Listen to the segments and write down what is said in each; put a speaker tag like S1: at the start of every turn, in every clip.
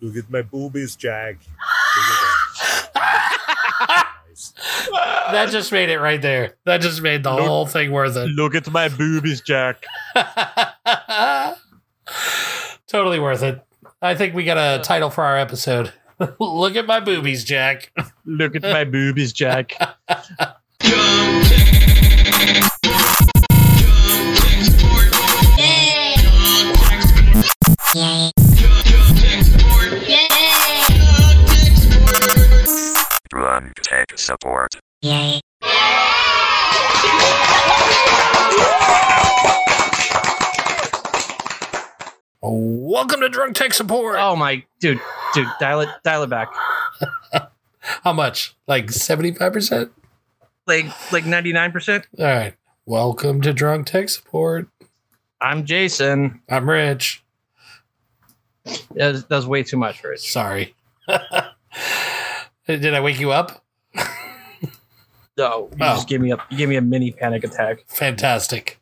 S1: Look at my boobies, Jack. Look at them. Nice.
S2: That just made it right there. That just made the
S3: Nope.
S2: whole thing worth it.
S3: Look at my boobies, Jack.
S2: totally worth it. I think we got a title for our episode. Look at my boobies, Jack.
S3: Look at my boobies, Jack.
S4: Run tech support.
S2: Welcome to Drunk Tech Support.
S3: Oh my dude, dude, dial it dial it back.
S2: How much? Like 75%?
S3: Like like 99%.
S2: All right. Welcome to Drunk Tech Support.
S3: I'm Jason.
S2: I'm Rich.
S3: That was, that was way too much, Rich.
S2: Sorry. Did I wake you up?
S3: No, you
S2: Oh.
S3: just give me a you give me a mini panic attack.
S2: Fantastic.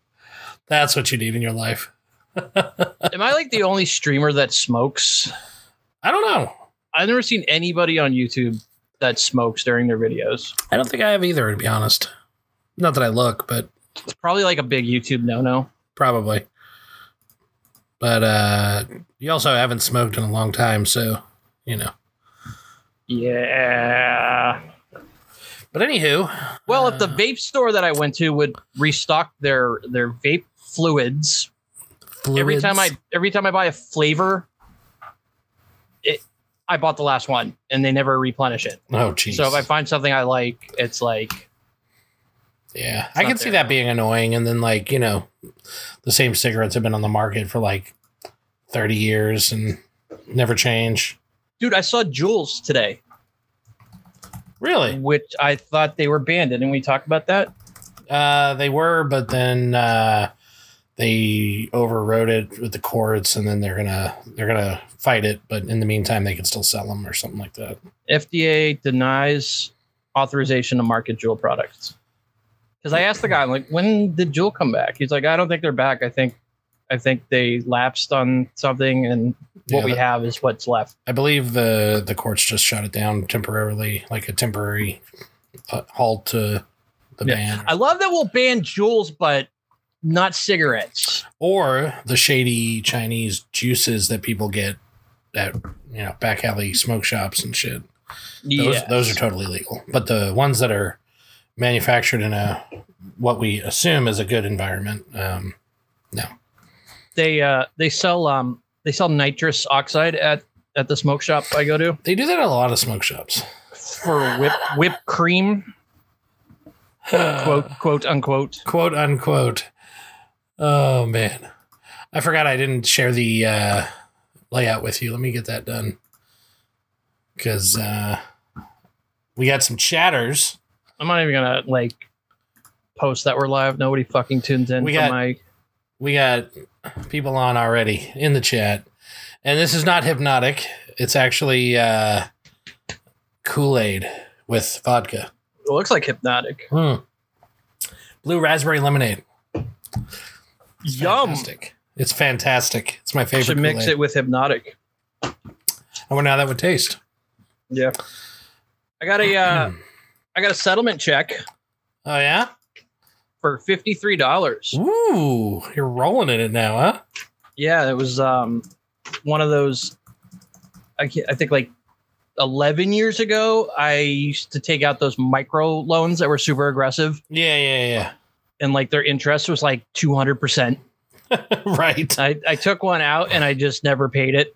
S2: That's what you need in your life.
S3: Am I like the only streamer that smokes?
S2: I don't know.
S3: I've never seen anybody on YouTube that smokes during their videos.
S2: I don't think I have either, to be honest. Not that I look, but
S3: It's probably like a big YouTube no-no.
S2: probably. But uh you also haven't smoked in a long time, so you know.
S3: Yeah.
S2: But anywho,
S3: Well, if the
S2: Uh.
S3: vape store that I went to would restock their their vape fluids, every time I
S2: fluids-
S3: every time I buy a flavor, it I bought the last one and they never replenish it.
S2: oh jeez,
S3: So if I find something I like, it's like
S2: yeah, I
S3: not
S2: can see
S3: there.
S2: that being annoying. And then like you know, the same cigarettes have been on the market for like thirty years and never change.
S3: dude, I saw Jules today,
S2: Really,
S3: which I thought they were banned. Didn't we talk about that?
S2: Uh, they were, but then uh, they overrode it with the courts, and then they're gonna they're gonna fight it. But in the meantime, they can still sell them or something like that.
S3: FDA denies authorization to market Juul products. Because I asked the guy, I'm like, when did Juul come back? He's like, I don't think they're back. I think I think they lapsed on something and what
S2: Yeah,
S3: we
S2: that-
S3: have is what's left.
S2: I believe the the courts just shut it down temporarily, like a temporary uh, halt to the
S3: Yeah.
S2: ban,
S3: I love that we'll ban Juuls, but not cigarettes.
S2: or the shady Chinese juices that people get at you know back alley smoke shops and shit. Those,
S3: Yes.
S2: those are totally legal. But the ones that are manufactured in a what we assume is a good environment, um,
S3: they uh they sell um they sell nitrous oxide at at the smoke shop I go to
S2: they do that at a lot of smoke shops.
S3: for whip whipped cream quote quote unquote.
S2: quote unquote. Oh man, I forgot I didn't share the uh, layout with you. Let me get that done because uh, we got some chatters.
S3: I'm not even gonna like post that we're live. Nobody fucking tunes in.
S2: We
S3: for
S2: got-
S3: my
S2: We got people on already in the chat, and this is not hypnotic. It's actually uh, Kool Aid with vodka,
S3: it looks like hypnotic.
S2: Hmm. blue raspberry lemonade. It's
S3: Yum.
S2: fantastic. It's fantastic. It's my favorite.
S3: Should mix
S2: Kool-Aid.
S3: it with hypnotic.
S2: I wonder how that would taste.
S3: Yeah. I got a uh
S2: Mm.
S3: I got a settlement check
S2: Oh yeah.
S3: for fifty three dollars.
S2: Ooh, you're rolling in it now, huh?
S3: Yeah, it was um one of those. I, ca- I think like eleven years ago, I used to take out those micro loans that were super aggressive,
S2: Yeah, yeah,
S3: and like their interest was like two hundred percent.
S2: yeah. right.
S3: I I took one out and I just never paid it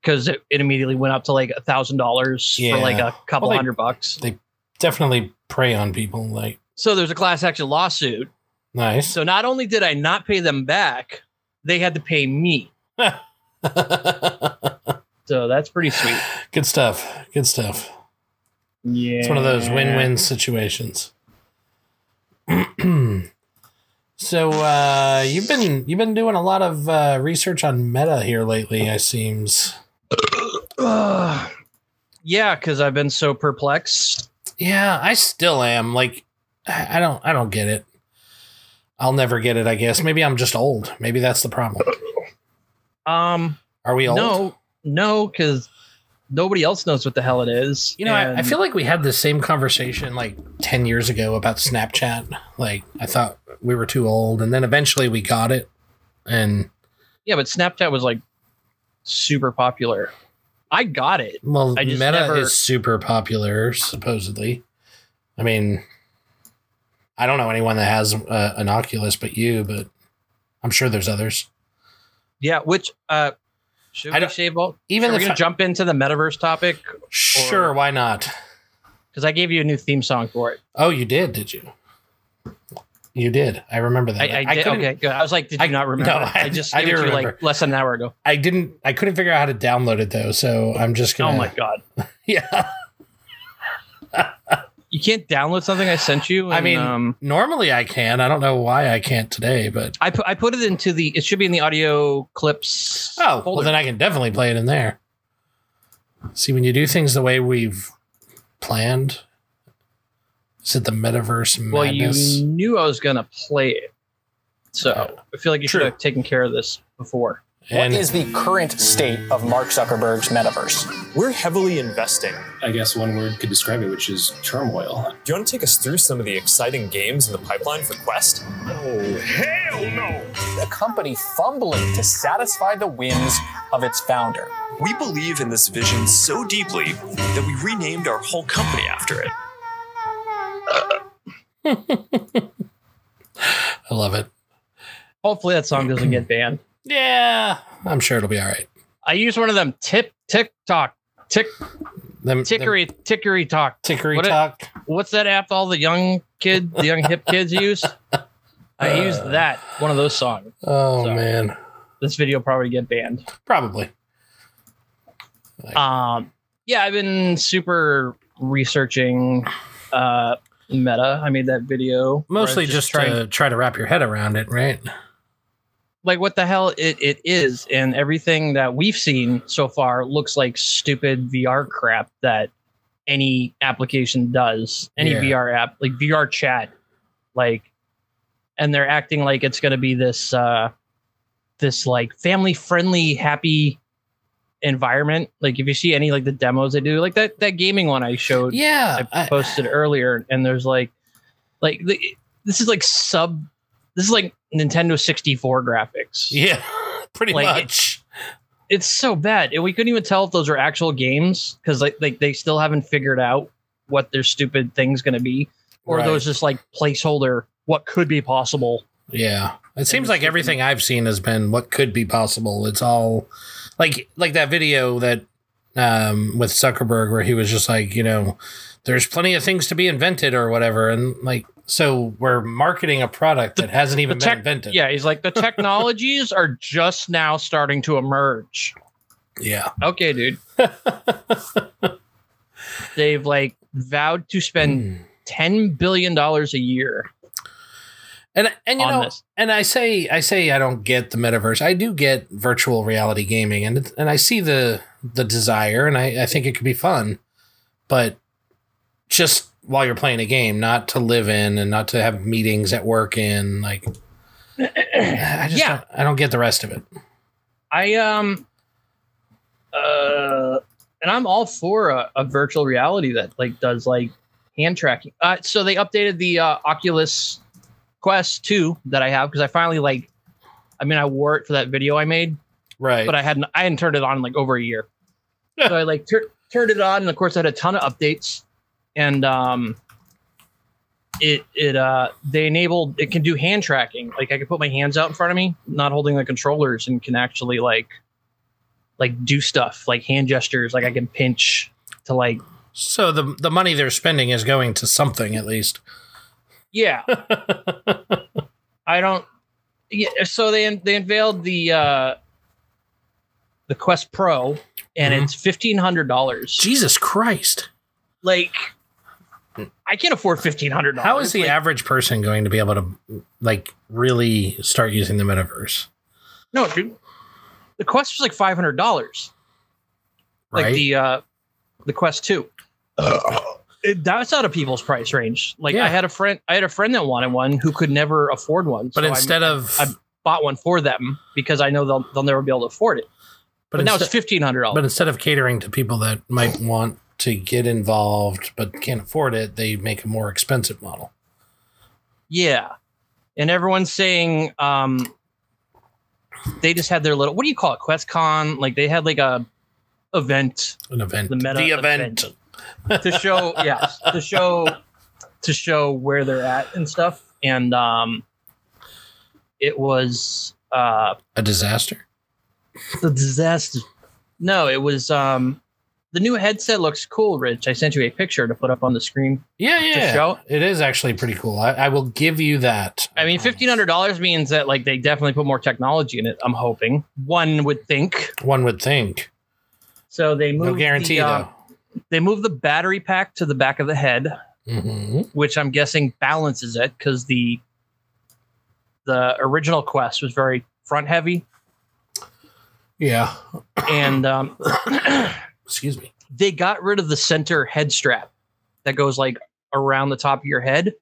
S3: because it, it immediately went up to like a thousand dollars
S2: Yeah.
S3: for like a couple
S2: Well, they-
S3: hundred bucks.
S2: Definitely prey on people. Like,
S3: So there's a class action lawsuit.
S2: nice.
S3: So not only did I not pay them back, they had to pay me. So that's pretty sweet.
S2: Good stuff. Good stuff.
S3: Yeah,
S2: It's one of those win-win situations. so uh, you've been you've been doing a lot of uh, research on meta here lately. I seems.
S3: Ugh. yeah, because I've been so perplexed.
S2: Yeah, I still am. Like, I I don't I don't get it. I'll never get it. I guess maybe I'm just old. Maybe that's the problem.
S3: Um,
S2: Are we old?
S3: no, no, because nobody else knows what the hell it is.
S2: You know, I, I
S3: and-
S2: feel like we had the same conversation like 10 years ago about Snapchat. Like, I thought we were too old, and then eventually we got it. And,
S3: yeah, but Snapchat was like super popular. I got it.
S2: well,
S3: I
S2: Meta
S3: just never-
S2: is super popular, supposedly. I mean, I don't know anyone that has uh, an Oculus but you, but I'm sure there's others.
S3: Yeah, which uh should
S2: I
S3: we
S2: don't-
S3: shave all
S2: Even
S3: are we
S2: if
S3: gonna jump into the metaverse topic?
S2: sure, why not?
S3: Because I gave you a new theme song for it.
S2: Oh, you did, did you? You did. I remember that.
S3: I, I, did
S2: couldn't-
S3: okay, good. I was like, did you
S2: I-
S3: not remember?
S2: no,
S3: I, just
S2: I
S3: gave it
S2: do
S3: to you like
S2: remember.
S3: less than an hour ago.
S2: I didn't. I couldn't figure out how to download it though, so I'm just gonna.
S3: Oh my god.
S2: Yeah.
S3: You can't download something I sent you.
S2: I
S3: and,
S2: mean-
S3: um,
S2: Normally I can. I don't know why I can't today, but
S3: I put I put it into the. It should be in the audio clips.
S2: oh, well
S3: folder.
S2: then I can definitely play it in there. See, when you do things the way we've planned, is it the metaverse
S3: well,
S2: madness?
S3: you knew I was gonna play it, so
S2: Yeah.
S3: I feel like you should
S2: True.
S3: have taken care of this before.
S2: and
S5: what is the current state of Mark Zuckerberg's metaverse?
S6: We're heavily investing.
S7: I guess one word could describe it, which is turmoil.
S6: Do you want to take us through some of the exciting games in the pipeline for Quest?
S1: Oh, hell no!
S5: A company fumbling to satisfy the whims of its founder.
S6: We believe in this vision so deeply that we renamed our whole company after it.
S2: I love it.
S3: Hopefully, that song doesn't get banned.
S2: Yeah, I'm sure it'll be all right.
S3: I use one of them tip tick tock tick
S2: Them, them
S3: tickery tickery talk.
S2: tickery
S3: What it-
S2: talk.
S3: What's that app all the young kid, the young hip kids use? I use
S2: Uh.
S3: that one of those songs.
S2: oh
S3: So-
S2: man,
S3: This video will probably get banned.
S2: probably.
S3: Um, yeah, I've been super researching uh, Meta. I made that video where I was
S2: Mostly just, try to try to wrap your head around it, right?
S3: like what the hell it, it is, and everything that we've seen so far looks like stupid VR crap that any application does, any
S2: Yeah.
S3: VR app, like VR chat, like, and they're acting like it's going to be this, uh, this like family friendly, happy environment. Like if you see any like the demos they do, like that that gaming one I showed,
S2: Yeah,
S3: I
S2: I-
S3: posted earlier, and there's like, like the, this is like sub, this is like Nintendo 64 graphics.
S2: yeah, pretty
S3: Like, it-
S2: much.
S3: It's so bad, and we couldn't even tell if those are actual games because like, like they still haven't figured out what their stupid thing's going to be, or
S2: Right.
S3: those just like placeholder what could be possible.
S2: Yeah. It seems
S3: it's
S2: like
S3: just-
S2: everything I've seen has been what could be possible. It's all like like that video that um with Zuckerberg where he was just like, you know, there's plenty of things to be invented or whatever and like so we're marketing a product that hasn't even been
S3: tech-
S2: invented.
S3: Yeah, he's like the technologies are just now starting to emerge.
S2: Yeah.
S3: Okay, dude. They've like vowed to spend
S2: And
S3: ten billion dollars a year
S2: and, and you
S3: on
S2: know
S3: this.
S2: and I say I say I don't get the metaverse. I do get virtual reality gaming, and it's- and I see the the desire, and I, I think it could be fun, but just while you're playing a game, not to live in and not to have meetings at work in. Like, I just
S3: Yeah.
S2: don't, I don't get the rest of it.
S3: I um uh and I'm all for a, a virtual reality that like does like hand tracking. Uh so they updated the uh, Oculus Quest 2 that I have because I finally like I mean I wore it for that video I made,
S2: Right.
S3: but I hadn't I hadn't turned it on in like over a year. so I like tur- turned it on and of course I had a ton of updates and um it it uh they enabled it can do hand tracking like i can put my hands out in front of me not holding the controllers and can actually like like do stuff like hand gestures like i can pinch to like
S2: so the the money they're spending is going to something at least.
S3: yeah i don't yeah so they they unveiled the uh the quest pro and
S2: Mhm.
S3: it's fifteen hundred dollars
S2: Jesus Christ!
S3: like i can't afford fifteen hundred dollars
S2: How is the average person going to be able to like really start using the metaverse?
S3: No, dude. The quest was like five hundred dollars.
S2: Right.
S3: Like the uh the quest two. It, that's out of people's price range. Like
S2: Yeah.
S3: I had a friend I had a friend that wanted one who could never afford one.
S2: but
S3: so I
S2: instead of
S3: I bought one for them because I know they'll they'll never be able to afford it.
S2: But,
S3: But now it's
S2: instead,
S3: fifteen hundred
S2: but
S3: dollars.
S2: instead of catering to people that might want to get involved but can't afford it, they make a more expensive model.
S3: Yeah, and everyone's saying um, they just had their little. What do you call it? QuestCon. Like they had like a event
S2: An event.
S3: The meta
S2: event.
S3: event. to show. yeah, to show to show where they're at and stuff. And um, it was uh,
S2: A disaster.
S3: the disaster. No, it was um, the new headset looks cool, Rich. I sent you a picture to put up on the screen.
S2: Yeah, yeah.
S3: show?
S2: It is actually pretty cool. I, I will give you that.
S3: I mean, fifteen hundred dollars means that like they definitely put more technology in it. I'm hoping one would think.
S2: One would think.
S3: So they moved
S2: No guarantee
S3: the, uh, They moved the battery pack to the back of the head,
S2: though. hmm
S3: which I'm guessing balances it because the the original Quest was very front heavy,
S2: Yeah.
S3: and um,
S2: Excuse me.
S3: they got rid of the center head strap that goes like around the top of your head.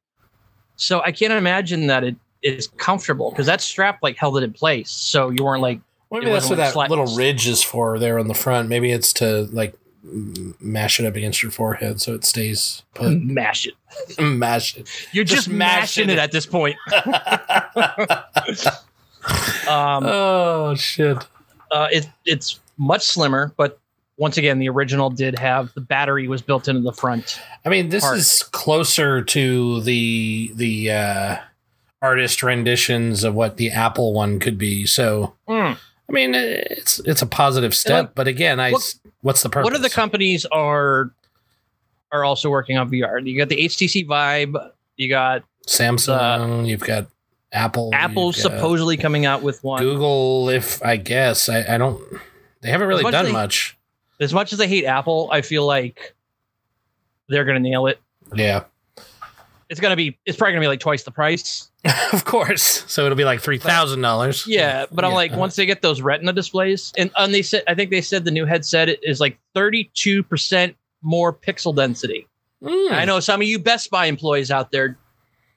S3: So I can't imagine that it is comfortable because that strap like held it in place, so you weren't like
S2: Well,
S3: It
S2: maybe that's what
S3: wasn't like
S2: that
S3: slight-
S2: little ridge is for there on the front. Maybe it's to like m- mash it up against your forehead so it stays put.
S3: mash it.
S2: mash it.
S3: You're just,
S2: Just mash
S3: mashing
S2: it.
S3: it at this point. Um,
S2: oh shit.
S3: uh, it, it's much slimmer, but once again, the original did have the battery was built into the front.
S2: I mean, this
S3: part.
S2: is closer to the the uh, artist renditions of what the Apple one could be. So, I mean, it's it's a positive step, but again, I
S3: what-
S2: s- what's the purpose?
S3: What other companies are are also working on VR? You got the HTC Vibe. You got
S2: Samsung? you've got Apple.
S3: uh, Apple
S2: you've got
S3: supposedly coming out with one.
S2: Google. If I guess, I, I don't. They haven't really
S3: much
S2: done
S3: they-
S2: much.
S3: As much as I hate Apple, I feel like they're gonna nail it.
S2: Yeah,
S3: It's gonna be. It's probably gonna be like twice the price.
S2: of course. So it'll be like three thousand dollars.
S3: Yeah, but I'm like, once they get those Retina displays, and and they said, I think they said the new headset is like 32 percent more pixel density.
S2: Hmm.
S3: I know some of you Best Buy employees out there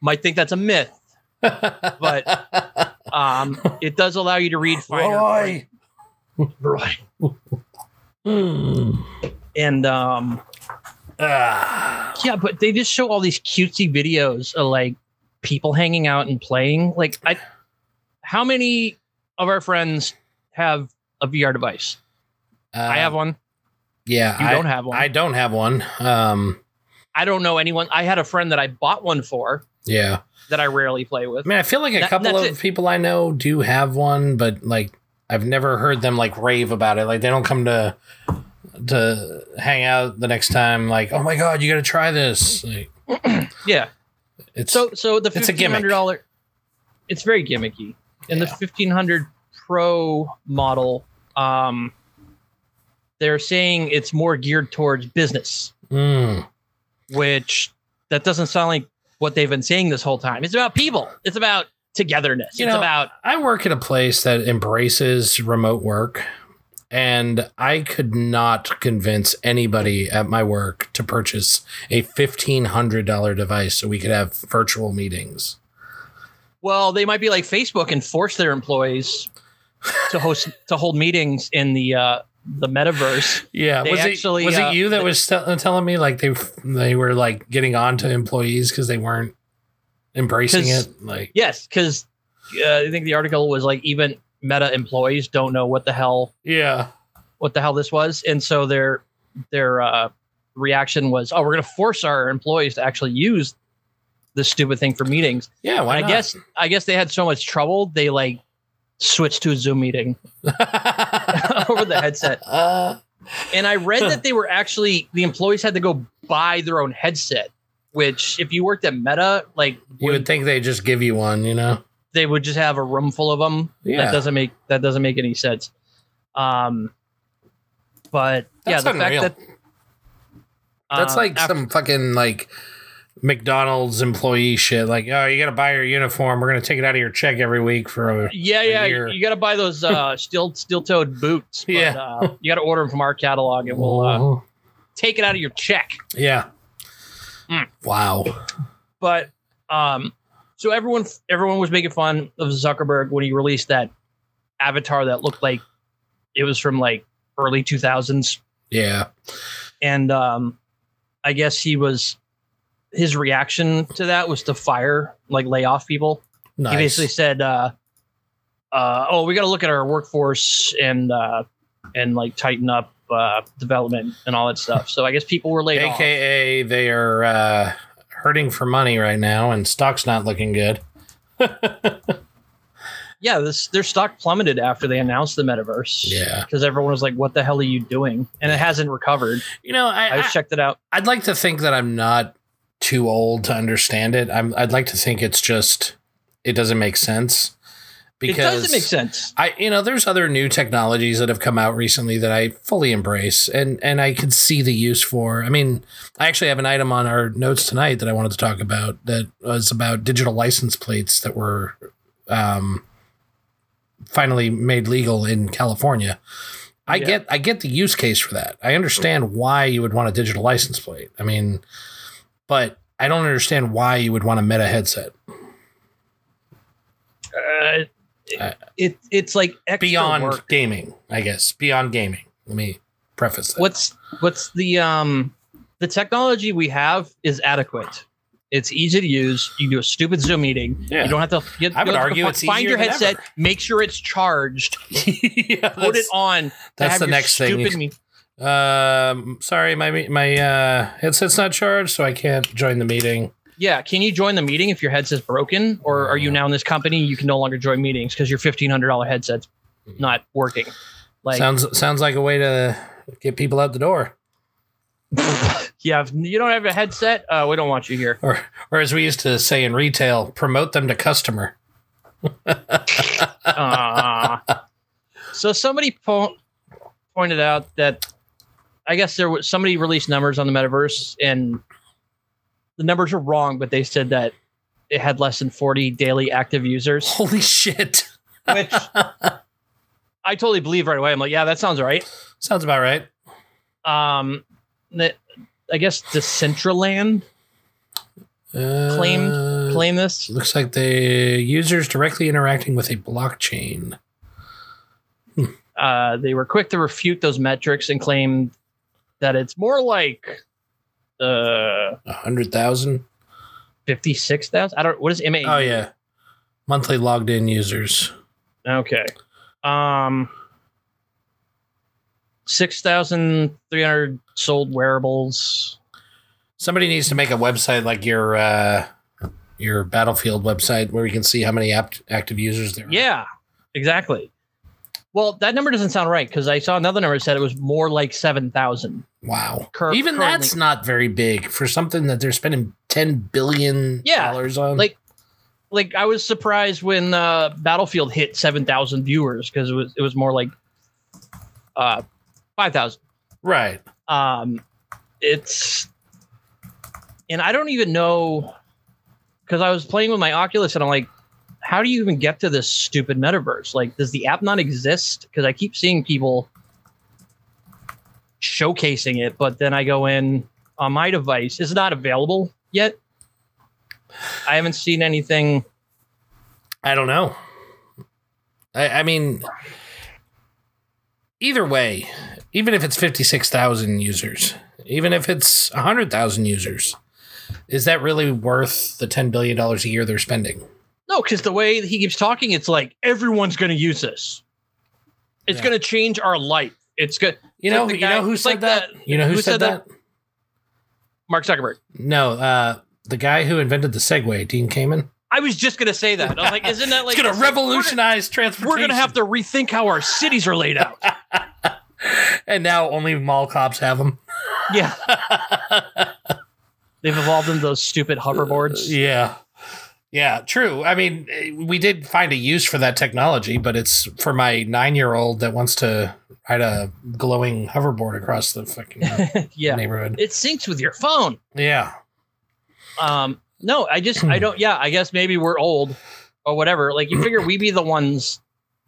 S3: might think that's a myth.
S2: but
S3: Um, it does allow you to read finer, Roy.
S2: Hmm. uh,
S3: and um,
S2: Ah.
S3: yeah, but they just show all these cutesy videos of like people hanging out and playing. Like, I, how many of our friends have a VR device? I have one.
S2: Yeah,
S3: You
S2: Um, I
S3: don't have one.
S2: I don't have one. Um,
S3: I don't know anyone. I had a friend that I bought one for
S2: yeah,
S3: that I rarely play with.
S2: I mean, I feel like a
S3: That-
S2: couple of
S3: that's it.
S2: people I know do have one, but like I've never heard them like rave about it. Like they don't come to to hang out the next time. Like, oh my god, you got to try this. Like,
S3: Yeah.
S2: it's
S3: So so the
S2: It's a
S3: fifteen
S2: gimmick.
S3: hundred dollar, it's very gimmicky, and the
S2: Yeah.
S3: fifteen hundred Pro model, um, they're saying it's more geared towards business,
S2: mm,
S3: which that doesn't sound like what they've been saying this whole time. It's about people. It's about togetherness.
S2: You
S3: it's
S2: know-
S3: about
S2: I work at a place that embraces remote work, and I could not convince anybody at my work to purchase a fifteen hundred dollar device so we could have virtual meetings.
S3: well, they might be like Facebook and force their employees to host to hold meetings in the uh, the metaverse.
S2: Yeah,
S3: They
S2: was
S3: actually,
S2: it was
S3: uh,
S2: it you that was tell telling me like they they were like getting on to employees because they weren't embracing
S3: 'Cause-
S2: it? Like,
S3: Yes, because uh, I think the article was like even Meta employees don't know what the hell
S2: yeah,
S3: what the hell this was, and so their their uh, reaction was, "Oh, we're going to force our employees to actually use this stupid thing for meetings."
S2: yeah. Why
S3: And I
S2: not?
S3: guess I guess they had so much trouble they like switched to a Zoom meeting over the headset.
S2: Uh,
S3: And I read that they were actually the employees had to go buy their own headset, which if you worked at Meta, like
S2: you would think they just give you one, you know?
S3: they would just have a room full of them
S2: Yeah.
S3: that doesn't make that doesn't make any sense. Um, but
S2: That's
S3: yeah, the
S2: unreal.
S3: fact that uh,
S2: That's like
S3: af-
S2: some fucking like McDonald's employee shit. Like, oh, you got to buy your uniform. We're gonna take it out of your check every week for. A-
S3: yeah, yeah,
S2: year.
S3: you got to buy those uh, steel steel-toed boots. But,
S2: Yeah. Oh.
S3: uh, you got to order them from our catalog, and we'll uh, take it out of your check.
S2: yeah.
S3: Mm.
S2: Wow.
S3: But um, so everyone everyone was making fun of Zuckerberg when he released that avatar that looked like it was from like early 2000s
S2: Yeah.
S3: and um i guess he was his reaction to that was to fire like lay off people
S2: Nice.
S3: he basically said uh uh oh we got to look at our workforce and uh and like tighten up uh development and all that stuff so i guess people were laid off
S2: AKA, they are uh, hurting for money right now, and stock's not looking good.
S3: yeah this their stock plummeted after they announced the metaverse
S2: Yeah.
S3: because everyone was like what the hell are you doing and it hasn't recovered
S2: You know, I,
S3: i
S2: I,
S3: just checked it out
S2: I'd like to think that I'm not too old to understand it. I'm, I'd like to think it's just it doesn't make sense because
S3: it doesn't make sense
S2: I you know there's other new technologies that have come out recently that I fully embrace and and I can see the use for. I mean, I actually have an item on our notes tonight that I wanted to talk about that was about digital license plates that were um, finally made legal in California. I
S3: Yeah.
S2: get I get the use case for that. I understand why you would want a digital license plate. I mean, but I don't understand why you would want a Meta headset
S3: uh,
S2: Uh,
S3: it it's like extra
S2: beyond
S3: work.
S2: gaming. I guess beyond gaming. Let me preface that.
S3: what's what's the um the technology we have is adequate. It's easy to use. You can do a stupid Zoom meeting.
S2: Yeah.
S3: You don't have to. You,
S2: I would
S3: you don't have to
S2: argue
S3: fi-
S2: it's
S3: find
S2: easier
S3: your
S2: than
S3: headset.
S2: ever.
S3: Make sure it's charged.
S2: yeah,
S3: Put it on. to
S2: that's
S3: have
S2: the
S3: your
S2: next thing.
S3: Stupid me-
S2: Um, sorry, my my uh, headset's not charged, so I can't join the meeting.
S3: yeah. Can you join the meeting if your headset's broken, or
S2: Uh.
S3: are you now in this company you can no longer join meetings because your fifteen hundred dollar headset's
S2: Mm-hmm.
S3: not working? Like,
S2: sounds sounds like a way to get people out the door,
S3: yeah, if you don't have a headset. Uh, we don't want you here.
S2: or or as we used to say in retail, promote them to customer.
S3: Ah. so somebody po- pointed out that I guess there was somebody released numbers on the metaverse and the numbers are wrong, but they said that it had less than 40 daily active users,
S2: Holy shit,
S3: which I totally believe right away. I'm like, yeah, that sounds right.
S2: sounds about right.
S3: Um, the- I guess Decentraland
S2: Uh,
S3: Claimed- claim this.
S2: Looks like the users directly interacting with a blockchain.
S3: Uh, they were quick to refute those metrics and claimed that it's more like uh,
S2: A hundred thousand.
S3: 56,000. I don't, what is MA?
S2: Oh yeah, monthly logged in users.
S3: Okay. Um, six thousand three hundred sold wearables.
S2: Somebody needs to make a website like your uh, your Battlefield website where we can see how many apt- active users there. are.
S3: Yeah, exactly. Well, that number doesn't sound right because I saw another number that said it was more like seven thousand.
S2: Wow.
S3: Cur-
S2: Even
S3: currently-
S2: that's not very big for something that they're spending ten billion
S3: Yeah,
S2: dollars on.
S3: like- Like I was surprised when uh, Battlefield hit seven thousand viewers because it was it was more like uh, five thousand.
S2: right.
S3: um it's and i don't even know because i was playing with my oculus and i'm like how do you even get to this stupid metaverse like does the app not exist because i keep seeing people showcasing it but then i go in on my device it's not available yet i haven't seen anything
S2: I don't know. I, I mean, either way, even if it's fifty six thousand users, even if it's hundred thousand users, is that really worth the ten billion dollars a year they're spending?
S3: No, because the way he keeps talking, it's like everyone's going to use this. It's
S2: Yeah.
S3: going to change our life. It's good.
S2: You
S3: It's
S2: know,
S3: like the
S2: you
S3: guy-
S2: know who
S3: it's
S2: said
S3: like
S2: that? You know who, said, that?
S3: Mark Zuckerberg.
S2: No, uh, the guy who invented the Segway, Dean Kamen.
S3: I was just going to say that. I was like, isn't that like
S2: it's gonna
S3: we're gonna-
S2: revolutionize
S3: We're
S2: transportation.
S3: going to have to rethink how our cities are laid out.
S2: and now only mall cops have them.
S3: yeah, they've evolved into those stupid hoverboards.
S2: yeah, yeah, true. I mean, eh, we did find a use for that technology, but it's for my nine-year-old that wants to ride a glowing hoverboard across the fucking
S3: yeah,
S2: neighborhood.
S3: it syncs with your phone.
S2: Yeah,
S3: Um, no, I just I don't. Yeah, I guess maybe we're old or whatever. Like you figure we be the ones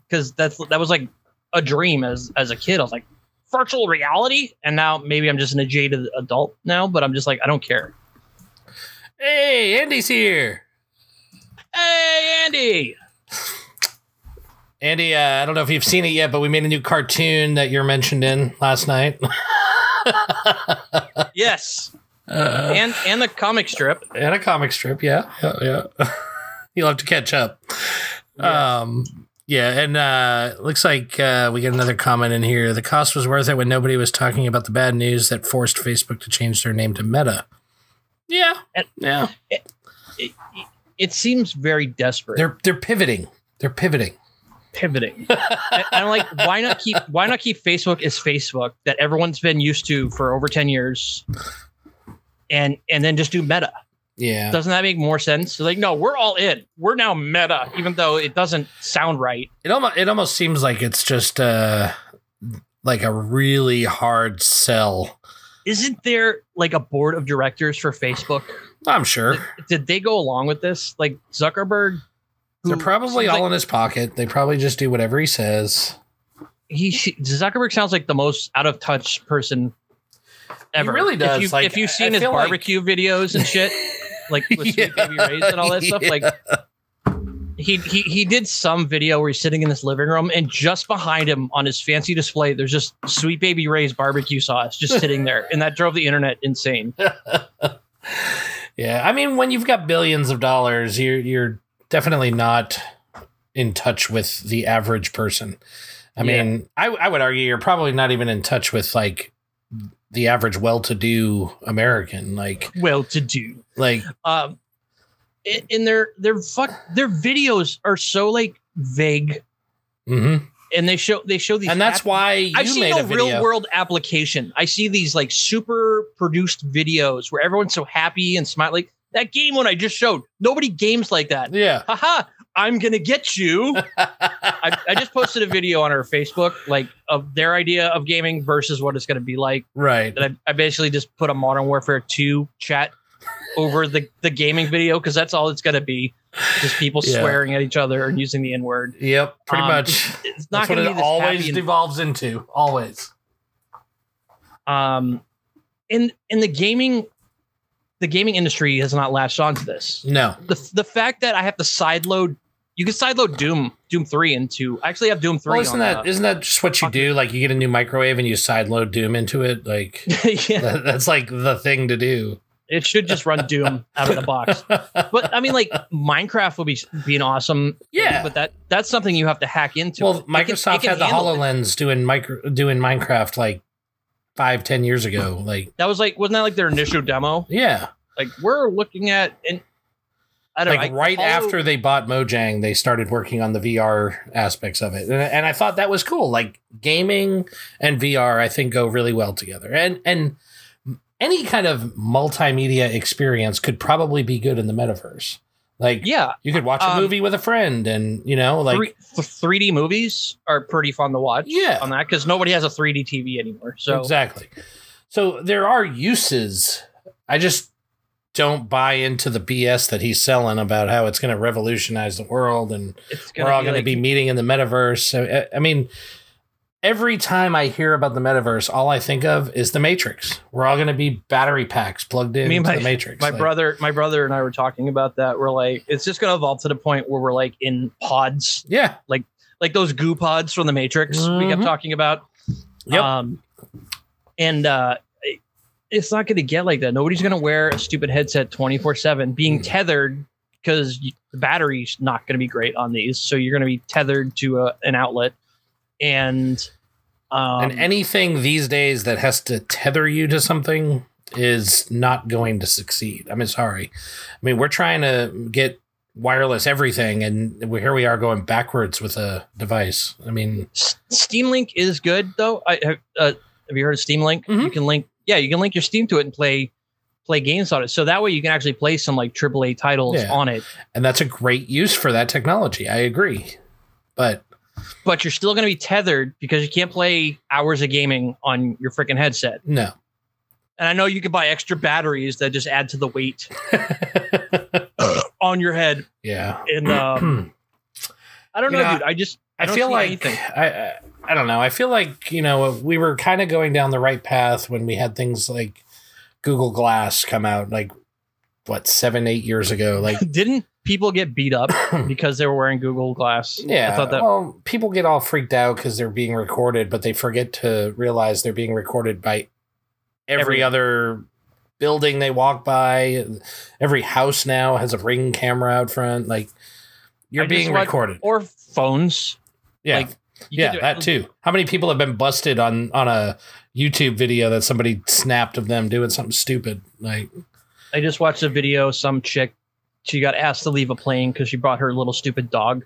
S3: because that's that was like a dream as as a kid. I was like virtual reality, and now maybe I'm just an jaded adult now. But I'm just like I don't care.
S2: hey, Andy's here.
S3: Hey, Andy.
S2: Andy, uh, I don't know if you've seen it yet, but we made a new cartoon that you're mentioned in last night.
S3: Yes,
S2: Uh,
S3: and and the comic strip.
S2: and a comic strip. Yeah, yeah. yeah. You'll have to catch up. Um, yeah, and uh, looks like uh, we get another comment in here. The cost was worth it when nobody was talking about the bad news that forced Facebook to change their name to Meta. Yeah,
S3: And-
S2: yeah.
S3: It seems very desperate.
S2: They're they're pivoting. They're pivoting.
S3: pivoting. and I'm like, why not keep why not keep Facebook as Facebook that everyone's been used to for over ten years, and and then just do Meta?
S2: Yeah,
S3: Doesn't that make more sense? It's like, no, we're all in. We're now Meta, even though it doesn't sound right.
S2: it almost it almost seems like it's just uh like a really hard sell.
S3: Isn't there like a board of directors for Facebook?
S2: I'm sure
S3: Did they go along with this? Like Zuckerberg, who
S2: they're probably
S3: seems
S2: all
S3: like-
S2: in his pocket. They probably just do whatever he says.
S3: he Zuckerberg sounds like the most out of touch person ever.
S2: really does.
S3: If, you,
S2: Like,
S3: if you've
S2: I-
S3: seen
S2: I
S3: his
S2: feel like-
S3: barbecue videos and shit, like with sweet
S2: Yeah.
S3: baby rays and all that stuff, like he, he he did some video where he's sitting in this living room and just behind him on his fancy display, there's just sweet baby rays barbecue sauce just sitting there, and that drove the internet insane.
S2: Yeah, I mean, when you've got billions of dollars, you're you're definitely not in touch with the average person. I
S3: Yeah.
S2: mean, I, I would argue you're probably not even in touch with like the average well-to-do American. Like,
S3: Well to do.
S2: like
S3: um and and their their fuck their videos are so like vague
S2: mhm.
S3: and they show they show these
S2: and that's
S3: app-
S2: why you
S3: I've seen
S2: made
S3: no
S2: a video.
S3: real world application. I see these like super produced videos where everyone's so happy and smile. Like that game one I just showed. Nobody games like that.
S2: Yeah.
S3: Haha, I'm gonna get you. I, I just posted a video on our Facebook, like of their idea of gaming versus what it's gonna be like.
S2: right.
S3: And I, I basically just put a Modern Warfare 2 chat over the, the gaming video because that's all it's gonna be. Just people
S2: Yeah.
S3: swearing at each other and using the N-word.
S2: Yep. Pretty
S3: Um,
S2: much.
S3: It's not
S2: That's what
S3: gonna be
S2: it
S3: this
S2: always
S3: happy and
S2: devolves into. Always.
S3: um in in the gaming the gaming industry has not latched onto this
S2: No.
S3: the the fact that i have to sideload you can sideload doom doom 3 into i actually have doom 3
S2: Well, isn't
S3: on, uh,
S2: that isn't that just what you
S3: fuck-
S2: do? Like you get a new microwave and you sideload Doom into it. Like
S3: uh, yeah
S2: that, that's like the thing to do.
S3: it should just run doom out of the box but i mean like minecraft would be being awesome
S2: Yeah.
S3: but that that's something you have to hack into
S2: well,
S3: It can- it
S2: Microsoft
S3: can
S2: had the
S3: handle it.
S2: Hololens doing micro doing Minecraft like five ten years ago. Like
S3: that was like wasn't that like their initial demo
S2: yeah,
S3: like we're looking at and i don't
S2: like
S3: know I-
S2: right
S3: Holo-
S2: after they bought Mojang, they started working on the VR aspects of it, and, and I thought that was cool. Like gaming and VR, I think go really well together, and and any kind of multimedia experience could probably be good in the metaverse. Like
S3: yeah
S2: you could watch a
S3: Um,
S2: movie with a friend, and you know, like
S3: three, 3D movies are pretty fun to watch.
S2: Yeah.
S3: on that because nobody has a 3D TV anymore. So
S2: exactly. So there are uses. I just don't buy into the BS that he's selling about how it's going to revolutionize the world and
S3: it's
S2: we're all going to be meeting in the metaverse. So, I, I mean, every time I hear about the metaverse, all I think of is the Matrix. We're all going to be battery packs plugged in
S3: Me
S2: to
S3: and
S2: the Matrix.
S3: My
S2: Like,
S3: brother, my brother and I were talking about that. We're like, it's just going to evolve to the point where we're like in pods,
S2: Yeah.
S3: like those goo pods from the Matrix we kept
S2: Mhm.
S3: talking about.
S2: Yep.
S3: Um, and uh, it- it's not going to get like that. Nobody's going to wear a stupid headset 24 seven,
S2: Mm.
S3: being tethered because the battery's not going to be great on these. So you're going to be tethered to a, an outlet, and um,
S2: and anything these days that has to tether you to something is not going to succeed. I mean, sorry. I mean, we're trying to get wireless everything, and we here we are going backwards with a device. I mean,
S3: S- Steam Link is good though. I have. Uh, have you heard of Steam Link?
S2: Mhm.
S3: You can link. Yeah, you can link your Steam to it and play play games on it. So that way you can actually play some like AAA titles
S2: Yeah.
S3: on it.
S2: and that's a great use for that technology. I agree. But
S3: But you're still going to be tethered because you can't play hours of gaming on your freaking headset.
S2: no.
S3: And I know you can buy extra batteries that just add to the weight on your head.
S2: yeah.
S3: And um, I don't
S2: You
S3: know,
S2: know,
S3: dude. I just
S2: I,
S3: don't
S2: feel
S3: see
S2: like
S3: anything.
S2: I, I I don't know. I feel like you know we were kind of going down the right path when we had things like Google Glass come out, like what seven eight years ago. Like
S3: didn't people get beat up because they were wearing Google Glass.
S2: Yeah.
S3: I thought that
S2: well, people get all freaked out because they're being recorded, but they forget to realize they're being recorded by every
S3: Every-
S2: other building they walk by. Every house now has a ring camera out front. Like you're
S3: I just
S2: being
S3: want-
S2: recorded.
S3: or phones.
S2: yeah.
S3: like, You
S2: yeah,
S3: could do-
S2: that too. How many people have been busted on on a YouTube video that somebody snapped of them doing something stupid? Like,
S3: I just watched a video. Some chick, she got asked to leave a plane because she brought her little stupid dog,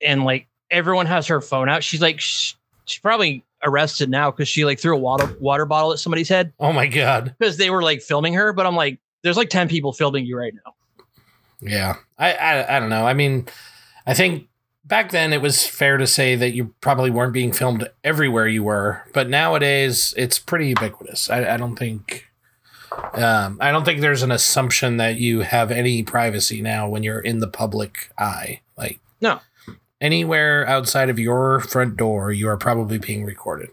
S3: and like everyone has her phone out. She's like, sh- she's probably arrested now because she like threw a water water bottle at somebody's head
S2: oh my god,
S3: because they were like filming her. But I'm like, there's like ten people filming you right now.
S2: yeah. I, I I don't know. I mean, I think back then it was fair to say that you probably weren't being filmed everywhere you were, but nowadays it's pretty ubiquitous. I, I don't think. Um, I don't think there's an assumption that you have any privacy now when you're in the public eye. Like,
S3: No.
S2: Anywhere outside of your front door, you are probably being recorded.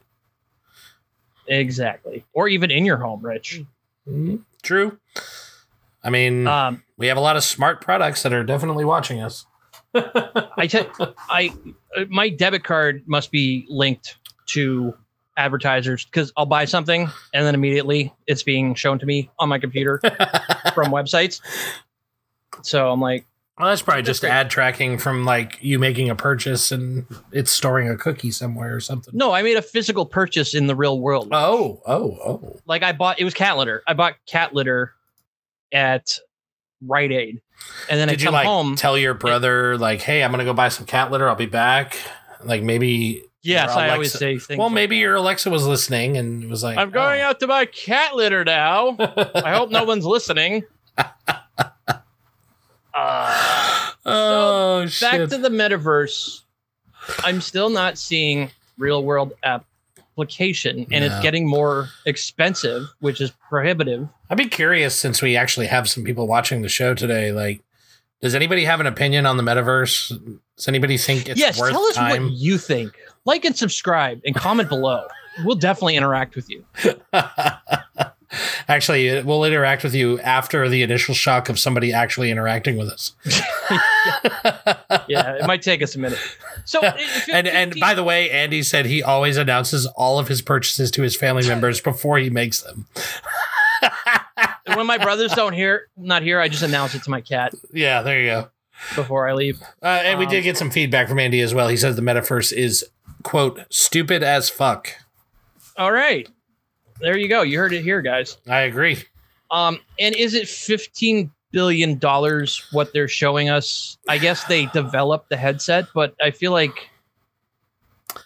S3: Exactly, or even in your home, Rich.
S2: Mhm. True. I mean,
S3: Um,
S2: we have a lot of smart products that are definitely watching us.
S3: I te- I uh, my debit card must be linked to advertisers because I'll buy something and then immediately it's being shown to me on my computer from websites. So I'm like,
S2: Well, that's probably just ad tracking from like you making a purchase and it's storing a cookie somewhere or something.
S3: no, I made a physical purchase in the real world.
S2: Oh, oh, oh.
S3: Like I bought it was cat litter. I bought cat litter at Rite Aid, and then
S2: Did
S3: I
S2: you
S3: come
S2: like
S3: home.
S2: tell your brother like, "Hey, I'm going to go buy some cat litter. I'll be back." Like maybe
S3: yes,
S2: your
S3: I always
S2: Alexa-
S3: say things.
S2: well,
S3: like,
S2: maybe Oh. your Alexa was listening and was like,
S3: I'm going out to buy cat litter now. I hope no one's listening. Uh,
S2: oh shit.
S3: back to the metaverse. I'm still not seeing real world application, and it's
S2: No.
S3: getting more expensive, which is prohibitive.
S2: I'd be curious since we actually have some people watching the show today. Like, does anybody have an opinion on the metaverse? Does anybody think it's
S3: yes,
S2: worth
S3: tell us
S2: time?
S3: what you think. Like and subscribe, and comment below. We'll definitely interact with you.
S2: actually, we'll interact with you after the initial shock of somebody actually interacting with us.
S3: Yeah, it might take us a minute. So,
S2: And and by the way, Andy said he always announces all of his purchases to his family members before he makes them.
S3: when my brothers don't hear, not here, I just announce it to my cat
S2: Yeah, there you go.
S3: before I leave.
S2: Uh, and we
S3: Um,
S2: did get some feedback from Andy as well. He says the metaverse is quote stupid as fuck.
S3: All right, there you go. You heard it here, guys.
S2: I agree.
S3: Um, and is it fifteen billion dollars what they're showing us? I guess they developed the headset, but I feel like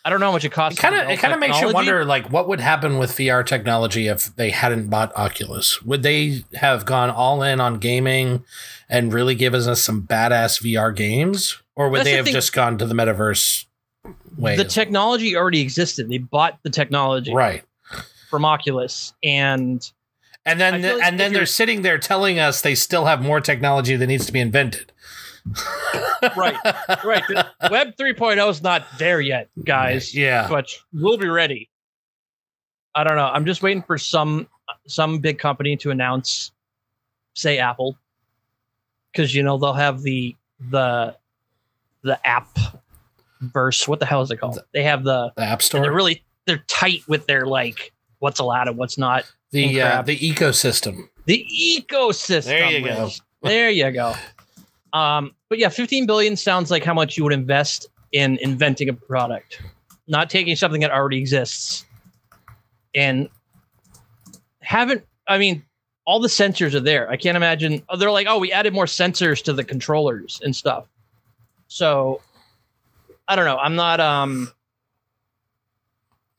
S3: I don't know how much it
S2: It
S3: costs. to
S2: kind of it
S3: develop
S2: kind of makes you
S3: technology.
S2: wonder like what would happen with VR technology if they hadn't bought Oculus? Would they have gone all in on gaming and really given us some badass VR games or would
S3: That's
S2: they
S3: the
S2: have
S3: thing.
S2: just gone to the metaverse way?
S3: The technology already existed. They bought the technology
S2: right.
S3: from Oculus, and
S2: And then
S3: I feel like
S2: and
S3: if
S2: then they're
S3: you're-
S2: sitting there telling us they still have more technology that needs to be invented.
S3: right, right. Web 3.0 is not there yet, guys.
S2: Yeah.
S3: but we'll be ready. I don't know. I'm just waiting for some some big company to announce, say Apple, because you know they'll have the the the app verse. What the hell is it called? They have the
S2: The App
S3: and they're
S2: Store,
S3: really they're tight with their like what's allowed and what's not.
S2: the uh,
S3: crap.
S2: the ecosystem.
S3: The ecosystem.
S2: There you go.
S3: Rich. There you go. Um, but yeah, 15 billion sounds like how much you would invest in inventing a product, not taking something that already exists. And haven't, I mean, all the sensors are there. I can't imagine. oh, They're like, oh, we added more sensors to the controllers and stuff. So I don't know. I'm not, um,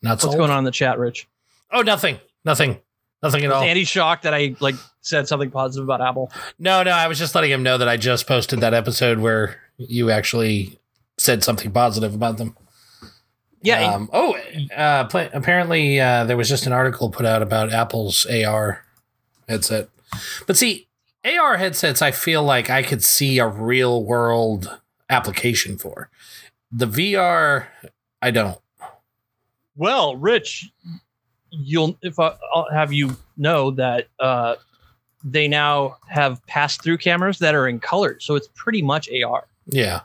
S2: Not
S3: what's
S2: sold?
S3: going on in the chat, Rich?
S2: Oh, nothing. Nothing. Nothing at all.
S3: Is Andy shocked that I like said something positive about Apple?
S2: No, no, I was just letting him know that I just posted that episode where you actually said something positive about them.
S3: Yeah. and-
S2: Um, oh, uh, pla apparently uh, there was just an article put out about Apple's AR headset. But see, AR headsets, I feel like I could see a real world application for. The VR, I don't.
S3: Well, Rich, you'll if I, I'll have you know that uh, they now have pass through cameras that are in color. So it's pretty much AR.
S2: Yeah.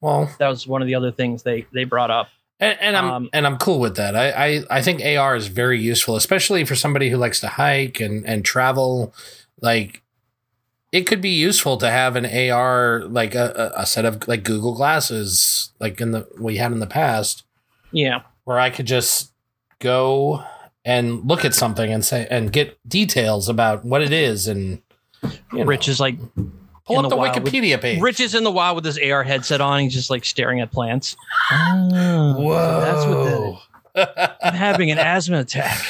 S2: Well,
S3: That was one of the other things they, they brought up.
S2: and, and I'm
S3: Um,
S2: and I'm cool with that. I, I I think AR is very useful, especially for somebody who likes to hike and and travel. Like, it could be useful to have an AR like a, a a set of like Google glasses, like in the we had in the past,
S3: Yeah.
S2: where I could just go and look at something and say and get details about what it is and you know,
S3: Rich is like
S2: pull
S3: in
S2: up
S3: the
S2: the
S3: wild with-
S2: Wikipedia page.
S3: Rich is in the wild with his AR headset on. He's just like staring at plants. Oh,
S2: Whoa.
S3: that's what that is. I'm having an asthma attack.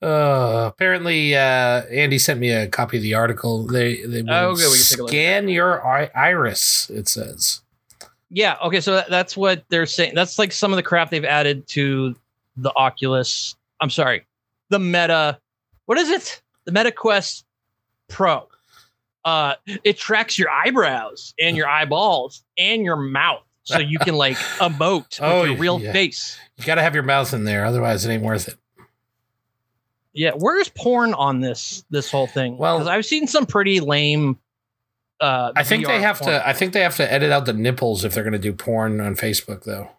S2: Uh, apparently, uh, Andy sent me a copy of the article. They they will
S3: Oh, okay, we can take a look.
S2: scan your i- iris. It says
S3: Yeah. Okay. So that, that's what they're saying. That's like some of the crap they've added to the Oculus. I'm sorry, the Meta. What is it? The Meta Quest Pro. Uh, it tracks your eyebrows and your eyeballs and your mouth, so you can like emote
S2: Oh,
S3: with your real
S2: yeah.
S3: face.
S2: you got to have your mouth in there, otherwise it ain't worth it.
S3: Yeah. Where's porn on this this whole thing?
S2: Well-
S3: 'Cause I've seen some pretty lame. Uh,
S2: I think
S3: VR
S2: they have
S3: porn.
S2: to. I think they have to edit out the nipples if they're going to do porn on Facebook, though.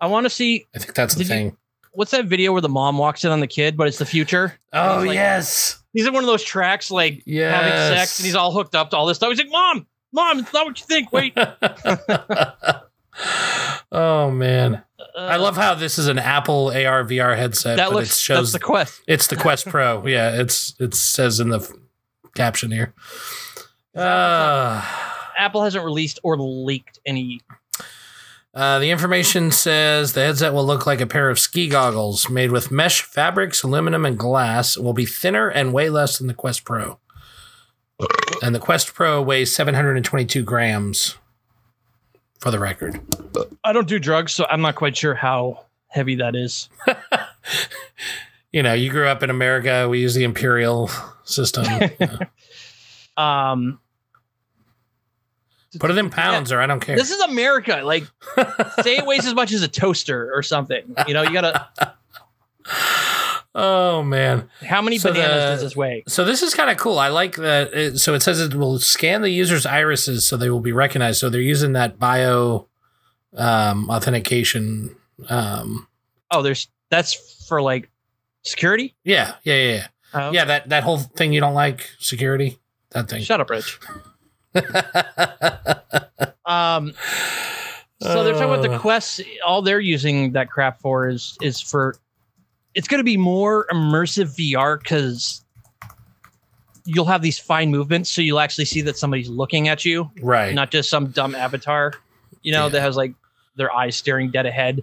S3: I want to see
S2: I think that's the
S3: Did you-
S2: thing.
S3: what's that video where the mom walks in on the kid, but it's the future.
S2: oh
S3: like-
S2: yes,
S3: He's in one of those tracks, like
S2: yes.
S3: having sex and he's all hooked up to all this stuff. He's like, Mom, Mom, it's not what you think. Wait.
S2: oh man, I
S3: Uh,
S2: love how this is an Apple AR VR headset.
S3: that
S2: but
S3: looks
S2: it shows
S3: that's the quest.
S2: It's the Quest Pro. Yeah, it's it says in the f- caption here. Uh,
S3: Apple hasn't released or leaked any
S2: uh, the information says the headset will look like a pair of ski goggles made with mesh fabrics, aluminum, and glass. It will be thinner and weigh less than the Quest Pro. And the Quest Pro weighs 722 grams, for the record.
S3: I don't do drugs, so I'm not quite sure how heavy that is.
S2: You know, you grew up in America. We use the imperial system.
S3: Um
S2: Put it in pounds, or I don't care.
S3: this is America. Like say it weighs as much as a toaster or something. You know, you gotta
S2: oh man.
S3: how many
S2: So
S3: bananas
S2: the-
S3: does this weigh?
S2: So this is kind of cool. I like that. It, so it says it will scan the user's irises so they will be recognized. So they're using that bio um, authentication. Um,
S3: Oh, there's that's for like security?
S2: yeah, yeah, yeah, yeah.
S3: Oh,
S2: Yeah, that that whole thing you don't like security. That thing.
S3: Shut up, Rich. Um So they're talking about the
S2: Uh,
S3: quests. All they're using that crap for is is for. It's going to be more immersive VR because you'll have these fine movements, so you'll actually see that somebody's looking at you,
S2: right.
S3: not just some dumb avatar, you know,
S2: Yeah.
S3: that has like their eyes staring dead ahead.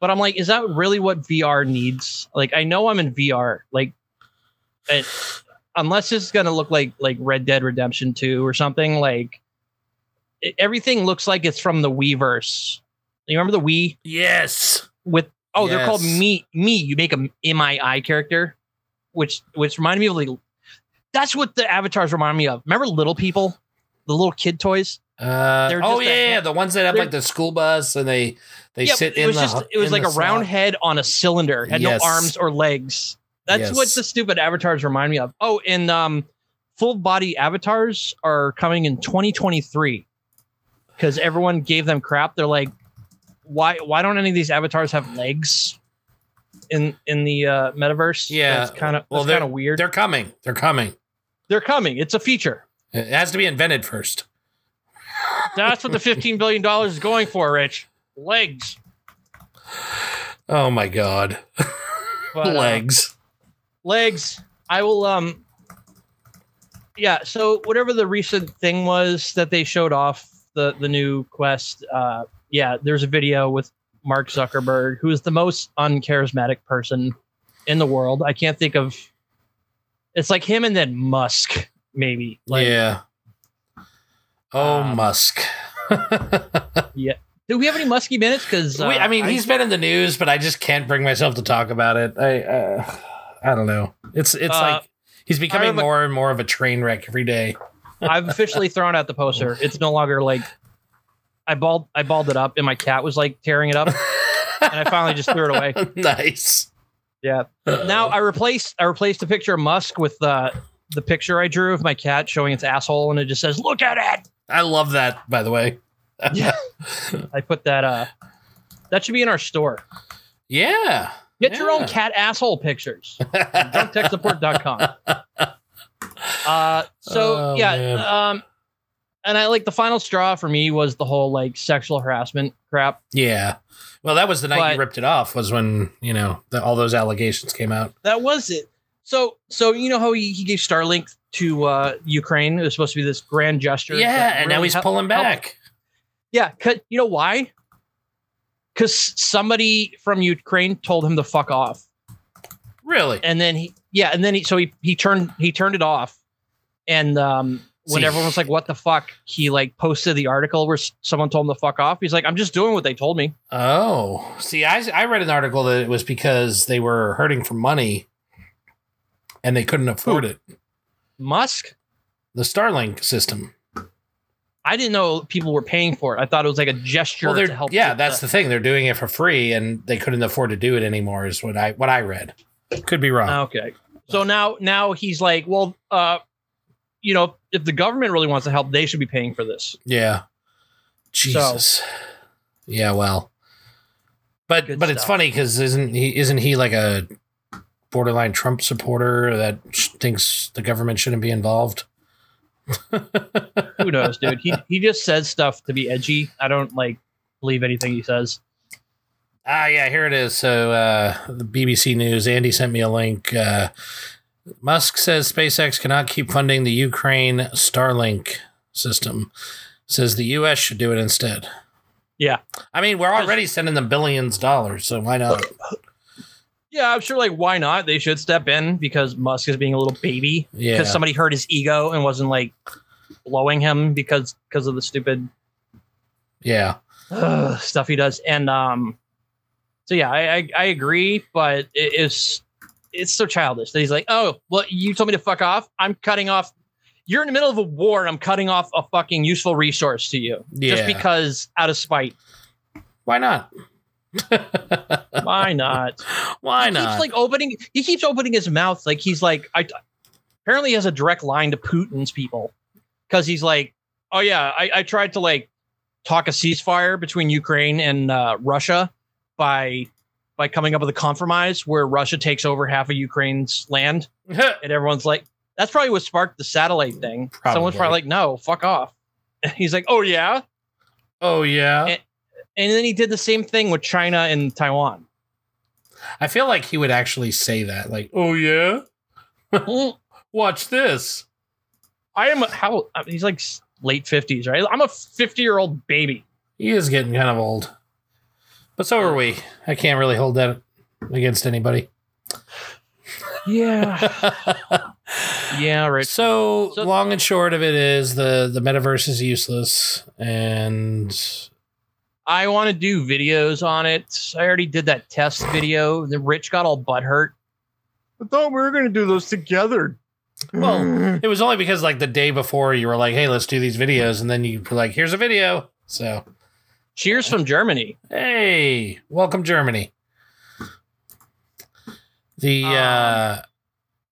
S3: But I'm like, is that really what VR needs? Like, I know I'm in VR, like, it, unless it's going to look like like Red Dead Redemption Two or something, like it- everything looks like it's from the Weverse. You remember the Wii
S2: yes.
S3: with oh they're called
S2: Yes.
S3: me me. You make a MII character, which which reminded me of like that's what the avatars remind me of. Remember little people, the little kid toys.
S2: Uh,
S3: They're
S2: oh
S3: just a
S2: yeah,
S3: hand-
S2: the ones that have
S3: they're-
S2: like the school bus and they they
S3: Yeah,
S2: sit
S3: it
S2: in
S3: was
S2: the.
S3: just it was
S2: in
S3: like
S2: the
S3: a
S2: slot.
S3: round head on a cylinder, had
S2: Yes.
S3: no arms or legs. That's what
S2: Yes.
S3: the stupid avatars remind me of. Oh, and um, full body avatars are coming in 2023 because everyone gave them crap. They're like, why why don't any of these avatars have legs in in the uh, metaverse?
S2: Yeah,
S3: that's kind of
S2: well,
S3: well, kind of weird.
S2: They're
S3: They're,
S2: coming. They're coming.
S3: coming. It's a feature.
S2: It has to be invented first.
S3: That's what the 15 billion dollars is going for, Rich. Legs.
S2: Oh my god.
S3: But, uh,
S2: Legs.
S3: legs i will um yeah so whatever the recent thing was that they showed off the the new quest uh yeah there's a video with mark zuckerberg who is the most uncharismatic person in the world i can't think of it's like him and then musk maybe like
S2: yeah. Oh,
S3: Um,
S2: Musk.
S3: do we have any musky minutes uh, because
S2: Wait, I mean, he's been in the news, but I just can't bring myself to talk about it. I, uh, I don't know. It's, it's
S3: Uh,
S2: like he's becoming
S3: have a-
S2: more and more of a train wreck every day.
S3: I've officially thrown out the poster. It's no longer like I balled I balled it up and my cat was like tearing it up and I finally just threw it away.
S2: nice.
S3: Yeah. now I replaced I replaced the picture of Musk with uh, the picture I drew of my cat showing its asshole, and it just says, "Look at it."
S2: I love that, by the way.
S3: Yeah. I put that. Uh, that should be in our store.
S2: Yeah.
S3: Get your own
S2: Yeah.
S3: cat asshole pictures. from DrunkTechSupport.com. Uh, so
S2: Oh,
S3: yeah,
S2: man.
S3: um, and I like the final straw for me was the whole like sexual harassment crap.
S2: yeah. Well, that was the night
S3: But-
S2: you ripped it off. Was when you know the, all those allegations came out.
S3: That was it. So so you know how he, he gave Starlink to uh, Ukraine? It was supposed to be this grand gesture.
S2: yeah,
S3: that
S2: and now
S3: really
S2: he's
S3: hel-
S2: pulling
S3: helped
S2: back.
S3: Yeah, 'cause- you know why? Because somebody from Ukraine told him to fuck off,
S2: Really?
S3: and then he yeah, and then he so he he turned he turned it off, and um, when
S2: See.
S3: everyone was like, "What the fuck?" He like posted the article where s- someone told him to fuck off. He's like, "I'm just doing what they told me."
S2: Oh, see, I I read an article that it was because they were hurting for money, and they couldn't afford it.
S3: Musk,
S2: The Starlink system.
S3: I didn't know people were paying for it. I thought it was like a gesture
S2: well,
S3: to
S2: they're
S3: help.
S2: yeah,
S3: the-
S2: that's the thing. They're doing it for free, and they couldn't afford to do it anymore. Is what I what I read. Oh. Could be wrong.
S3: Okay. So now now he's like, well, uh, you know, if the government really wants to help, they should be paying for this.
S2: Yeah. Jesus. Yeah, well. But
S3: Good
S2: but it's
S3: stuff.
S2: funny cuz isn't he isn't he like a borderline Trump supporter that sh- thinks the government shouldn't be involved?
S3: Who knows, dude? He he just says stuff to be edgy. I don't like believe anything he says.
S2: Ah, yeah, here it is. So uh, the BBC News, Andy sent me a link. Uh, Musk says SpaceX cannot keep funding the Ukraine Starlink system. Says the U.S. should do it instead.
S3: Yeah.
S2: I mean we're already sending them billions of dollars, so why not?
S3: Yeah, I'm sure. Like, why not? They should step in because Musk is being a little baby
S2: Yeah,
S3: because somebody hurt his ego and wasn't like blowing him because because of the stupid
S2: yeah.
S3: ugh, stuff he does. And um, so yeah, I I, I agree, but it is it's so childish that he's like, oh, well, you told me to fuck off. I'm cutting off. You're in the middle of a war, and I'm cutting off a fucking useful resource to you
S2: Yeah.
S3: just because out of spite.
S2: Why not?
S3: Why not?
S2: Why
S3: he
S2: not?
S3: Keeps like opening. He keeps opening his mouth like he's like. I apparently he has a direct line to Putin's people because he's like, oh yeah, I, I tried to like talk a ceasefire between Ukraine and uh, Russia by by coming up with a compromise where Russia takes over half of Ukraine's land, and everyone's like, that's probably what sparked the satellite thing. Someone's
S2: Probably.
S3: probably like, no, fuck off. he's like, oh yeah,
S2: oh yeah.
S3: And- and then he did the same thing with China and Taiwan.
S2: I feel like he would actually say that. Like, oh yeah, watch this.
S3: I am a, how I mean, he's like s- late fifties, right? I'm a fifty year old baby.
S2: He is getting kind of old, but so are we. I can't really hold that against anybody.
S3: Yeah, yeah, right.
S2: so,
S3: So-
S2: long and short of it is the the metaverse is useless, and
S3: I want to do videos on it. I already did that test video. The rich got all butthurt. I thought we were gonna do those together.
S2: well, it was only because like the day before you were like, hey, let's do these videos, and then you were like, here's a video. So
S3: Cheers from Germany.
S2: Hey, welcome Germany. The uh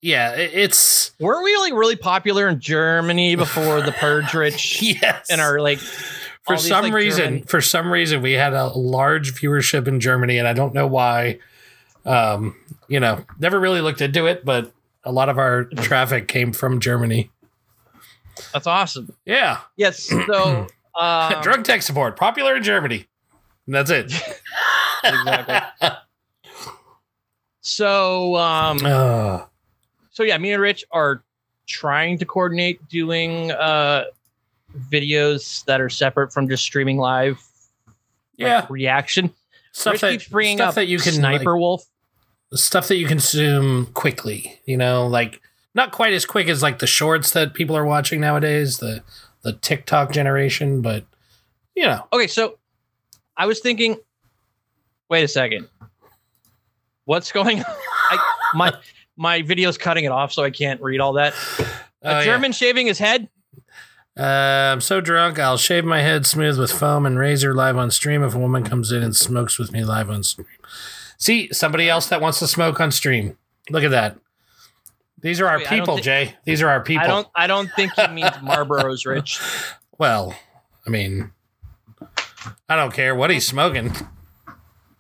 S2: yeah, it, it's
S3: Weren't we like really popular in Germany before the purge, rich?
S2: yes.
S3: And our like
S2: for
S3: all these,
S2: some
S3: like,
S2: reason,
S3: German-
S2: for some reason we had a large viewership in Germany and I don't know why. Um, you know, never really looked into it, but a lot of our traffic came from Germany.
S3: that's awesome.
S2: Yeah.
S3: Yes. So um,
S2: Drug tech support, popular in Germany. And that's it.
S3: Exactly. So um,
S2: Uh,
S3: so yeah, me and Rich are trying to coordinate doing uh videos that are separate from just streaming live like,
S2: yeah.
S3: reaction.
S2: Stuff
S3: Rich
S2: that,
S3: keeps bringing
S2: stuff
S3: up
S2: that you can like,
S3: Sniper Wolf.
S2: stuff that you consume quickly you know like not quite as quick as like the shorts that people are watching nowadays the the tiktok generation but you know
S3: Okay, so I was thinking wait a second. What's going on? I, my my video's cutting it off so I can't read all that.
S2: Oh,
S3: A
S2: yeah.
S3: German shaving his head?
S2: uh, i'm so drunk i'll shave my head smooth with foam and razor live on stream if a woman comes in and smokes with me live on stream see somebody else that wants to smoke on stream look at that These are our
S3: Wait, I don't
S2: people,
S3: thi-
S2: Jay. These are our people.
S3: I don't. I don't think he means Marlboro's rich.
S2: Well, I mean, I don't care what he's smoking.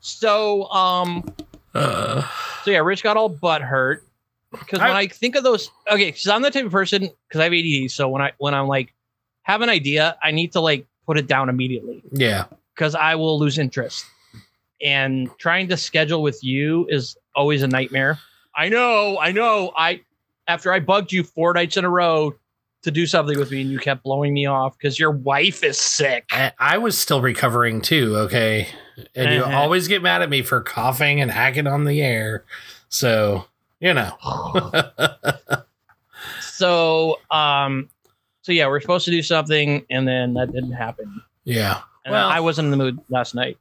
S3: So, um,
S2: Uh,
S3: so yeah, Rich got all butt hurt because when
S2: I-
S3: I think of those, okay, because I'm the type of person because I have ADD. So when I when I'm like have an idea, I need to like put it down immediately
S2: yeah,
S3: because I will lose interest. And trying to schedule with you is always a nightmare. I know, I know. I after I bugged you four nights in a row to do something with me, and you kept blowing me off because your wife is sick.
S2: I, I was still recovering too. Okay, and you
S3: Uh-huh.
S2: always get mad at me for coughing and hacking on the air. So you know,
S3: so um so yeah we're supposed to do something and then that didn't happen
S2: yeah.
S3: and
S2: Well-
S3: i wasn't in the mood last night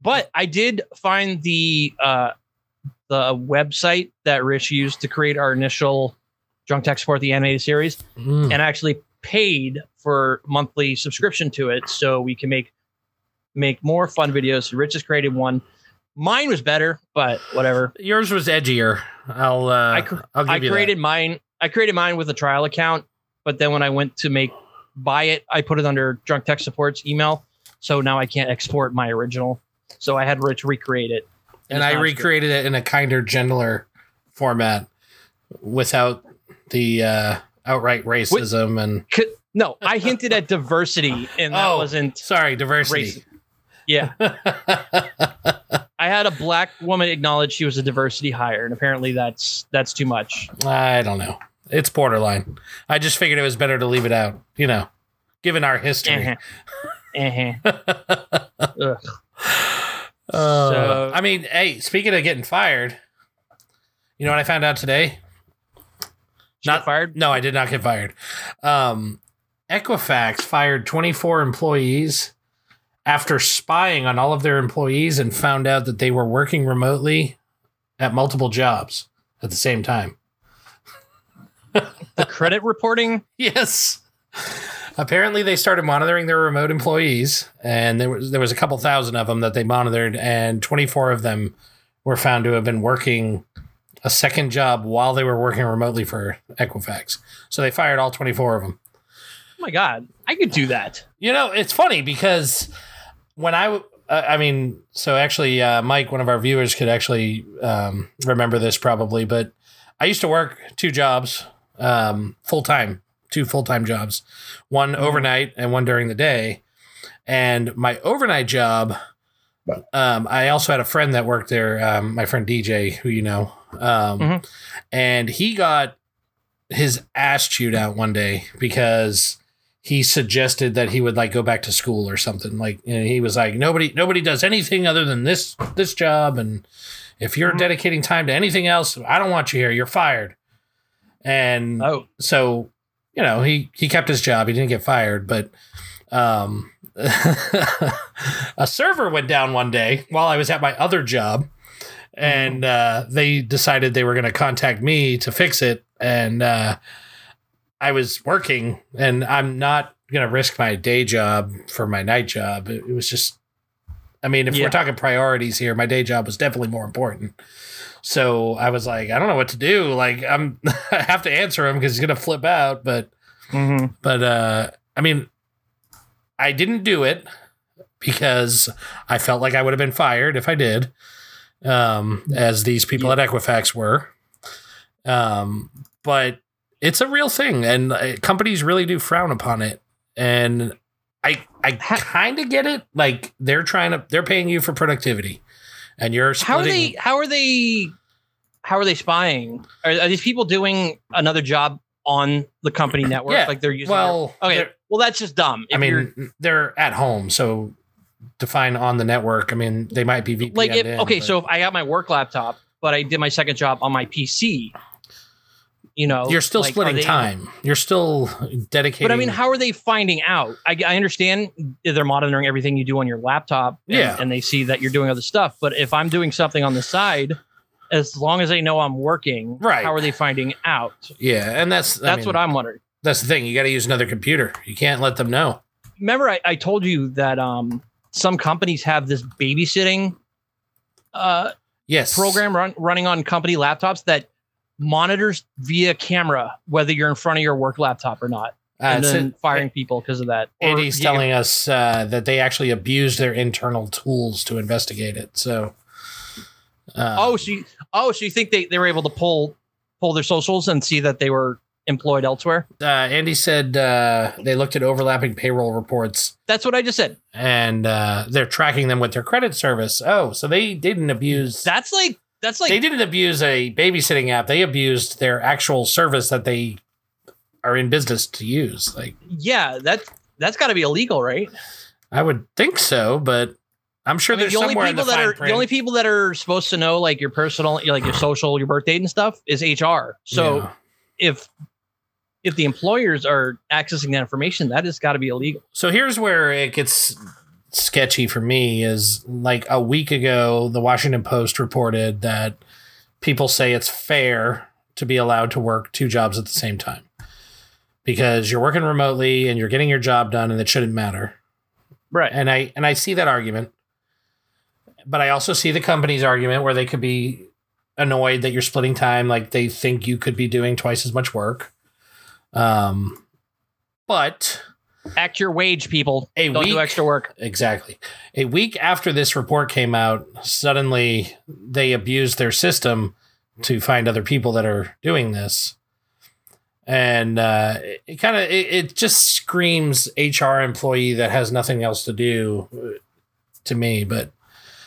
S3: but i did find the uh the website that rich used to create our initial drunk tech support the animated series
S2: Mm.
S3: and actually paid for monthly subscription to it so we can make make more fun videos rich has created one mine was better but whatever
S2: Yours was edgier. I'll uh,
S3: I cr-
S2: I'll give
S3: I
S2: you that.
S3: created mine. I created mine with a trial account, but then when I went to make buy it, I put it under drunk tech support's email. So now I can't export my original. So I had Rich recreate it.
S2: and I
S3: it's not as good.
S2: recreated it in a kinder, gentler format without the uh, outright racism and
S3: C- No, I hinted at diversity, and that
S2: Oh.
S3: wasn't
S2: sorry
S3: racist.
S2: diversity.
S3: Yeah, I had a black woman acknowledge she was a diversity hire, and apparently that's that's too much.
S2: I don't know. It's borderline. I just figured it was better to leave it out. You know, given our history.
S3: Uh-huh. Uh-huh. Ugh.
S2: Uh,
S3: So-
S2: I mean, hey, speaking of getting fired, you know what I found out today?
S3: She got
S2: Not-
S3: fired.
S2: No, I did not get fired. Um, Equifax fired 24 employees after spying on all of their employees and found out that they were working remotely at multiple jobs at the same time.
S3: The credit reporting. Oh
S2: Yes. Apparently, they started monitoring their remote employees, and there was there was a couple thousand of them that they monitored, and 24 of them were found to have been working a second job while they were working remotely for Equifax. So they fired all 24 of them.
S3: Oh my god, I could do that.
S2: You know, it's funny because when I, w- uh, I mean, so actually, uh, Mike, one of our viewers, could actually um, remember this probably, but I used to work two jobs, um, full time, two full time jobs, one overnight and one during the day. And my overnight job, um, I also had a friend that worked there, um, my friend DJ, who you know, um,
S3: Mhm.
S2: and he got his ass chewed out one day because he suggested that he would like go back to school or something like and he was like nobody nobody does anything other than this this job and if you're
S3: Mhm.
S2: dedicating time to anything else i don't want you here you're fired and
S3: Oh,
S2: so you know he he kept his job he didn't get fired but um a server went down one day while i was at my other job and uh they decided they were going to contact me to fix it and uh i was working and i'm not going to risk my day job for my night job it, it was just i mean if
S3: Yeah.
S2: we're talking priorities here my day job was definitely more important so I was like, I don't know what to do. Like I'm, I have to answer him because he's gonna flip out. But
S3: Mhm.
S2: but uh, I mean, I didn't do it because I felt like I would have been fired if I did, um, as these people at Equifax were. Um, but it's a real thing, and uh, companies really do frown upon it. And I I
S3: Ha-
S2: kind of get it. Like they're trying to, they're paying you for productivity, and you're
S3: how are
S2: splitting.
S3: they how are they how are they spying are, are these people doing another job on the company network
S2: Yeah,
S3: like they're using
S2: well,
S3: their- okay
S2: they're-
S3: well that's just dumb
S2: I
S3: If you're-
S2: mean, they're at home, so define on the network. I mean, they might be VPN.
S3: like if,
S2: in,
S3: okay
S2: but
S3: so if i got my work laptop but i did my second job on my pc you know
S2: you're still
S3: like, are
S2: splitting
S3: they-
S2: time. You're still dedicating.
S3: but i mean how are they finding out I, I understand they're monitoring everything you do on your laptop and,
S2: Yeah.
S3: and they see that you're doing other stuff but if i'm doing something on the side as long as they know i'm working
S2: Right.
S3: how are they finding out
S2: yeah, and that's
S3: that's what
S2: I. mean,
S3: i'm wondering
S2: That's the thing. You got to use another computer. You can't let them know.
S3: remember I, I told you that um some companies have this babysitting uh
S2: Yes,
S3: program run, running on company laptops that monitors via camera whether you're in front of your work laptop or not,
S2: Uh,
S3: and
S2: so
S3: then firing people because of that. Or
S2: Andy's
S3: you can-
S2: telling us uh, that they actually abused their internal tools to investigate it. So, uh,
S3: Oh, she. Oh, so you think they, they were able to pull pull their socials and see that they were employed elsewhere?
S2: uh, Andy said uh, they looked at overlapping payroll reports
S3: That's what I just said.
S2: and uh, they're tracking them with their credit service. Oh, so they didn't abuse.
S3: That's like that's like
S2: they didn't abuse a babysitting app. They abused their actual service that they are in business to use. Like
S3: yeah. That that's got to be illegal, right?
S2: I would think so, but I'm sure
S3: I mean,
S2: there's
S3: the only
S2: somewhere
S3: people
S2: in the
S3: that
S2: fine
S3: are
S2: print.
S3: the only people that are supposed to know like your personal, like your social, your birth date and stuff is HR. So
S2: Yeah.
S3: if if the employers are accessing that information, that has got to be illegal.
S2: So here's where it gets sketchy for me is like a week ago, the Washington Post reported that people say it's fair to be allowed to work two jobs at the same time because you're working remotely and you're getting your job done and it shouldn't matter.
S3: Right.
S2: And I and I see that argument. But I also see the company's argument where they could be annoyed that you're splitting time like they think you could be doing twice as much work. Um but
S3: Act your wage, people.
S2: A
S3: Don't do
S2: week-
S3: extra work.
S2: Exactly. A week after this report came out, suddenly they abused their system to find other people that are doing this. And uh, it, it kind of it, it just screams HR employee that has nothing else to do uh, to me. But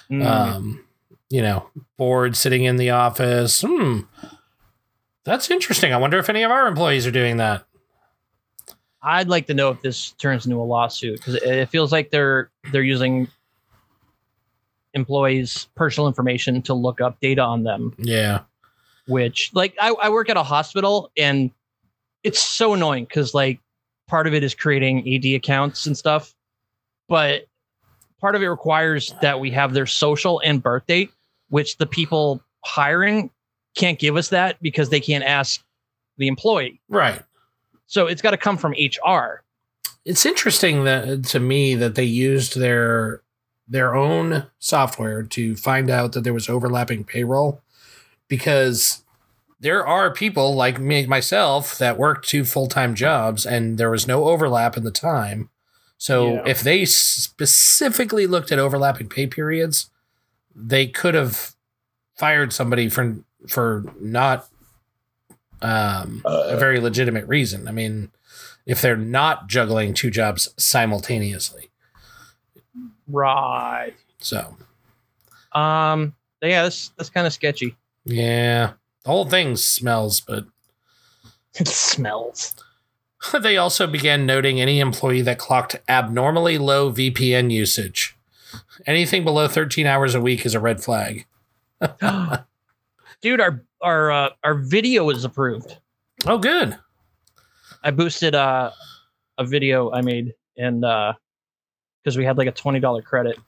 S3: Mm.
S2: um, you know, bored sitting in the office. Hmm, that's interesting. I wonder if any of our employees are doing that.
S3: I'd like to know if this turns into a lawsuit because it, it feels like they're they're using employees' personal information to look up data on them.
S2: Yeah.
S3: Which, like, I, I work at a hospital and it's so annoying because like part of it is creating AD accounts and stuff, but part of it requires that we have their social and birth date, which the people hiring can't give us that because they can't ask the employee.
S2: Right.
S3: So it's got to come from HR.
S2: it's interesting that to me that they used their their own software to find out that there was overlapping payroll because there are people like me myself that work two full-time jobs and there was no overlap in the time so
S7: Yeah.
S2: if they specifically looked at overlapping pay periods they could have fired somebody for for not um, a very legitimate reason i mean if they're not juggling two jobs simultaneously.
S3: Right.
S2: So,
S3: Um. Yeah, that's that's kind of sketchy.
S2: yeah, the whole thing smells, but
S3: It smells.
S2: they also began noting any employee that clocked abnormally low VPN usage. Anything below 13 hours a week is a red flag.
S3: Dude, our our uh, our video is approved.
S2: Oh, good.
S3: I boosted uh a video I made and uh because we had like a twenty dollar credit.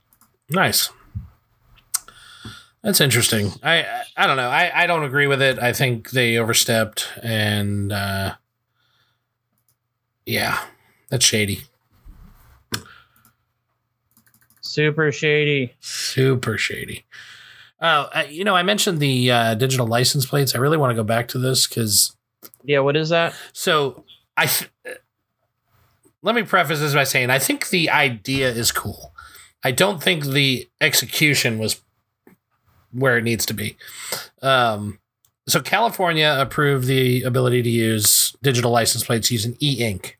S2: Nice. That's interesting. I I- I don't know. I, I don't agree with it. I think they overstepped and uh, yeah, that's shady.
S3: Super shady.
S2: super shady. Oh, I, you know, I mentioned the uh, digital license plates. I really want to go back to this because
S3: Yeah. What is that?
S2: so I. Th- let me preface this by saying I think the idea is cool. I don't think the execution was where it needs to be. Um, so California approved the ability to use digital license plates using e-ink,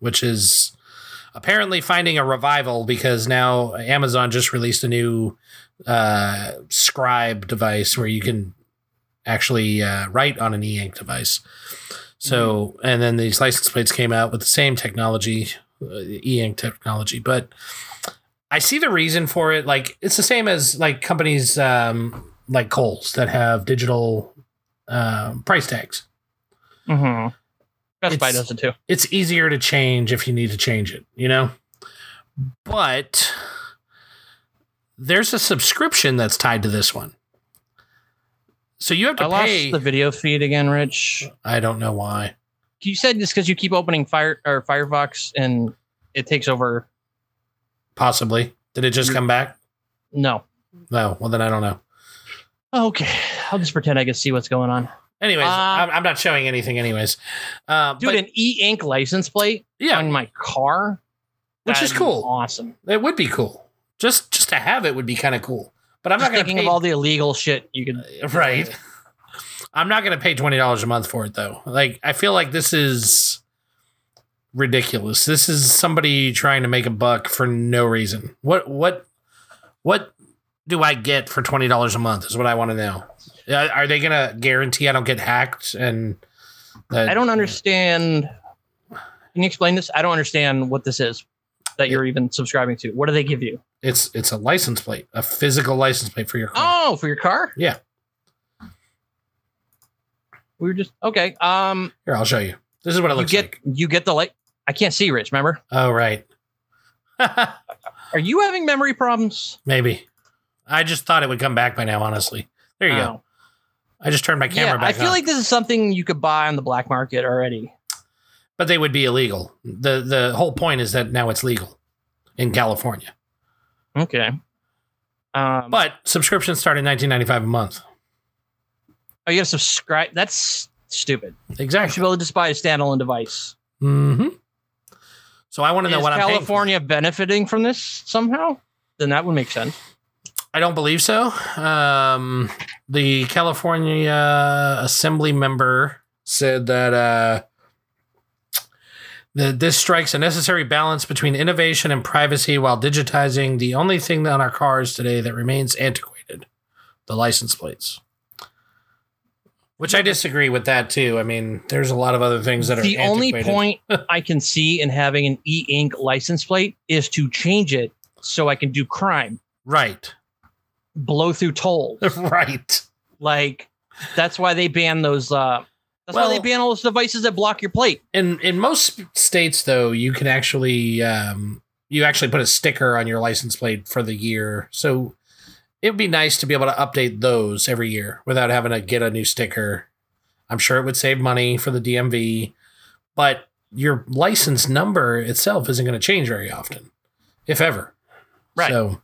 S2: which is apparently finding a revival because now Amazon just released a new uh, scribe device where you can actually uh, write on an e-ink device. So,
S3: Mm-hmm.
S2: and then these license plates came out with the same technology, uh, e-ink technology, but I see the reason for it. Like it's the same as like companies um, like Kohl's that have digital um, price tags.
S3: Mm-hmm. Best Buy
S2: It's-
S3: does it too.
S2: It's easier to change if you need to change it, you know? But there's a subscription that's tied to this one. So you have
S3: I
S2: to
S3: lost
S2: pay.
S3: the video feed again, Rich.
S2: I don't know why.
S3: You said this because you keep opening Fire or Firefox and it takes over.
S2: Possibly. Did it just come back?
S3: No.
S2: No. Well, then I don't know.
S3: Okay. I'll just pretend I can see what's going on.
S2: Anyways,
S3: Uh,
S2: I'm, I'm not showing anything. Anyways, uh,
S3: Dude,
S2: but-
S3: an e ink license plate
S2: yeah,
S3: on my car,
S2: which
S3: That'd
S2: is
S3: be
S2: cool.
S3: Awesome.
S2: It would be cool. Just just to have it would be kind of cool. But I'm
S3: I'm
S2: not
S3: not
S2: going
S3: thinking of all the illegal shit you could.
S2: right. I'm not going to pay twenty dollars a month for it though. Like I feel like this is ridiculous. This is somebody trying to make a buck for no reason. What what what do I get for twenty dollars a month? Is what I want to know. Yeah, Are they going to guarantee I don't get hacked? And that,
S3: I don't understand. Can you explain this? I don't understand what this is that you're even subscribing to. What do they give you?
S2: It's it's a license plate, a physical license plate for your car.
S3: Oh, for your car?
S2: Yeah.
S3: We were just okay. Um,
S2: Here, I'll show you. This is what it
S3: you
S2: looks
S3: get
S2: like.
S3: you get the light. I can't see, Rich. Remember?
S2: Oh right.
S3: Are you having memory problems?
S2: Maybe. I just thought it would come back by now, honestly. There you go.
S3: Oh.
S2: I just turned my camera
S3: Yeah,
S2: back
S3: I feel
S2: on.
S3: like this is something you could buy on the black market already.
S2: but they would be illegal. The the whole point is that now it's legal in California.
S3: Okay. Um,
S2: But subscriptions start at 19.95 a month.
S3: oh, you got to subscribe. That's stupid. You should
S2: Exactly.
S3: be able to just buy a standalone device.
S2: hmm So I want to know
S3: Is
S2: what I'm paying for.
S3: California benefiting from this somehow? Then that would make sense.
S2: I don't believe so. Um, the California Assembly member said that uh, that this strikes a necessary balance between innovation and privacy while digitizing the only thing on our cars today that remains antiquated: the license plates. Which I disagree with that too. I mean, there's a lot of other things that are
S3: the only
S2: antiquated.
S3: point I can see in having an e-ink license plate is to change it so I can do crime,
S2: right?
S3: blow through tolls.
S2: right.
S3: like that's why they ban those. Uh, that's why they
S2: Well-
S3: ban all those devices that block your plate.
S2: in in most states though you can actually um you actually put a sticker on your license plate for the year so it would be nice to be able to update those every year without having to get a new sticker i'm sure it would save money for the dmv but your license number itself isn't going to change very often if ever
S3: Right.
S2: so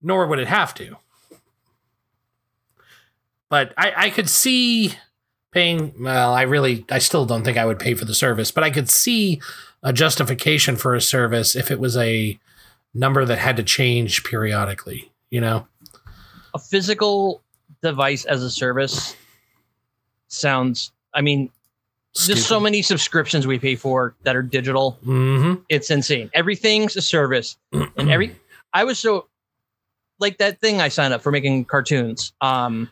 S2: nor would it have to but i i could see paying well i really i still don't think i would pay for the service but i could see a justification for a service if it was a number that had to change periodically you know
S3: A physical device as a service sounds. I mean, there's so many subscriptions we pay for that are digital.
S2: mm-hmm.
S3: It's insane. Everything's a service, and every I was so like that thing I signed up for making cartoons. Um,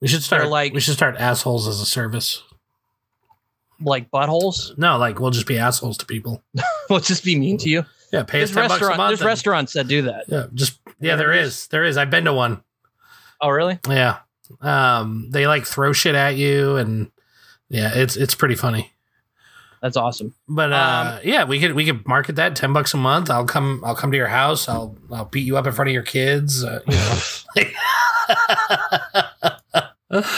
S2: we should start
S3: they're
S2: like
S3: like-
S2: we should start assholes as a service
S3: like buttholes.
S2: no like we'll just be assholes to people
S3: Well, just be mean to you.
S2: yeah pay us 10
S3: There's
S2: bucks a
S3: restaurant.
S2: month
S3: There's
S2: and-
S3: restaurants that do that.
S2: yeah just yeah there is there is i've been to one
S3: Oh, really?
S2: yeah um they like throw shit at you and yeah it's it's pretty funny
S3: That's awesome.
S2: But uh, yeah, we could we could market that ten bucks a month. I'll come I'll come to your house. I'll I'll beat you up in front of your kids. Uh, you know.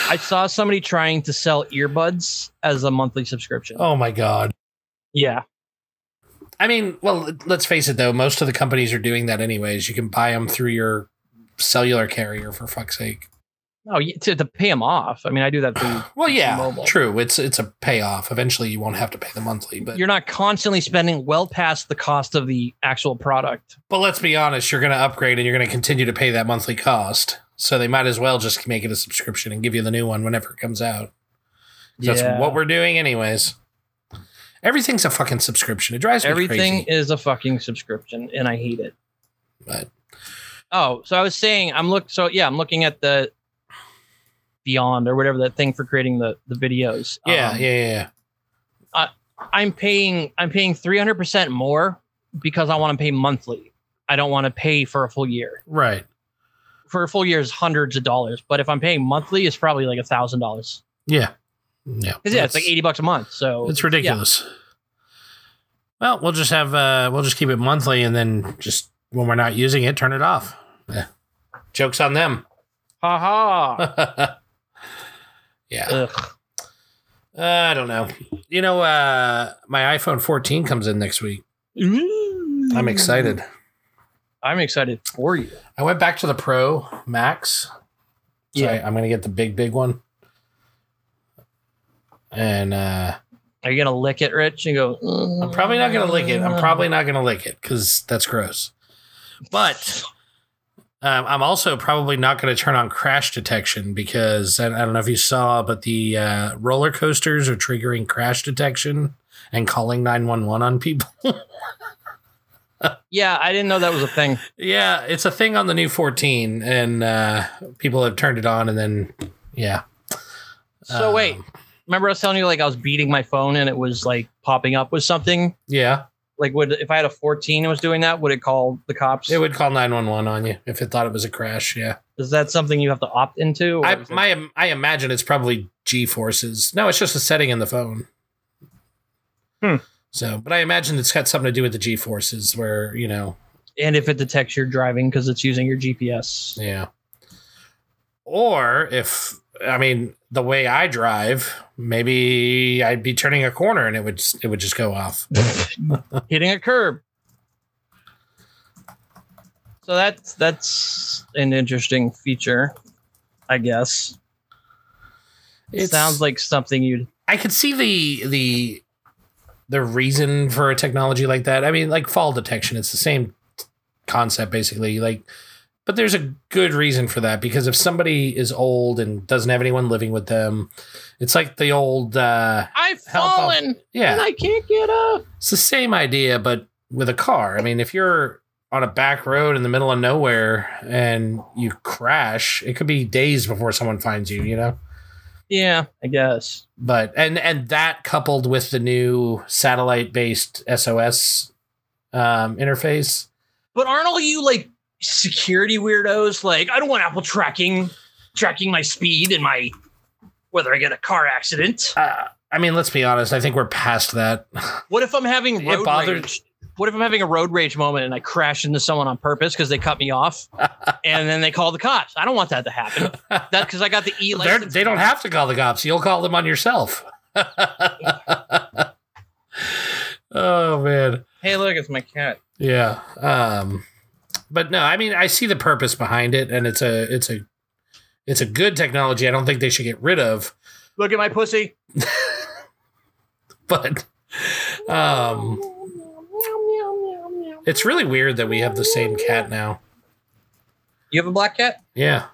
S3: I saw somebody trying to sell earbuds as a monthly subscription.
S2: oh my god!
S3: yeah.
S2: I mean, well, let's face it though. Most of the companies are doing that anyways. You can buy them through your cellular carrier for fuck's sake.
S3: Oh, you- to, to pay them off. I mean, I do that through.
S2: Well, yeah,
S3: T-Mobile.
S2: true. It's it's a payoff. Eventually, you won't have to pay the monthly. But
S3: You're not constantly spending well past the cost of the actual product.
S2: but let's be honest, you're going to upgrade and you're going to continue to pay that monthly cost. So they might as well just make it a subscription and give you the new one whenever it comes out. That's what we're doing, anyways. Everything's a fucking subscription. It drives me
S3: Everything
S2: crazy.
S3: is a fucking subscription, and I hate it.
S2: But
S3: Oh, so I was saying, I'm look. So yeah, I'm looking at the Beyond or whatever that thing for creating the the videos.
S2: yeah,
S3: Um,
S2: yeah, yeah, yeah.
S3: I'm paying I'm paying 300% more because I want to pay monthly. I don't want to pay for a full year.
S2: Right.
S3: For a full year is hundreds of dollars, but if I'm paying monthly, it's probably like a thousand dollars.
S2: Yeah. Yeah.
S3: Because yeah, it's
S2: That's-
S3: like eighty bucks a month. So
S2: It's ridiculous. Well, we'll just have uh we'll just keep it monthly and then just when we're not using it, turn it off. Yeah. Joke's on them.
S3: Ha ha.
S2: yeah.
S3: Ugh.
S2: Uh, I don't know. You know, uh my iPhone 14 comes in next week. I'm excited.
S3: I'm excited for you.
S2: I went back to the Pro Max. So
S3: Yeah.
S2: I, am going to get the big, big one. and uh,
S3: Are you gonna lick it, Rich? And go?
S2: I'm probably not gonna lick it. I'm probably not gonna lick it because that's gross. But um, I'm also probably not gonna turn on crash detection because I, I don't know if you saw, but the uh, roller coasters are triggering crash detection and calling 911 on people.
S3: Yeah, I didn't know that was a thing.
S2: yeah, it's a thing on the new 14, and uh, people have turned it on, and then yeah.
S3: So wait,
S2: Um,
S3: remember I was telling you like I was beating my phone and it was like popping up with something.
S2: Yeah,
S3: Like would if I had a 14 and was doing that, would it call the cops?
S2: it would call 911 on you if it thought it was a crash. Yeah.
S3: Is that something you have to opt into? or
S2: I
S3: is it-
S2: my I imagine it's probably G forces. No, it's just a setting in the phone.
S3: Hmm.
S2: So, but I imagine it's got something to do with the G forces, where you know,
S3: and if it detects you're driving because it's using your GPS.
S2: yeah. Or if I mean the way I drive, maybe I'd be turning a corner and it would it would just go off.
S3: hitting a curb. So that's that's an interesting feature, I guess. It
S2: It's-
S3: sounds like something you'd
S2: I could see the the the reason for a technology like that. I mean, like fall detection, it's the same concept basically. Like, but there's a good reason for that because if somebody is old and doesn't have anyone living with them, it's like the old uh,
S3: I've
S2: Help, help.
S3: fallen and
S2: yeah,
S3: I can't get up.
S2: it's the same idea but with a car. I mean, if you're on a back road in the middle of nowhere and you crash, it could be days before someone finds you. You know.
S3: Yeah, I guess.
S2: but and and that coupled with the new satellite based SOS um, interface.
S3: But aren't all you like security weirdos like I don't want Apple tracking tracking my speed and my whether I get a car accident.
S2: Uh, I mean, let's be honest. I think we're past that.
S3: What if I'm having
S2: It
S3: road
S2: bothers-
S3: rage? What if I'm having a road rage moment and I crash into someone on purpose because they cut me off, and then they call the cops? I don't want that to happen. That because I got the e
S2: They're-
S3: license.
S2: they don't have to call the cops. You'll call them on yourself. oh man,
S3: Hey, look, it's my cat.
S2: yeah. Um, but no, I mean, I see the purpose behind it, and it's a it's a it's a good technology. I don't think they should get rid of.
S3: Look at my pussy.
S2: but um it's really weird that we have the same cat now
S3: You have a black cat?
S2: yeah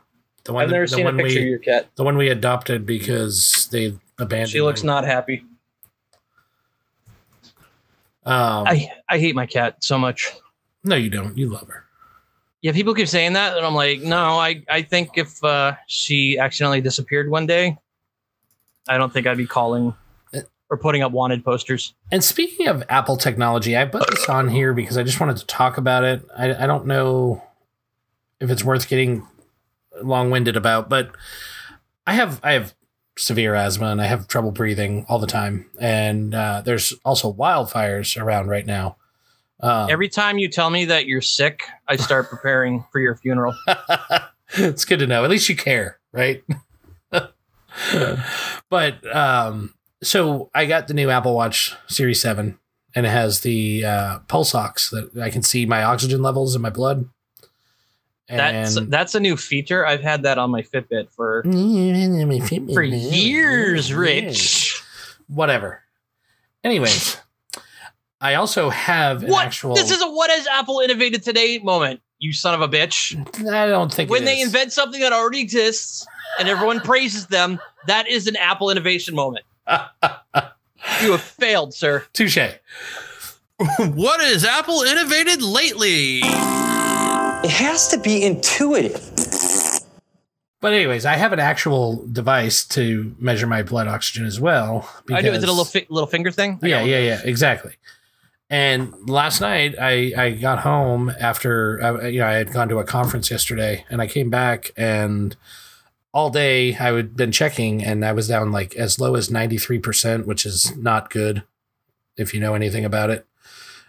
S2: the one
S3: I've never
S2: the
S3: seen a
S2: one
S3: picture of
S2: we
S3: your cat.
S2: the one we adopted because they abandoned
S3: She looks
S2: him.
S3: not happy.
S2: um
S3: I I hate my cat so much.
S2: no you don't you love her
S3: Yeah, people keep saying that, and I'm like, no, I I think if uh, she accidentally disappeared one day, I don't think I'd be calling
S2: Eh.
S3: or putting up wanted posters.
S2: and speaking of apple technology i put this on here because i just wanted to talk about it i, I don't know if it's worth getting long-winded about but i have i have severe asthma and i have trouble breathing all the time and uh, there's also wildfires around right now um,
S3: Every time you tell me that you're sick, I start preparing for your funeral.
S2: it's good to know. At least you care, right? but um, so I got the new Apple Watch Series Seven, and it has the uh, pulse ox that I can see my oxygen levels in my blood.
S3: That's
S2: And-
S3: that's a new feature. I've had that on my Fitbit for for years, Rich.
S2: Whatever. Anyways, I also have an
S3: What?
S2: actual.
S3: This is a what has Apple innovated today moment. You son of a bitch.
S2: I don't think
S3: When
S2: it
S3: they
S2: is.
S3: invent something that already exists and everyone praises them, that is an Apple innovation moment. You have failed, sir.
S2: touche.
S8: what has Apple innovated lately?
S9: It has to be intuitive.
S2: But anyways, I have an actual device to measure my blood oxygen as well.
S3: I do. Is it a
S2: because-
S3: little fi- little finger thing?
S2: yeah, yeah, yeah, exactly. And last night, I I got home after I, you know I had gone to a conference yesterday, and I came back and all day I had been checking, and I was down like as low as ninety three percent, which is not good if you know anything about it.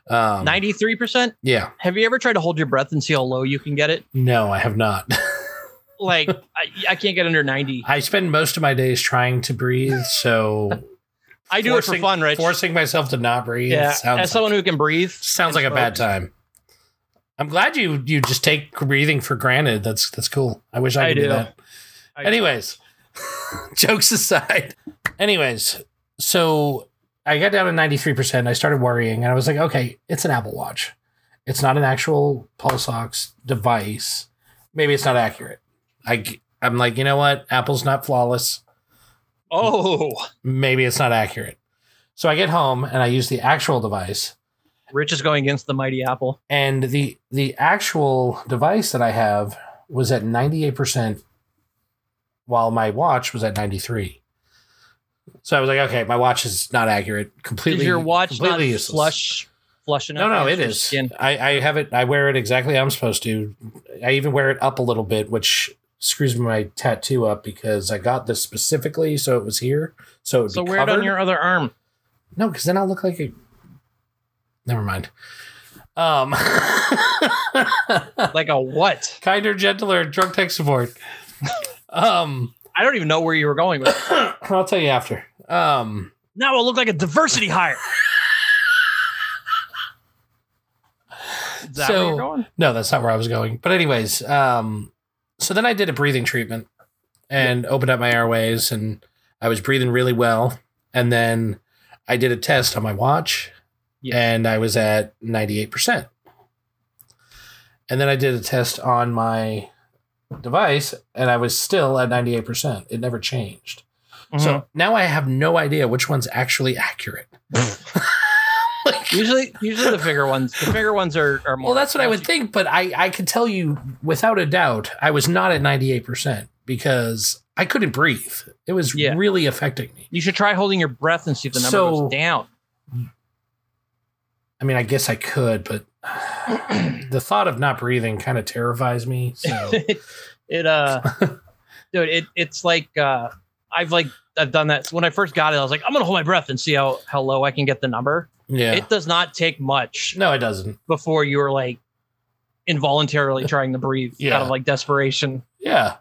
S2: Um,
S3: Ninety-three percent.
S2: yeah,
S3: Have you ever tried to hold your breath and see how low you can get it?
S2: no, I have not.
S3: Like I, I can't get under ninety.
S2: I spend most of my days trying to breathe, so
S3: I do it
S2: forcing-
S3: for fun, Rich.
S2: Forcing myself to not breathe.
S3: yeah,
S2: sounds
S3: as someone who can breathe,
S2: Sounds like a bad time. I'm glad you you just take breathing for granted. That's that's cool. I wish I,
S3: I
S2: could do,
S3: do.
S2: that.
S3: I-
S2: Anyways, jokes aside. Anyways, so I got down to 93%. I started worrying and I was like, okay, it's an Apple Watch. It's not an actual pulse ox device. Maybe it's not accurate. I, I'm like, you know what? Apple's not flawless.
S3: Oh,
S2: Maybe it's not accurate. So I get home and I use the actual device.
S3: Rich is going against the mighty Apple.
S2: And the the actual device that I have was at 98%, while my watch was at 93. So I was like, okay, my watch is not accurate. Completely,
S3: Is your watch not
S2: completely useless.
S3: flush flush enough?
S2: No, no, it
S3: against your
S2: is.
S3: skin?
S2: I, I have it. I wear it exactly how I'm supposed to. I even wear it up a little bit, which screws my tattoo up because I got this specifically, so it was here, so it would
S3: So
S2: be
S3: wear it
S2: covered.
S3: on your other arm.
S2: no, because then I'll look like a. Never mind. Um,
S3: Like a what?
S2: kinder, gentler, drug tech support. Um,
S3: I don't even know where you were going with. it.
S2: I'll tell you after. Um,
S3: Now I'll look like a diversity hire. Is that where
S2: So-
S3: you're going?
S2: No, that's not where I was going. But anyways, um, so then I did a breathing treatment and opened up my airways, and I was breathing really well. And then I did a test on my watch,
S3: Yes.
S2: and I was at ninety eight percent. And then I did a test on my device, and I was still at ninety eight percent. It never changed.
S3: So
S2: So now I have no idea which one's actually accurate. Like-
S3: usually, usually the bigger ones, the bigger ones are, are more.
S2: Well, that's what I would think, but I I could tell you without a doubt, I was not at ninety eight percent because I couldn't breathe. It was
S3: Yeah.
S2: really affecting me.
S3: You should try holding your breath and see if the number
S2: So-
S3: goes down.
S2: I mean, I guess I could, but the thought of not breathing kind of terrifies me. So
S3: it uh dude it it's like uh i've like i've done that when i first got it i was like i'm gonna hold my breath and see how how low i can get the number
S2: yeah,
S3: it does not take much
S2: no, it doesn't.
S3: before you're like involuntarily trying to breathe
S2: Yeah.
S3: out of like desperation
S2: Yeah.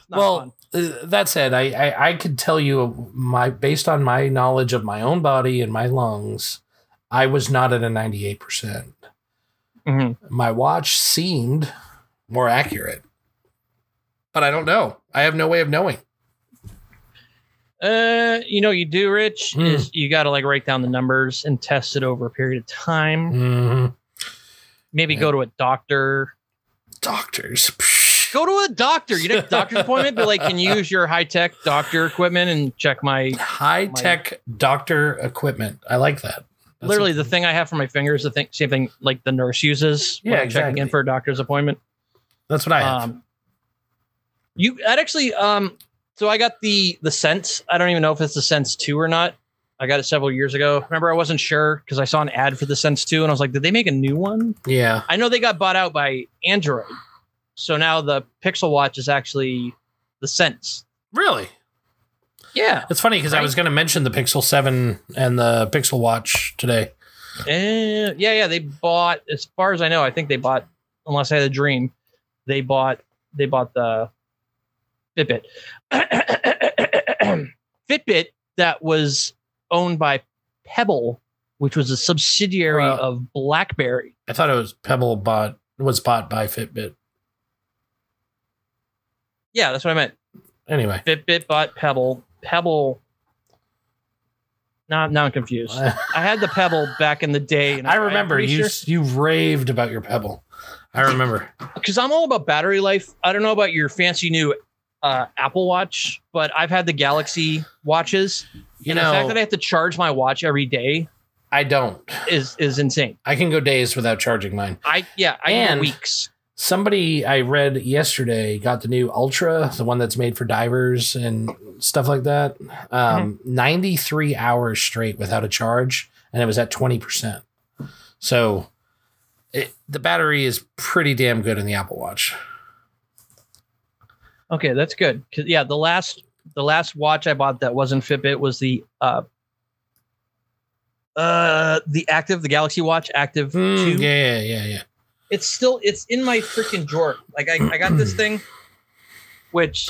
S3: It's not
S2: well,
S3: fun.
S2: uh, that said, I, I I could tell you my based on my knowledge of my own body and my lungs, I was not at a ninety eight percent.
S3: Mhm.
S2: my watch seemed more accurate. But I don't know. I have no way of knowing.
S3: uh you know what you do rich
S2: Mm.
S3: is you gotta like write down the numbers and test it over a period of
S2: Hmm.
S3: time
S2: Mm-hmm.
S3: maybe
S2: Yeah.
S3: go to a doctor
S2: Doctors.
S3: go to a doctor you get a doctor's appointment but like can you use your high-tech doctor equipment and check my
S2: High tech doctor equipment. I like that. That's
S3: literally
S2: a-
S3: the thing I have for my fingers, the thing, same thing like the nurse uses when
S2: Yeah,
S3: I'm checking in
S2: exactly.
S3: for a doctor's appointment.
S2: that's what I have.
S3: Um, you that actually, um, so I got the the sense. I don't even know if it's the sense two or not. I got it several years ago. Remember, I wasn't sure because I saw an ad for the sense two, and I was like, did they make a new one?
S2: yeah.
S3: I know they got bought out by Android, so now the Pixel Watch is actually the sense.
S2: Really?
S3: Yeah,
S2: It's funny because I
S3: Right.
S2: was going to mention the Pixel 7 and the Pixel Watch today.
S3: Eh, yeah, yeah. They bought, as far as I know, I think they bought. Unless I had a dream, they bought. They bought the Fitbit. Fitbit that was owned by Pebble, which was a subsidiary
S2: Wow.
S3: of BlackBerry.
S2: I thought it was Pebble bought was bought by Fitbit.
S3: Yeah, that's what I meant.
S2: Anyway.
S3: Fitbit bought Pebble. Pebble. Now, now I'm confused. I had the Pebble back in the day. And
S2: I remember
S3: I'm pretty
S2: you
S3: sure-
S2: you raved about your Pebble. I remember.
S3: because I'm all about battery life. I don't know about your fancy new uh, Apple Watch, but I've had the Galaxy watches.
S2: You
S3: and
S2: know,
S3: the fact that I have to charge my watch every day
S2: I don't.
S3: is is insane.
S2: I can go days without charging mine.
S3: I yeah, I can
S2: And-
S3: go weeks.
S2: somebody I read yesterday got the new Ultra, the one that's made for divers and stuff like that. Um,
S3: Mm-hmm.
S2: 93 hours straight without a charge, and it was at 20%. So it, the battery is pretty damn good in the Apple Watch.
S3: Okay, that's good. 'Cause, yeah, the last the last watch I bought that wasn't Fitbit was the uh uh the active the galaxy watch active
S2: Mm, yeah,
S3: 2
S2: yeah, yeah, yeah.
S3: it's still it's in my freaking drawer like i, I got this thing which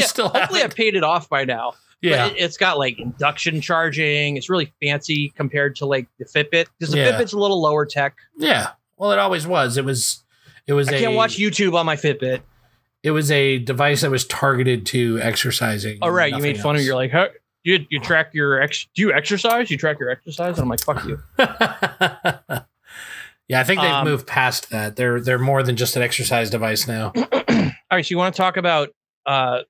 S2: You still have
S3: hopefully i
S2: it?
S3: paid it off by now
S2: Yeah.
S3: But it, it's got like induction charging. It's really fancy compared to like the Fitbit because the
S2: Yeah.
S3: Fitbit's a little lower tech.
S2: yeah. Well, it always was. It was. It was
S3: I
S2: a.
S3: can't watch YouTube on my Fitbit.
S2: It was a device that was targeted to exercising.
S3: Oh, All right, you made fun of. You're like, huh? you you track your ex. Do you exercise? You track your exercise? And I'm like, fuck you.
S2: yeah, I think they've
S3: Um,
S2: moved past that. They're they're more than just an exercise device now.
S3: All right, so you want to talk about uh,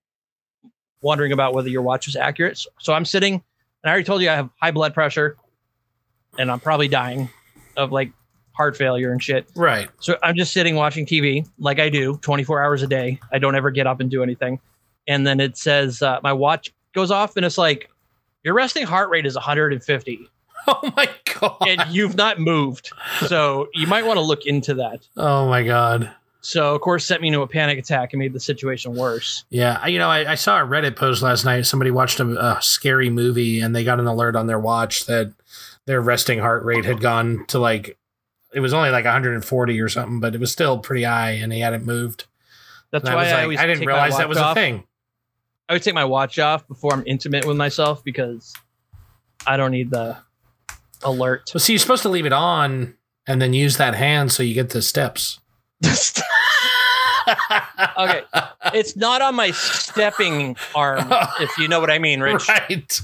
S3: wondering about whether your watch was accurate? So, so I'm sitting, and I already told you I have high blood pressure, and I'm probably dying of like heart failure and shit.
S2: Right.
S3: So I'm just sitting watching TV like I do 24 hours a day. I don't ever get up and do anything. And then it says uh, my watch goes off and it's like, your resting heart rate is 150
S2: Oh my god.
S3: and you've not moved. So you might want to look into that.
S2: oh my god.
S3: So, of course, sent me into a panic attack and made the situation worse.
S2: Yeah, I- you know, I, I saw a Reddit post last night. Somebody watched a, a scary movie and they got an alert on their watch that their resting heart rate had gone to like it was only like 140 or something, but it was still pretty high, and he hadn't moved.
S3: That's
S2: and
S3: why
S2: I was
S3: I,
S2: like,
S3: always
S2: I, didn't
S3: take my
S2: realize that
S3: watch
S2: was
S3: off.
S2: a thing.
S3: I would take my watch off before I'm intimate with myself because I don't need the alert.
S2: But see, you're supposed to leave it on and then use that hand so you get the steps.
S3: okay. It's not on my stepping arm, if you know what I mean, Rich.
S2: Right.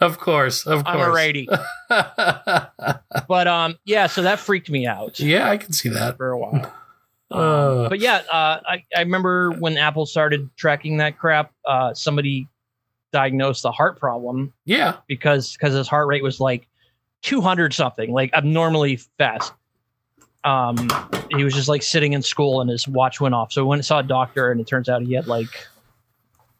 S2: Of course. Of course.
S3: I'm a righty. But um, yeah, so that freaked me out
S2: yeah, I can see that.
S3: for a while.
S2: Uh,
S3: But yeah, uh, I, I remember when Apple started tracking that crap, uh, somebody diagnosed a heart problem
S2: yeah.
S3: because because his heart rate was like 200 something, like abnormally fast. Um, he was just like sitting in school and his watch went off. So when it saw a doctor and it turns out he had like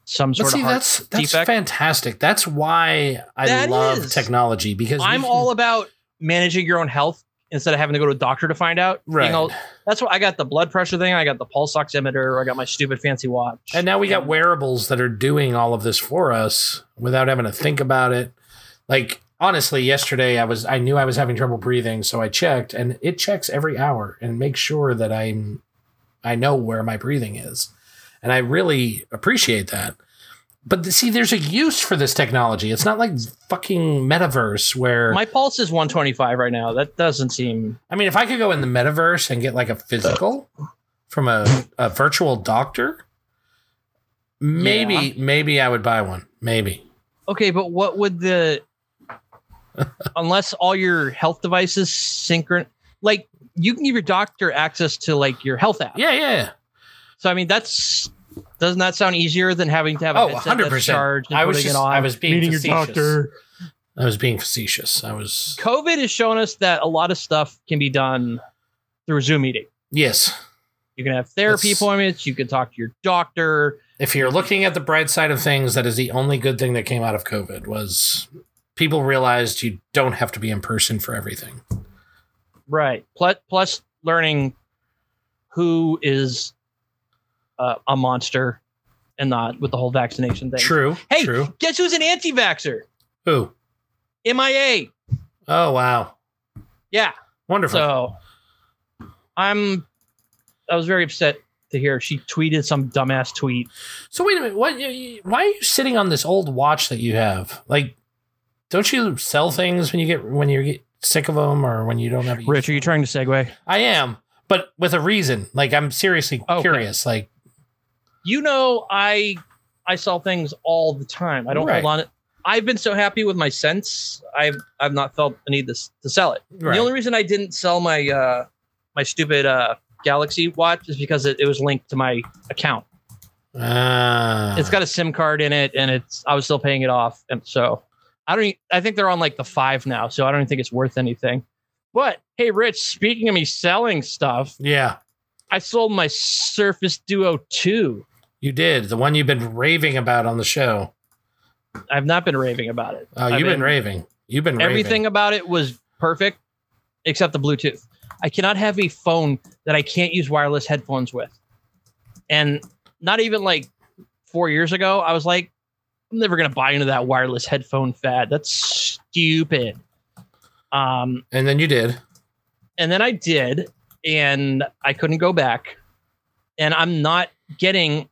S3: some
S2: But
S3: sort
S2: see,
S3: of heart
S2: that's that's
S3: defect.
S2: fantastic. That's why I
S3: That
S2: love
S3: is.
S2: technology because we
S3: I'm
S2: can-
S3: all about managing your own health instead of having to go to a doctor to find out. Being
S2: Right.
S3: all- that's why I got the blood pressure thing. I got the pulse oximeter. I got my stupid fancy watch.
S2: and now we got wearables that are doing all of this for us without having to think about it. Like honestly, yesterday I was I knew I was having trouble breathing, so I checked, and it checks every hour and makes sure that I'm I know where my breathing is, and I really appreciate that. But th- see, there's a use for this technology. It's not like fucking metaverse where
S3: my pulse is 125 right now. That doesn't seem.
S2: I mean, if I could go in the metaverse and get like a physical from a, a virtual doctor, maybe maybe I would buy one. Maybe.
S3: Okay, but what would the unless all your health devices synchron like you can give your doctor access to like your health app.
S2: Yeah, yeah, yeah.
S3: So I mean that's doesn't that sound easier than having to have a
S2: Oh,
S3: headset that's
S2: 100%.
S3: charged and
S2: I was
S3: putting
S2: just
S3: it on?
S2: I was being
S10: Meeting your
S2: facetious.
S10: doctor.
S2: I was being facetious. I was
S3: COVID has shown us that a lot of stuff can be done through a Zoom meeting.
S2: Yes.
S3: You can have therapy
S2: That's-
S3: appointments. You can talk to your doctor.
S2: If you're looking at the bright side of things, that is the only good thing that came out of COVID was people realized you don't have to be in person for everything.
S3: Right. Plus, plus learning who is uh, a monster and not with the whole vaccination thing.
S2: True.
S3: Hey,
S2: True.
S3: guess who's an anti-vaxxer?
S2: Who?
S3: MIA.
S2: Oh wow.
S3: Yeah.
S2: Wonderful.
S3: So I'm. I was very upset to hear she tweeted some dumbass tweet.
S2: So wait a minute. What? you- you- Why are you sitting on this old watch that you have? Like, don't you sell things when you get when you get sick of them or when you don't have? a use-
S3: Rich, are you trying to segue?
S2: I am, but with a reason. Like, I'm seriously
S3: Okay.
S2: curious. Like,
S3: you know i i sell things all the time i don't
S2: Right.
S3: hold on it i've been so happy with my sense i've i've not felt the need to, s- to sell it
S2: right?
S3: the only reason i didn't sell my uh my stupid uh galaxy watch is because it, it was linked to my account
S2: Ah.
S3: it's got a sim card in it and it's i was still paying it off and so i don't e- i think they're on like the five now so i don't even think it's worth anything but hey rich speaking of me selling stuff
S2: yeah.
S3: i sold my surface duo 2
S2: You did the one you've been raving about on the show.
S3: i've not been raving about it
S2: Oh,
S3: I've
S2: you've been,
S3: been-
S2: raving. You've been
S3: Everything about it was perfect except the Bluetooth. I cannot have a phone that I can't use wireless headphones with. And not even like four years ago, I was like, I'm never gonna buy into that wireless headphone fad. That's stupid. Um,
S2: Raving. And then you did.
S3: and then I did, and I couldn't go back. And I'm not getting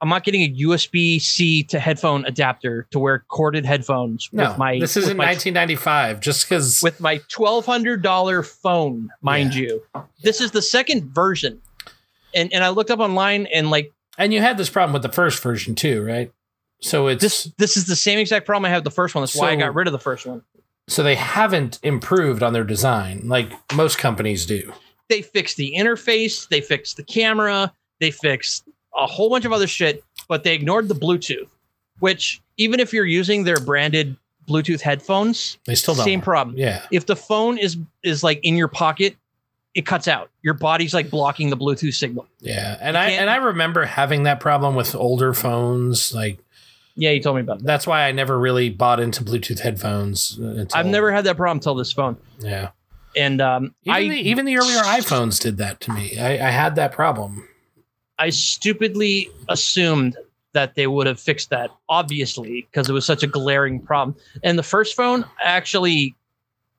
S3: I'm not getting a USB C to headphone adapter to wear corded headphones
S2: No,
S3: with my
S2: this isn't
S3: with my
S2: 1995. Just because.
S3: with my twelve hundred dollar phone, mind you. This is the second version, and and I looked up online and like
S2: And you had this problem with the first version too, right? So it's
S3: This this is the same exact problem I had with the first one. That's why I
S2: So-
S3: got rid of the first one.
S2: so they haven't improved on their design like most companies do.
S3: They fixed the interface, they fixed the camera, they fixed a whole bunch of other shit, but they ignored the Bluetooth, which even if you're using their branded Bluetooth headphones,
S2: They still don't.
S3: same problem.
S2: Yeah.
S3: if the phone is is like in your pocket it cuts out your body's like blocking the bluetooth signal
S2: Yeah. And
S3: You
S2: I
S3: can't-
S2: and I remember having that problem with older phones like
S3: yeah you told me about that
S2: that's why I never really bought into Bluetooth headphones. uh, Until,
S3: i've never had that problem till this phone
S2: Yeah.
S3: and um
S2: Even,
S3: i
S2: the, even the earlier iPhones did that to me. I, I had that problem.
S3: i stupidly assumed that they would have fixed that obviously because it was such a glaring problem and the first phone I actually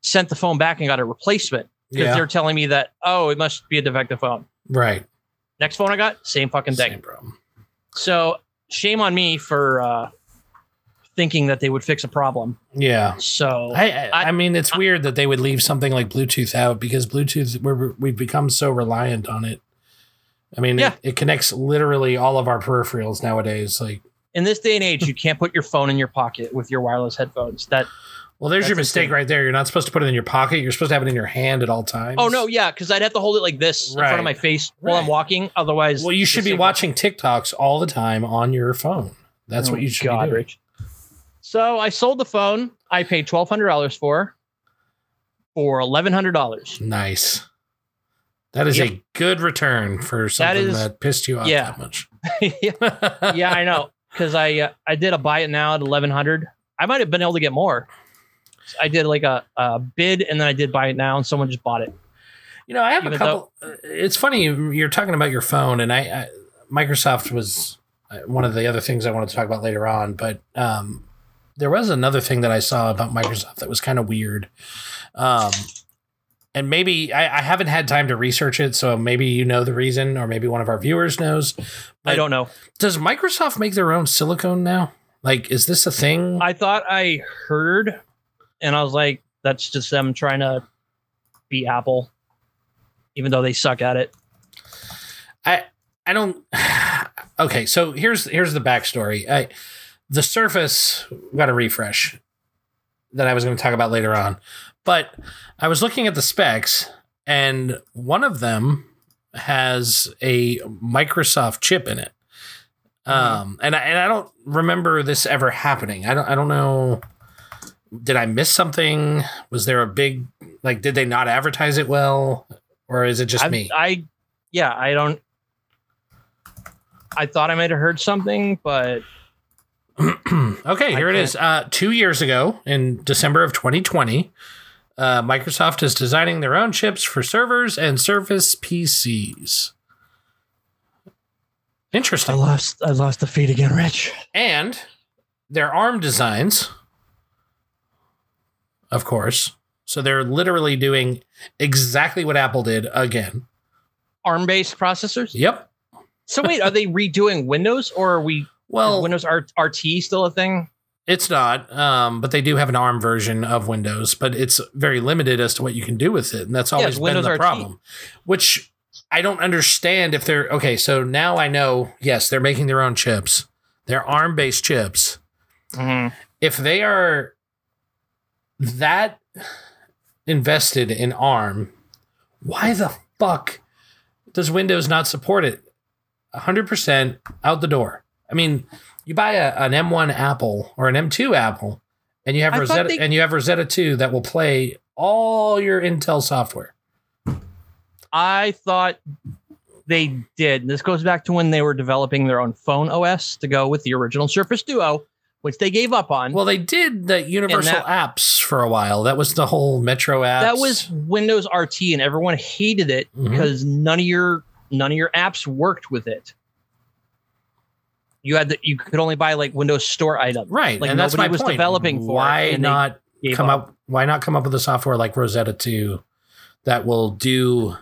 S3: sent the phone back and got a replacement because
S2: Yeah.
S3: they're telling me that oh it must be a defective phone
S2: Right.
S3: next phone i got same fucking thing
S2: Same problem.
S3: so shame on me for uh thinking that they would fix a problem
S2: Yeah.
S3: so
S2: I, I,
S3: I-
S2: I mean, it's weird that they would leave something like Bluetooth out because Bluetooth, we're, we've become so reliant on it. I mean,
S3: Yeah.
S2: it, it connects literally all of our peripherals nowadays. Like,
S3: in this day and age, you can't put your phone in your pocket with your wireless headphones. That
S2: well, there's your
S3: That's
S2: mistake
S3: insane.
S2: right there. You're not supposed to put it in your pocket. You're supposed to have it in your hand at all times.
S3: oh no, yeah, because I'd have to hold it like this in front
S2: Right.
S3: of my face while I'm
S2: Right.
S3: walking. Otherwise, oh
S2: Well, you
S3: the
S2: should be
S3: signal-
S2: watching TikToks all the time on your phone. That's
S3: Oh
S2: what
S3: my
S2: you should
S3: God,
S2: be doing.
S3: Rich. So I sold the phone. I paid twelve hundred dollars for for eleven hundred dollars.
S2: Nice. That is
S3: Yep.
S2: a good return for something that,
S3: is-
S2: pissed you off
S3: yeah.
S2: that much.
S3: yeah, yeah, I know because I uh, I did a buy it now at eleven hundred. I might have been able to get more. I did like a, a bid and then I did buy it now and someone just bought it.
S2: You know, I have a
S3: Even
S2: couple. uh, it's funny you- you're talking about your phone, and I, I Microsoft was uh, one of the other things I wanted to talk about later on. But um, there was another thing that I saw about Microsoft that was kind of weird. Um, and maybe I, I haven't had time to research it, so maybe you know the reason, or maybe one of our viewers knows.
S3: I
S2: Like-
S3: don't know.
S2: Does Microsoft make their own silicone now? Like, is this a thing?
S3: I thought I heard, and I was like, that's just them trying to be Apple, even though they suck at it.
S2: I don't. okay, so here's here's the backstory. I, the Surface got a refresh that I was going to talk about later on, but I was looking at the specs, and one of them has a Microsoft chip in it. Um, and I, and I don't remember this ever happening. I don't I don't know. Did I miss something? Was there a big like? Did they not advertise it well, or is it just
S3: I,
S2: me?
S3: I, yeah, I don't. I thought I might have heard something, but
S2: okay,
S3: I
S2: here it
S3: can't-
S2: is. Uh, two years ago, in December of 2020, uh, Microsoft is designing their own chips for servers and Surface PCs. Interesting.
S3: lost. I lost the feed again, Rich.
S2: And their ARM designs, of course. So they're literally doing exactly what Apple did again.
S3: ARM-based processors.
S2: Yep.
S3: So wait, are they redoing Windows, or are we
S2: Well,
S3: is Windows R- RT still a thing?
S2: It's not, um, but they do have an ARM version of Windows, but it's very limited as to what you can do with it, and that's always
S3: it's
S2: been
S3: Windows
S2: the
S3: RT.
S2: problem. Which I don't understand if they're okay. So now I know. Yes, they're making their own chips. They're ARM based chips. If they are that invested in ARM, why the fuck does Windows not support it? 100% out the door. I mean, you buy a, an M1 Apple or an M2 Apple and you have
S3: I thought
S2: Rosetta
S3: they-
S2: and you have Rosetta 2 that will play all your Intel software.
S3: I thought they did. This goes back to when they were developing their own phone OS to go with the original Surface Duo, which they gave up on.
S2: Well, they did the universal
S3: that-
S2: apps for a while. That was the whole Metro apps.
S3: that was Windows RT, and everyone hated it
S2: Mhm.
S3: because none of your none of your apps worked with it. You had that you could only buy like Windows Store items.
S2: right.
S3: like
S2: and that's my
S3: nobody was
S2: point.
S3: developing for it,
S2: Why
S3: and they
S2: not
S3: Gave
S2: come
S3: up.
S2: up why not come up with a software like Rosetta 2 that will do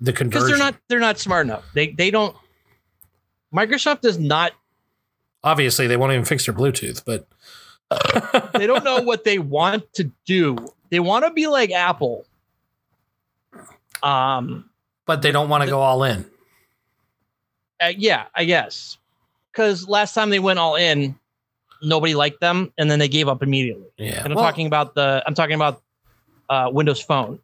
S2: the
S3: because
S2: conversion
S3: they're not they're not smart enough. They they don't. Microsoft does not.
S2: obviously they won't even fix their Bluetooth, but
S3: They don't know what they want to do. They want to be like Apple. Um.
S2: but they don't want to go all in.
S3: uh, yeah, I guess. because last time they went all in, nobody liked them, and then they gave up immediately.
S2: Yeah.
S3: And I'm
S2: well,
S3: talking about the I'm talking about uh, Windows Phone.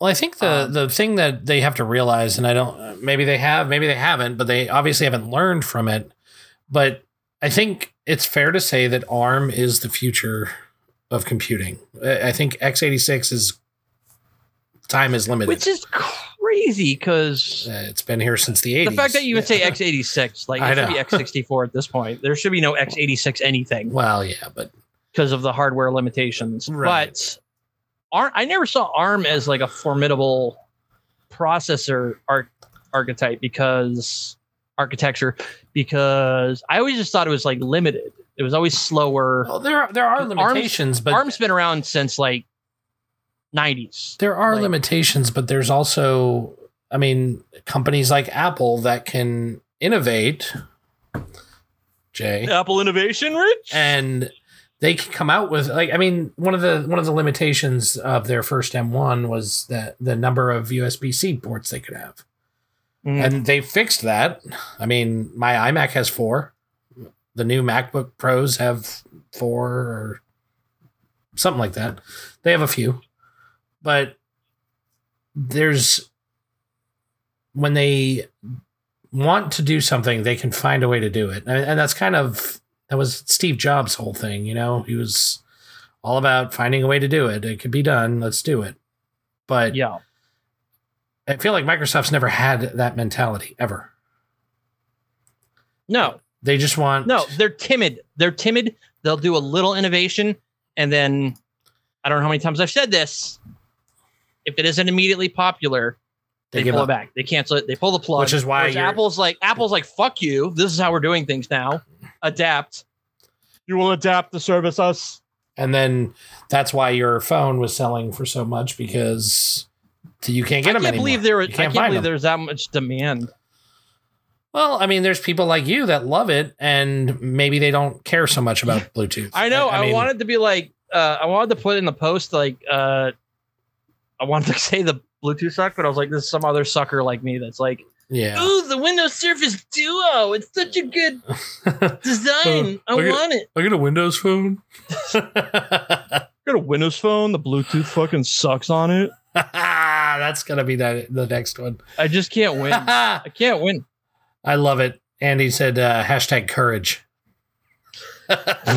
S2: Well, I think the
S3: um,
S2: the thing that they have to realize, and I don't, maybe they have, maybe they haven't, but they obviously haven't learned from it. But I think it's fair to say that ARM is the future of computing. I I think x86 is time is limited.
S3: which is crazy because
S2: Uh, it's been here since the 80s.
S3: the fact that you would
S2: Yeah.
S3: say x86 like
S2: I
S3: it should
S2: know.
S3: be x64 at this point there should be no x86 anything
S2: Well, yeah, but
S3: because of the hardware limitations
S2: Right.
S3: but ARM, i never saw arm as like a formidable processor arch- archetype because architecture because i always just thought it was like limited it was always slower
S2: well, there are, there are
S3: Arms-
S2: limitations, but
S3: arm's been around since like 90s
S2: there are
S3: like-
S2: limitations, but there's also, I mean, companies like Apple that can innovate. Jay.
S3: apple innovation rich
S2: and they could come out with like I mean one of the one of the limitations of their first M1 was that the number of USB C ports they could have,
S3: Mm.
S2: and they fixed that. I mean my iMac has four, the new MacBook Pros have four or something like that. They have a few, but there's when they want to do something, they can find a way to do it, and, and that's kind of that was Steve Jobs' whole thing. You know, he was all about finding a way to do it. It could be done. Let's do it. But
S3: yeah
S2: I feel like Microsoft's never had that mentality ever.
S3: no
S2: They just want
S3: No, they're timid. They're timid. They'll do a little innovation, and then I don't know how many times I've said this. If it isn't immediately popular,
S2: They
S3: they,
S2: give
S3: pull
S2: up.
S3: it back. They cancel it. They pull the plug.
S2: Which is why
S3: Whereas
S2: you're-
S3: Apple's like Apple's like fuck you. This is how we're doing things now. Adapt. You will adapt to service us.
S2: and then that's why your phone was selling for so much because you can't get
S3: I
S2: them
S3: can't
S2: anymore.
S3: believe there.
S2: You
S3: I can't
S2: find them.
S3: believe there's that much demand.
S2: Well, I mean, there's people like you that love it, and maybe they don't care so much about Bluetooth.
S3: I know. I,
S2: mean,
S3: wanted to be like. Uh, I wanted to put in the post like. Uh, I wanted to say the Bluetooth suck, but I was like, "There's some other sucker like me that's like."
S2: Yeah.
S3: Ooh, the Windows Surface Duo. It's such a good design. I
S2: look at-
S3: want it.
S2: I get a Windows phone.
S3: Got a Windows phone. The Bluetooth fucking sucks on it.
S2: That's gonna be that the next one.
S3: I just can't win. I
S2: I
S3: can't win.
S2: love it. Andy said uh, hashtag courage.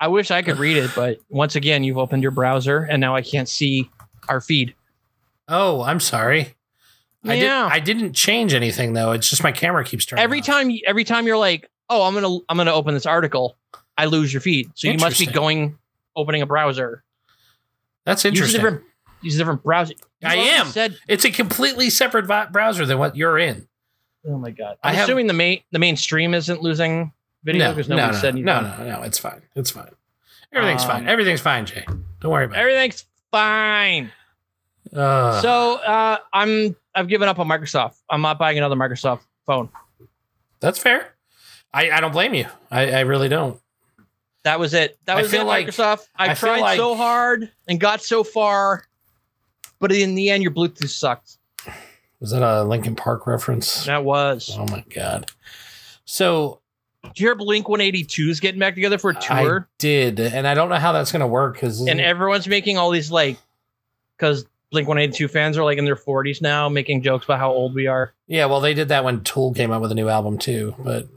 S3: I wish I could read it, but once again, you've opened your browser and now I can't see our feed.
S2: oh, I'm sorry. I, did,
S3: Yeah.
S2: I didn't change anything though. It's just my camera keeps turning.
S3: Every
S2: off.
S3: time, every time you're like, "Oh, I'm gonna, I'm gonna open this article," I lose your feed. So you must be
S2: Interesting.
S3: going opening a browser.
S2: That's
S3: Use a
S2: interesting.
S3: different, use a different browser. You
S2: I
S3: already
S2: am.
S3: Said,
S2: It's a completely separate vi- browser than what you're in.
S3: oh my god.
S2: I
S3: I'm
S2: have-
S3: assuming the main, the mainstream isn't losing video
S2: no,
S3: because
S2: no,
S3: nobody
S2: no,
S3: said anything.
S2: no, no, no, It's fine. It's fine. Everything's
S3: Um,
S2: fine. Everything's fine, Jay. Don't worry about
S3: Everything's fine.
S2: it. Uh,
S3: so uh, I'm I've given up on Microsoft. I'm not buying another Microsoft phone.
S2: that's fair. I, I don't blame you. I, I really don't.
S3: That was it. That
S2: I
S3: was
S2: feel
S3: it,
S2: like-
S3: Microsoft. I,
S2: I feel
S3: tried
S2: like-
S3: so hard and got so far, but in the end, your Bluetooth sucked.
S2: Was that a Lincoln Park reference?
S3: That was.
S2: Oh my god. So
S3: Did you hear Blink 182's getting back together for a
S2: I
S3: tour?
S2: did, and I don't know how that's going to work because
S3: and everyone's making all these like, because Blink 182 fans are like in their 40s now, making jokes about how old we are.
S2: yeah, well, they did that when Tool came out with a new album too. But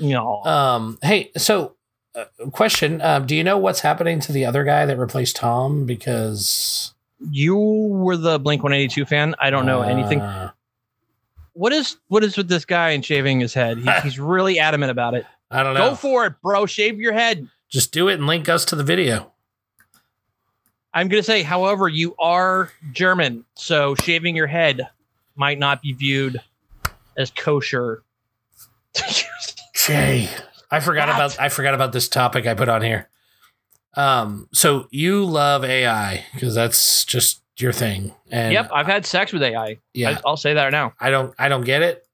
S3: No,
S2: um, hey, so uh, question: um, Do you know what's happening to the other guy that replaced Tom? Because
S3: you were the Blink 182 fan. I don't know anything.
S2: Uh,
S3: what is what is with this guy and shaving his head? He, he's really adamant about it.
S2: I don't know.
S3: Go for it, bro. Shave your head.
S2: Just do it and link us to the video.
S3: I'm gonna say, however, you are German, so shaving your head might not be viewed as kosher.
S2: Jay, I forgot
S3: What?
S2: about I forgot about this topic I put on here. Um, so you love AI because that's just your thing, and
S3: yep, I've had sex with AI.
S2: yeah,
S3: I, will say that right now
S2: I, don't I don't get it.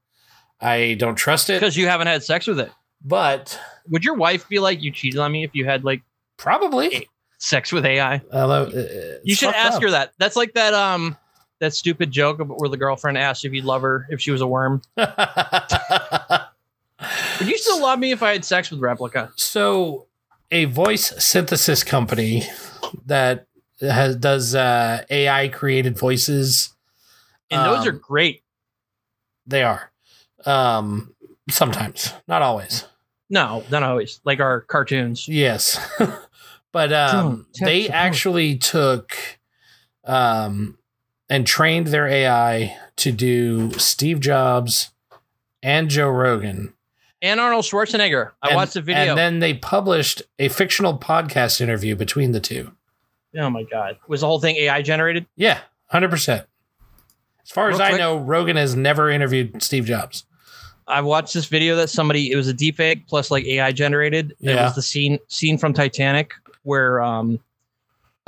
S2: I don't trust it,
S3: because you haven't had sex with it.
S2: but
S3: Would your wife be like, "You cheated on me" if you had like
S2: probably.
S3: sex with AI?
S2: Although uh,
S3: You should ask her that. That's like that um that stupid joke about where the girlfriend asked if you'd love her if she was a worm.
S2: her.
S3: Would you still love me if I had sex with Replica?
S2: So, a voice synthesis company that has does uh, AI created voices.
S3: And those
S2: Um,
S3: are great.
S2: They are um, sometimes, not always.
S3: No, not always. Like our cartoons.
S2: Yes, but um,
S3: Don't touch
S2: they
S3: the
S2: actually took um, and trained their AI to do Steve Jobs and Joe Rogan.
S3: And Arnold Schwarzenegger. I
S2: And-
S3: watched the video.
S2: and then they published a fictional podcast interview between the two.
S3: oh my god. Was the whole thing AI generated?
S2: Yeah, hundred percent. As far as
S3: Real
S2: I
S3: quick-
S2: know, Rogan has never interviewed Steve Jobs.
S3: I watched this video that somebody it was a deepfake plus like AI generated. It
S2: Yeah.
S3: was the scene scene from Titanic where um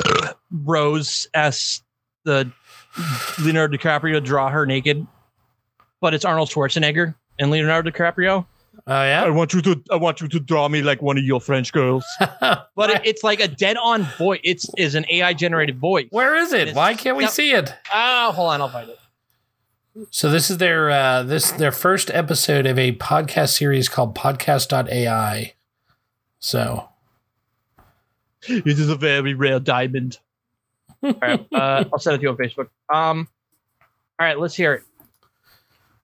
S3: Rose asks the Leonardo DiCaprio to draw her naked, but it's Arnold Schwarzenegger and Leonardo DiCaprio.
S2: Oh yeah,
S3: want you to I want you to draw me like one of your French girls. But it, it's like a dead on voice. It's is an AI generated voice.
S2: where is it? Why can't we
S3: Yep.
S2: see it?
S3: Ah, hold on, I'll find it.
S2: So this is their uh, this their first episode of a podcast series called Podcast.ai. So oh,
S3: This is a very rare diamond. all right, uh, I'll send it to you on Facebook. Um, all right, let's hear it.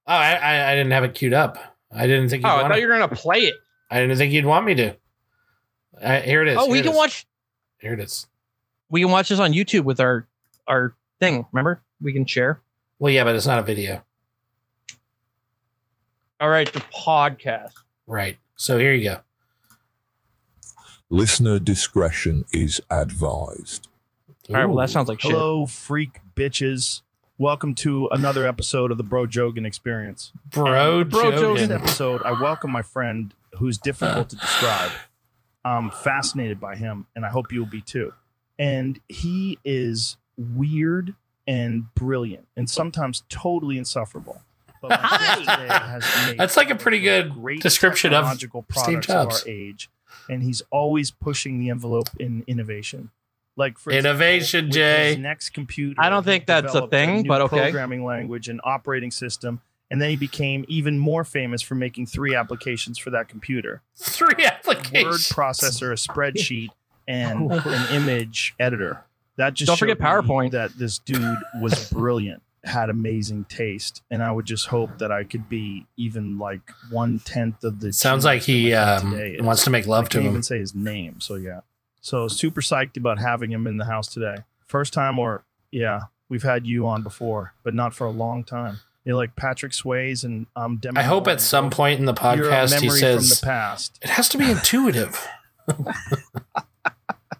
S2: oh, I, I I didn't have it queued up. I didn't think
S3: Oh,
S2: you'd
S3: I
S2: want
S3: thought
S2: it.
S3: you were gonna play it.
S2: I didn't think you'd want me to. Uh, here it is.
S3: oh,
S2: Here
S3: we
S2: it
S3: can
S2: is.
S3: watch.
S2: Here it is.
S3: We can watch this on YouTube with our our thing. Remember, we can share.
S2: Well, yeah, but it's not a video,
S3: All right, the podcast.
S2: right? So here you go.
S10: Listener discretion is advised.
S3: All right, well
S2: Ooh.
S3: that sounds like shit.
S1: Hello, freak bitches. Welcome to another episode of the Bro Jogan Experience.
S2: bro.
S1: Bro Jogan
S2: Jogan.
S1: episode, I welcome my friend who's difficult to describe. I'm fascinated by him, and I hope you'll be too. And he is weird and brilliant, and sometimes totally insufferable. But my guest today has made
S2: That's like a pretty good
S1: great
S2: description of
S1: technological
S2: Steve
S1: products
S2: Jobs.
S1: Of our age, and he's always pushing the envelope in innovation. Like for example,
S2: Innovation,
S1: with
S2: Jay.
S1: his next computer.
S3: I don't think
S1: he
S3: that's a
S1: developed
S3: thing,
S1: new
S3: but okay.
S1: Programming language and operating system, and then he became even more famous for making three applications for that computer:
S2: Three
S1: word
S2: applications.
S1: processor, a spreadsheet, and an image editor. That just
S3: Don't forget
S1: showed me
S3: PowerPoint.
S1: That this dude was brilliant, had amazing taste, and I would just hope that I could be even like one tenth of the.
S2: Sounds like he um, wants to make love
S1: I
S2: to
S1: can't even
S2: him.
S1: say his name. So yeah. So super psyched about having him in the house today. First time or yeah, we've had you on before, but not for a long time. You're like Patrick Sways and um. Demi
S2: I hope at
S1: Moore.
S2: some point in the
S1: You're a
S2: podcast he
S1: memory
S2: says
S1: from the past.
S2: it has to be intuitive.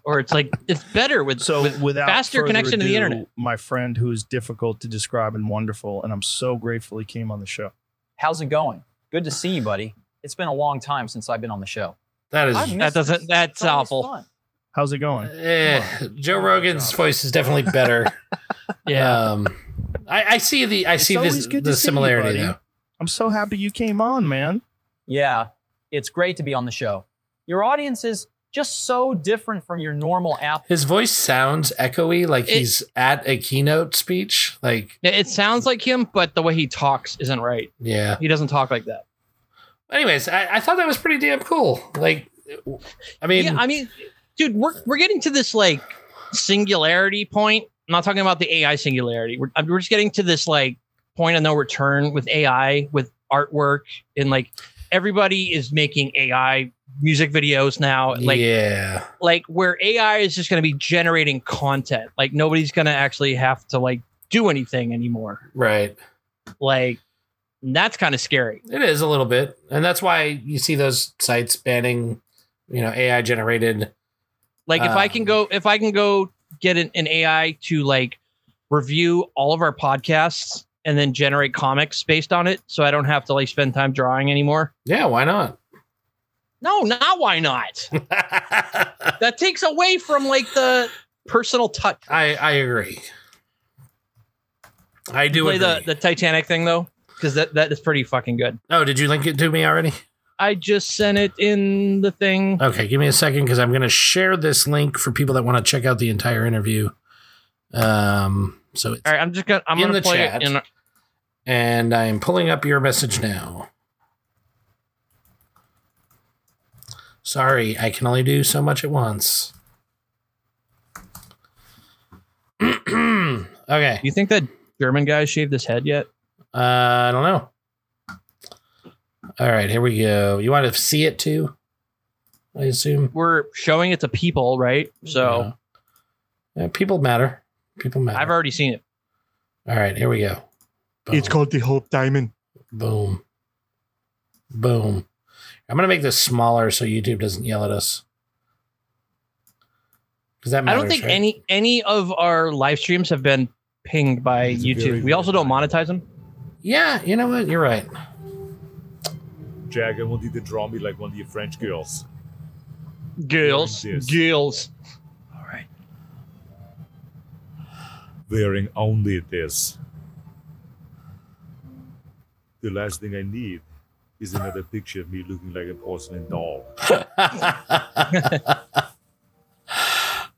S3: Or it's like it's better with
S1: So
S3: with
S1: without
S3: faster
S1: further
S3: connection to the
S1: ado,
S3: internet.
S1: my friend who is difficult to describe and wonderful, and I'm so grateful he came on the show.
S5: How's it going? Good to see you, buddy. It's been a long time since I've been on the show.
S2: That
S5: I
S2: is,
S5: miss
S3: That doesn't. That's
S5: It's always
S3: awful.
S5: fun.
S1: How's it going?
S2: eh, Joe Rogan's voice is definitely better. Um, I, I see the I
S1: It's
S2: see
S1: always
S2: this
S1: good
S2: the
S1: to see you,
S2: similarity
S1: buddy.
S2: though.
S1: I'm so happy you came on, man.
S5: Yeah, it's great to be on the show. Your audience is just so different from your normal app.
S2: His voice sounds echoey, like
S3: It-
S2: he's at a keynote speech. Like
S3: It- It sounds like him, but the way he talks isn't right.
S2: yeah.
S3: He doesn't talk like that.
S2: Anyways, I, I thought that was pretty damn cool. Like, I mean,
S3: yeah, I mean, dude, we're we're getting to this like singularity point. I'm not talking about the AI singularity. We're, I'm- we're just getting to this like point of no return with AI, with artwork, and like everybody is making AI music videos now. Like
S2: yeah,
S3: like where AI is just going to be generating content. Like nobody's going to actually have to like do anything anymore.
S2: right.
S3: Like that's kind of scary.
S2: It is a little bit, and that's why you see those sites banning, you know, AI generated.
S3: Like if I
S2: Um,
S3: can go, if I can go get an, an AI to like review all of our podcasts and then generate comics based on it, so I don't have to like spend time drawing anymore.
S2: Yeah, why not?
S3: No, not why not?
S2: I
S3: that takes away from like the personal touch.
S2: I agree. I do
S3: play
S2: agree.
S3: the the Titanic thing though, because that that is pretty fucking good.
S2: oh, did you link it to me already?
S3: I just sent it in the thing.
S2: Okay, give me a second because I'm going to share this link for people that want to check out the entire interview. Um, so it's,
S3: All right, I'm just gonna I'm
S2: In
S3: gonna
S2: the
S3: play
S2: chat.
S3: it in
S2: and I'm pulling up your message now. Sorry, I can only do so much at once. okay.
S3: Do you think that German guy shaved his head yet?
S2: Uh, I don't know. All right, here we go. You want to see it too? I assume.
S3: We're showing it to people, right? So
S2: Yeah. Yeah, people matter. People matter.
S3: I've already seen it.
S2: All right, here we go. Boom.
S11: called the Hope Diamond.
S2: Boom. Boom. I'm going to make this smaller so YouTube doesn't yell at us. Because that
S3: I
S2: matters,
S3: don't think
S2: right?
S3: any any of our live streams have been pinged by
S11: It's
S3: YouTube.
S11: very,
S3: we also don't monetize them.
S2: Yeah, you know what? You're right.
S12: Jack, I want you to draw me like one of your French girls.
S3: Girls,
S12: Yes.
S3: girls.
S12: Wearing only this. The last thing I need is another picture of me looking like a porcelain doll.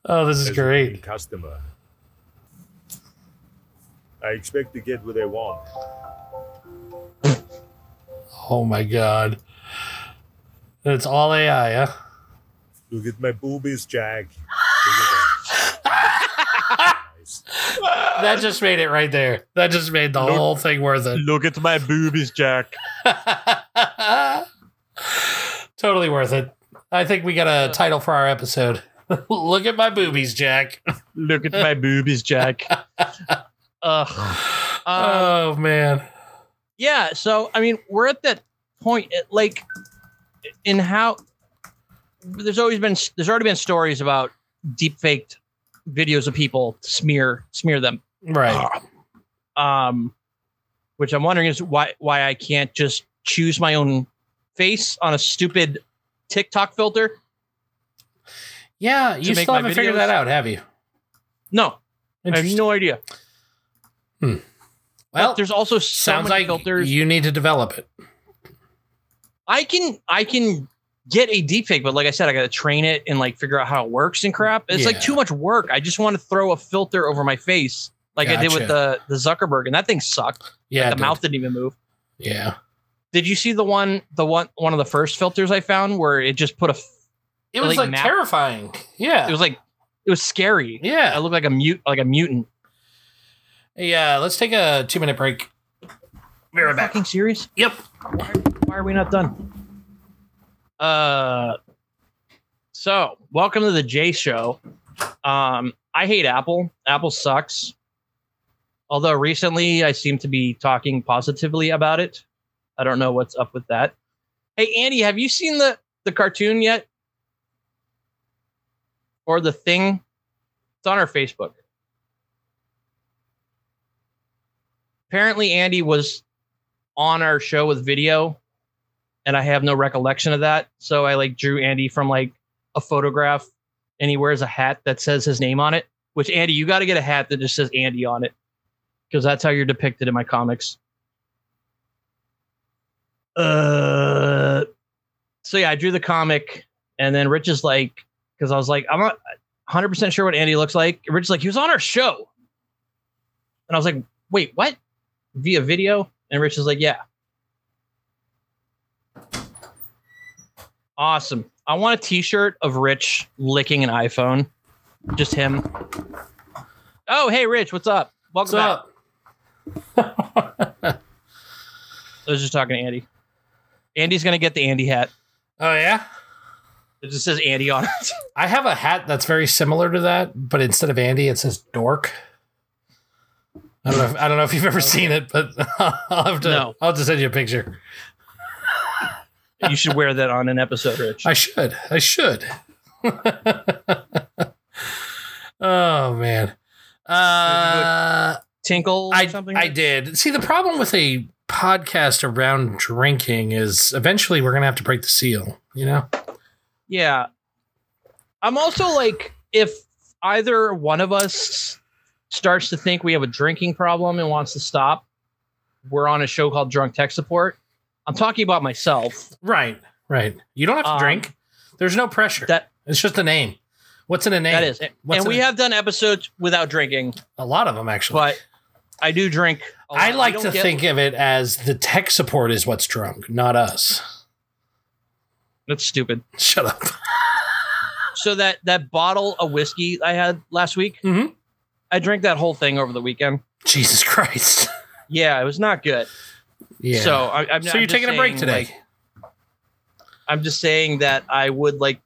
S2: Oh, this is
S12: As a
S2: great.
S12: paying Customer. I expect to get what I want.
S2: Oh my god. It's all AI, huh?
S12: Look at my boobies, Jack. Look at them. Nice.
S2: That just made it right there. That just made the
S11: Look-
S2: whole thing worth it.
S11: Look at my boobies, Jack.
S2: totally worth it. I think we got a title for our episode. Look at my boobies, Jack.
S11: Look at my boobies, Jack.
S3: Ugh.
S2: oh
S3: Um,
S2: man.
S3: yeah so i mean we're at that point it- like in how there's always been there's already been stories about deep faked videos of people to smear smear them
S2: Right.
S3: um which i'm wondering is why why i can't just choose my own face on a stupid tiktok filter
S2: Yeah, you
S3: make
S2: still
S3: my
S2: haven't figured
S3: videos?
S2: that out, have you?
S3: no i have
S2: Interesting.
S3: no idea
S2: well,
S3: but there's also so
S2: sounds like
S3: many filters
S2: you need to develop it.
S3: I can I can get a deepfake, but like I said, I got to train it and like figure out how it works and crap. It's
S2: Yeah.
S3: like too much work. I just want to throw a filter over my face, like I did with the the Zuckerberg, and that thing sucked.
S2: Yeah,
S3: the
S2: dude.
S3: mouth didn't even move.
S2: Yeah.
S3: Did you see the one the one one of the first filters I found where it just put a f-
S2: It was
S3: Like
S2: like,
S3: map-
S2: terrifying. Yeah.
S3: it was like it was scary.
S2: yeah.
S3: I looked like a mute like a mutant.
S2: Yeah, uh, let's take a two minute break. Be right back.
S3: Fucking serious?
S2: Yep.
S3: Why are we not done? Uh, so welcome to the J Show. Um, I hate Apple. Apple sucks. Although recently I seem to be talking positively about it. I don't know what's up with that. Hey Andy, have you seen the the cartoon yet? Or the thing? It's on our Facebook. Apparently Andy was on our show with video and I have no recollection of that. So I like drew Andy from like a photograph and he wears a hat that says his name on it. Which Andy, you got to get a hat that just says Andy on it because that's how you're depicted in my comics. Uh, so yeah, I drew the comic, and then Rich is like, because I was like, I'm not 100 percent sure what Andy looks like. Rich is like, he was on our show, and I was like, wait, what? Via video? And Rich is like, yeah. Awesome. I want a T-shirt of Rich licking an iPhone, just him. Oh, hey, Rich, what's up? Welcome
S2: What's
S3: back.
S2: up?
S3: I was just talking to Andy. Andy's gonna get the Andy hat.
S2: Oh yeah.
S3: It just says Andy on it.
S2: I have a hat that's very similar to that, but instead of Andy, it says Dork. I don't know. If, I don't know if you've ever seen it, but I'll have to.
S3: No.
S2: I'll just send you a picture.
S3: you should wear that on an episode, Rich.
S2: I should. I should. oh man. Uh,
S3: Tinkle or
S2: I
S3: something.
S2: I did. See, the problem with a podcast around drinking is eventually we're gonna have to break the seal. You know.
S3: yeah. I'm also like, if either one of us starts to think we have a drinking problem and wants to stop, we're on a show called Drunk Tech Support. I'm talking about myself.
S2: Right. Right. You don't have to
S3: Um,
S2: drink. There's no pressure.
S3: that-
S2: it's just a name. What's in a name?
S3: That is,
S2: What's
S3: and
S2: in
S3: we
S2: it?
S3: have done episodes without drinking,
S2: a lot of them actually.
S3: but I do drink. a lot.
S2: I
S3: We
S2: like
S3: don't
S2: to
S3: get-
S2: think of it as the tech support is what's drunk, not us.
S3: That's stupid.
S2: Shut up.
S3: so that that bottle of whiskey I had last week,
S2: Mm-hmm.
S3: I drank that whole thing over the weekend.
S2: Jesus Christ.
S3: Yeah, it was not good.
S2: Yeah.
S3: So I, I'm.
S2: so
S3: I'm
S2: you're
S3: just
S2: taking a break
S3: saying,
S2: today.
S3: like, I'm just saying that I would like.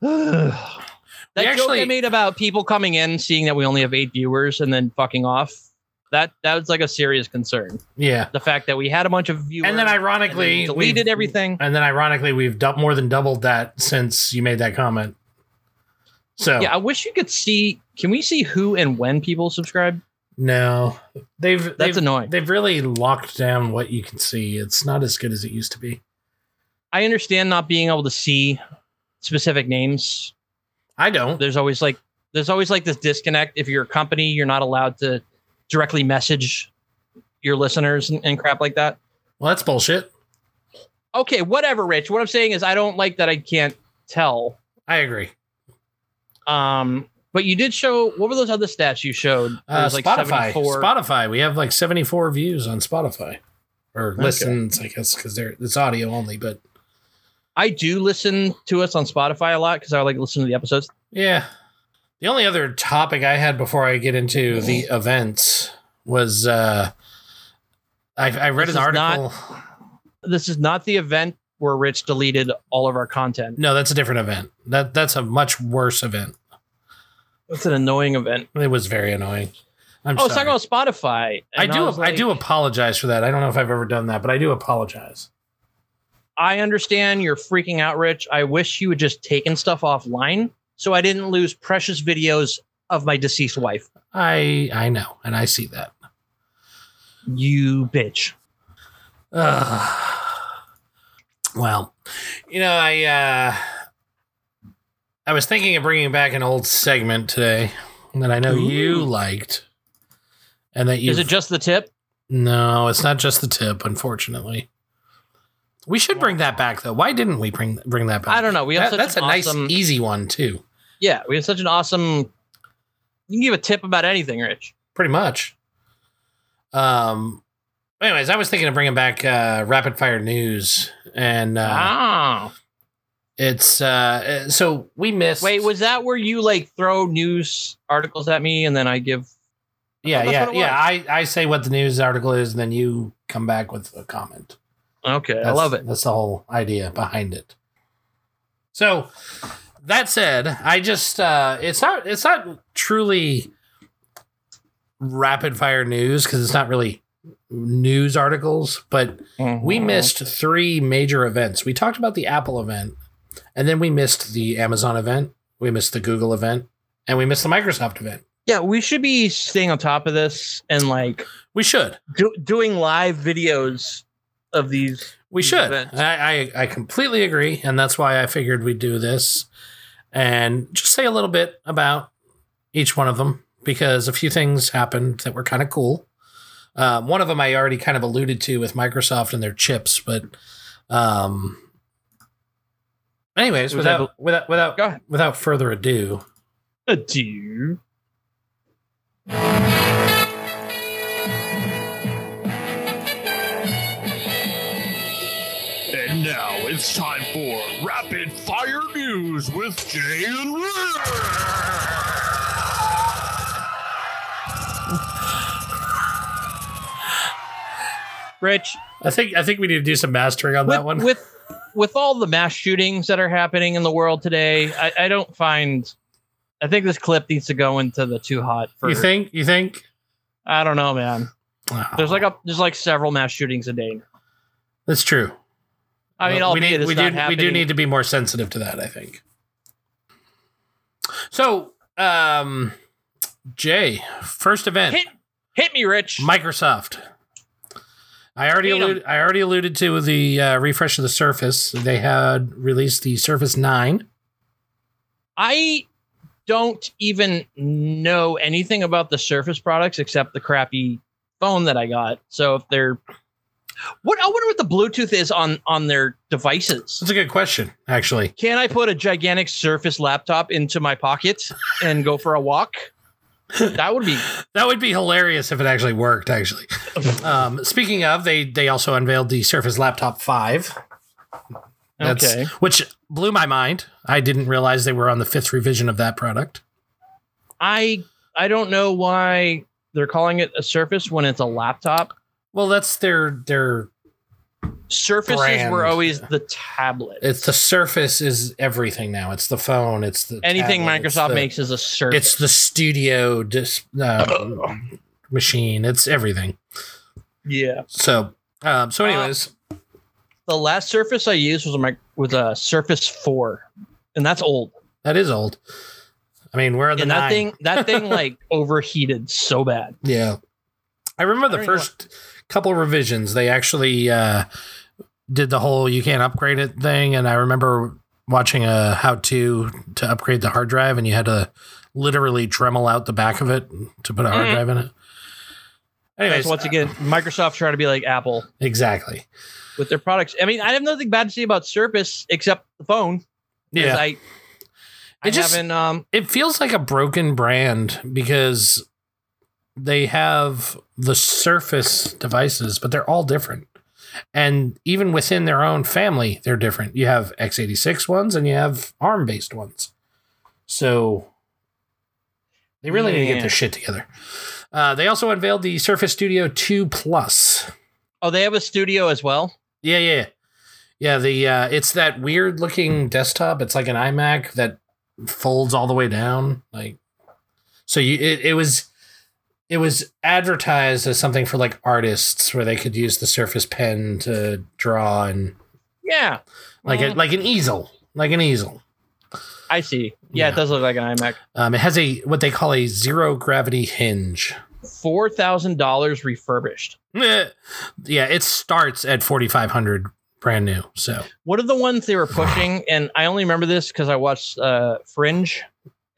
S3: That joke I
S2: actually-
S3: made about people coming in, seeing that we only have eight viewers, and then fucking off. That that was like a serious concern.
S2: yeah.
S3: The fact that we had a bunch of viewers,
S2: And then ironically,
S3: and then we deleted
S2: we've-
S3: everything.
S2: And then ironically, we've dou- more than doubled that since you made that comment. So
S3: Yeah, I wish you could see. Can we see who and when people subscribe?
S2: no, they've that's they've,
S3: annoying.
S2: They've really locked down what you can see. It's not as good as it used to be.
S3: I understand not being able to see specific names.
S2: I don't.
S3: There's always like there's always like this disconnect. If you're a company, you're not allowed to directly message your listeners and, and crap like that.
S2: Well, that's bullshit.
S3: Okay, whatever, Rich. What I'm saying is I don't like that I can't tell.
S2: I agree.
S3: Um, but you did show what were those other stats you showed? There
S2: Uh,
S3: was, like,
S2: Spotify,
S3: 74
S2: Spotify. We have like 74 views on Spotify or
S3: Okay.
S2: listens, I guess, because they're it's audio only. But
S3: I do listen to us on Spotify a lot because I like to listen to the episodes.
S2: Yeah. The only other topic I had before I get into the events was uh, I, I read
S3: This
S2: an
S3: is not-
S2: article.
S3: This is not the event where Rich deleted all of our content.
S2: no, that's a different event. That that's a much worse event.
S3: That's an annoying event.
S2: It was very annoying. I'm sorry.
S3: oh, it's talking about Spotify.
S2: I
S3: and
S2: do
S3: was
S2: I
S3: like,
S2: do apologize for that. I don't know if I've ever done that, but I do apologize.
S3: I understand you're freaking out, Rich. I wish you had just taken stuff offline so I didn't lose precious videos of my deceased wife.
S2: I I know, and I see that.
S3: You bitch.
S2: Ugh. well, you know, I uh, I was thinking of bringing back an old segment today that I know you liked, and that you
S3: Is it just the tip?
S2: no, it's not just the tip, unfortunately. We should bring that back though. Why didn't we bring bring that back?
S3: I don't know. We have
S2: That-
S3: such
S2: that's a
S3: an awesome-
S2: nice, e- easy one too.
S3: Yeah, we have such an awesome. You can give a tip about anything, Rich.
S2: pretty much. Um. Anyways, I was thinking of bringing back uh, rapid fire news, and uh,
S3: Ah.
S2: it's uh, so we missed.
S3: Wait, was that where you like throw news articles at me and then I give?
S2: yeah,
S3: that's
S2: yeah,
S3: what it
S2: yeah. I I say what the news article is, and then you come back with a comment.
S3: Okay, I
S2: That's-
S3: love it.
S2: That's the whole idea behind it. So that said, I just uh, it's not it's not truly rapid fire news because it's not really news articles, but we missed three major events. We talked about the Apple event, and then we missed the Amazon event, we missed the Google event, and we missed the Microsoft event.
S3: Yeah, we should be staying on top of this and like
S2: We should.
S3: do- doing live videos of these.
S2: We
S3: these
S2: should.
S3: events.
S2: I, I I completely agree, and that's why I figured we'd do this, and just say a little bit about each one of them because a few things happened that were kind of cool. Um, one of them I already kind of alluded to with Microsoft and their chips, but um, anyways,
S3: It was, I
S2: without without without
S3: Go ahead.
S2: without further ado,
S3: Adieu.
S13: And now it's time for Rapid Fire News with Jay and
S3: Rich,
S2: I think I think we need to do some mastering on
S3: with,
S2: that one.
S3: with with all the mass shootings that are happening in the world today, I, I don't find. I think this clip needs to go into the too hot for.
S2: you think you think
S3: I don't know, man.
S2: Wow.
S3: There's like a there's like several mass shootings a day.
S2: that's true.
S3: I mean,
S2: Well, we
S3: albeit
S2: need
S3: it's
S2: we
S3: not
S2: do we
S3: happening.
S2: do need to be more sensitive to that. I think. So, um, Jay, first event,
S3: hit hit me, Rich.
S2: Microsoft. I already
S3: Hit 'em.
S2: alluded, I already alluded to the uh, refresh of the Surface. They had released the Surface Nine.
S3: I don't even know anything about the Surface products except the crappy phone that I got. So if they're what I wonder what the Bluetooth is on on their devices.
S2: That's a good question, actually.
S3: Can I put a gigantic Surface laptop into my pocket and go for a walk? That would be
S2: That would be hilarious if it actually worked. Actually, um, speaking of, they they also unveiled the Surface Laptop Five. That's,
S3: Okay.
S2: Which blew my mind. I didn't realize they were on the fifth revision of that product.
S3: I I don't know why they're calling it a Surface when it's a laptop.
S2: Well, that's their their
S3: Surfaces
S2: brand.
S3: were always the tablet.
S2: It's the Surface is everything now. It's the phone. It's the
S3: Anything
S2: tablet, it's
S3: Microsoft
S2: the-
S3: makes is a Surface.
S2: It's the studio dis- uh, machine. It's everything.
S3: yeah. Uh,
S2: So um, so anyways,
S3: The last Surface I used was a mic- was a Surface Four, and that's old.
S2: that is old. I mean, where are the
S3: and that
S2: nine?
S3: thing that thing like overheated so bad.
S2: Yeah. I remember the first couple revisions, they actually uh, did the whole you can't upgrade it thing. And I remember watching a how to to upgrade the hard drive, and you had to literally Dremel out the back of it to put a hard
S3: Mm.
S2: drive in it. Anyways,
S3: That's once again, Microsoft trying to be like Apple
S2: Exactly.
S3: with their products. I mean, I have nothing bad to say about Surface except the phone. 'cause
S2: Yeah.
S3: I, I
S2: It just-
S3: haven't. Um,
S2: It feels like a broken brand because they have the Surface devices, but they're all different. And even within their own family, they're different. You have x86 ones and you have ARM based ones. So they really need to get
S3: Yeah.
S2: their shit together. Uh, they also unveiled the Surface Studio 2 Plus.
S3: oh, they have a studio as well.
S2: Yeah, yeah, yeah. yeah. The uh, it's that weird looking desktop. It's like an iMac that folds all the way down. Like, so you it, it was it was advertised as something for like artists where they could use the Surface Pen to draw and
S3: Yeah,
S2: like a,
S3: Mm.
S2: like an easel, like an easel.
S3: I see. Yeah, it does look like an iMac.
S2: Um, it has a what they call a zero gravity hinge.
S3: Four thousand dollars refurbished.
S2: Meh. Yeah, it starts at forty five hundred brand new. So
S3: What are the ones they were pushing? And I only remember this because I watched uh, Fringe,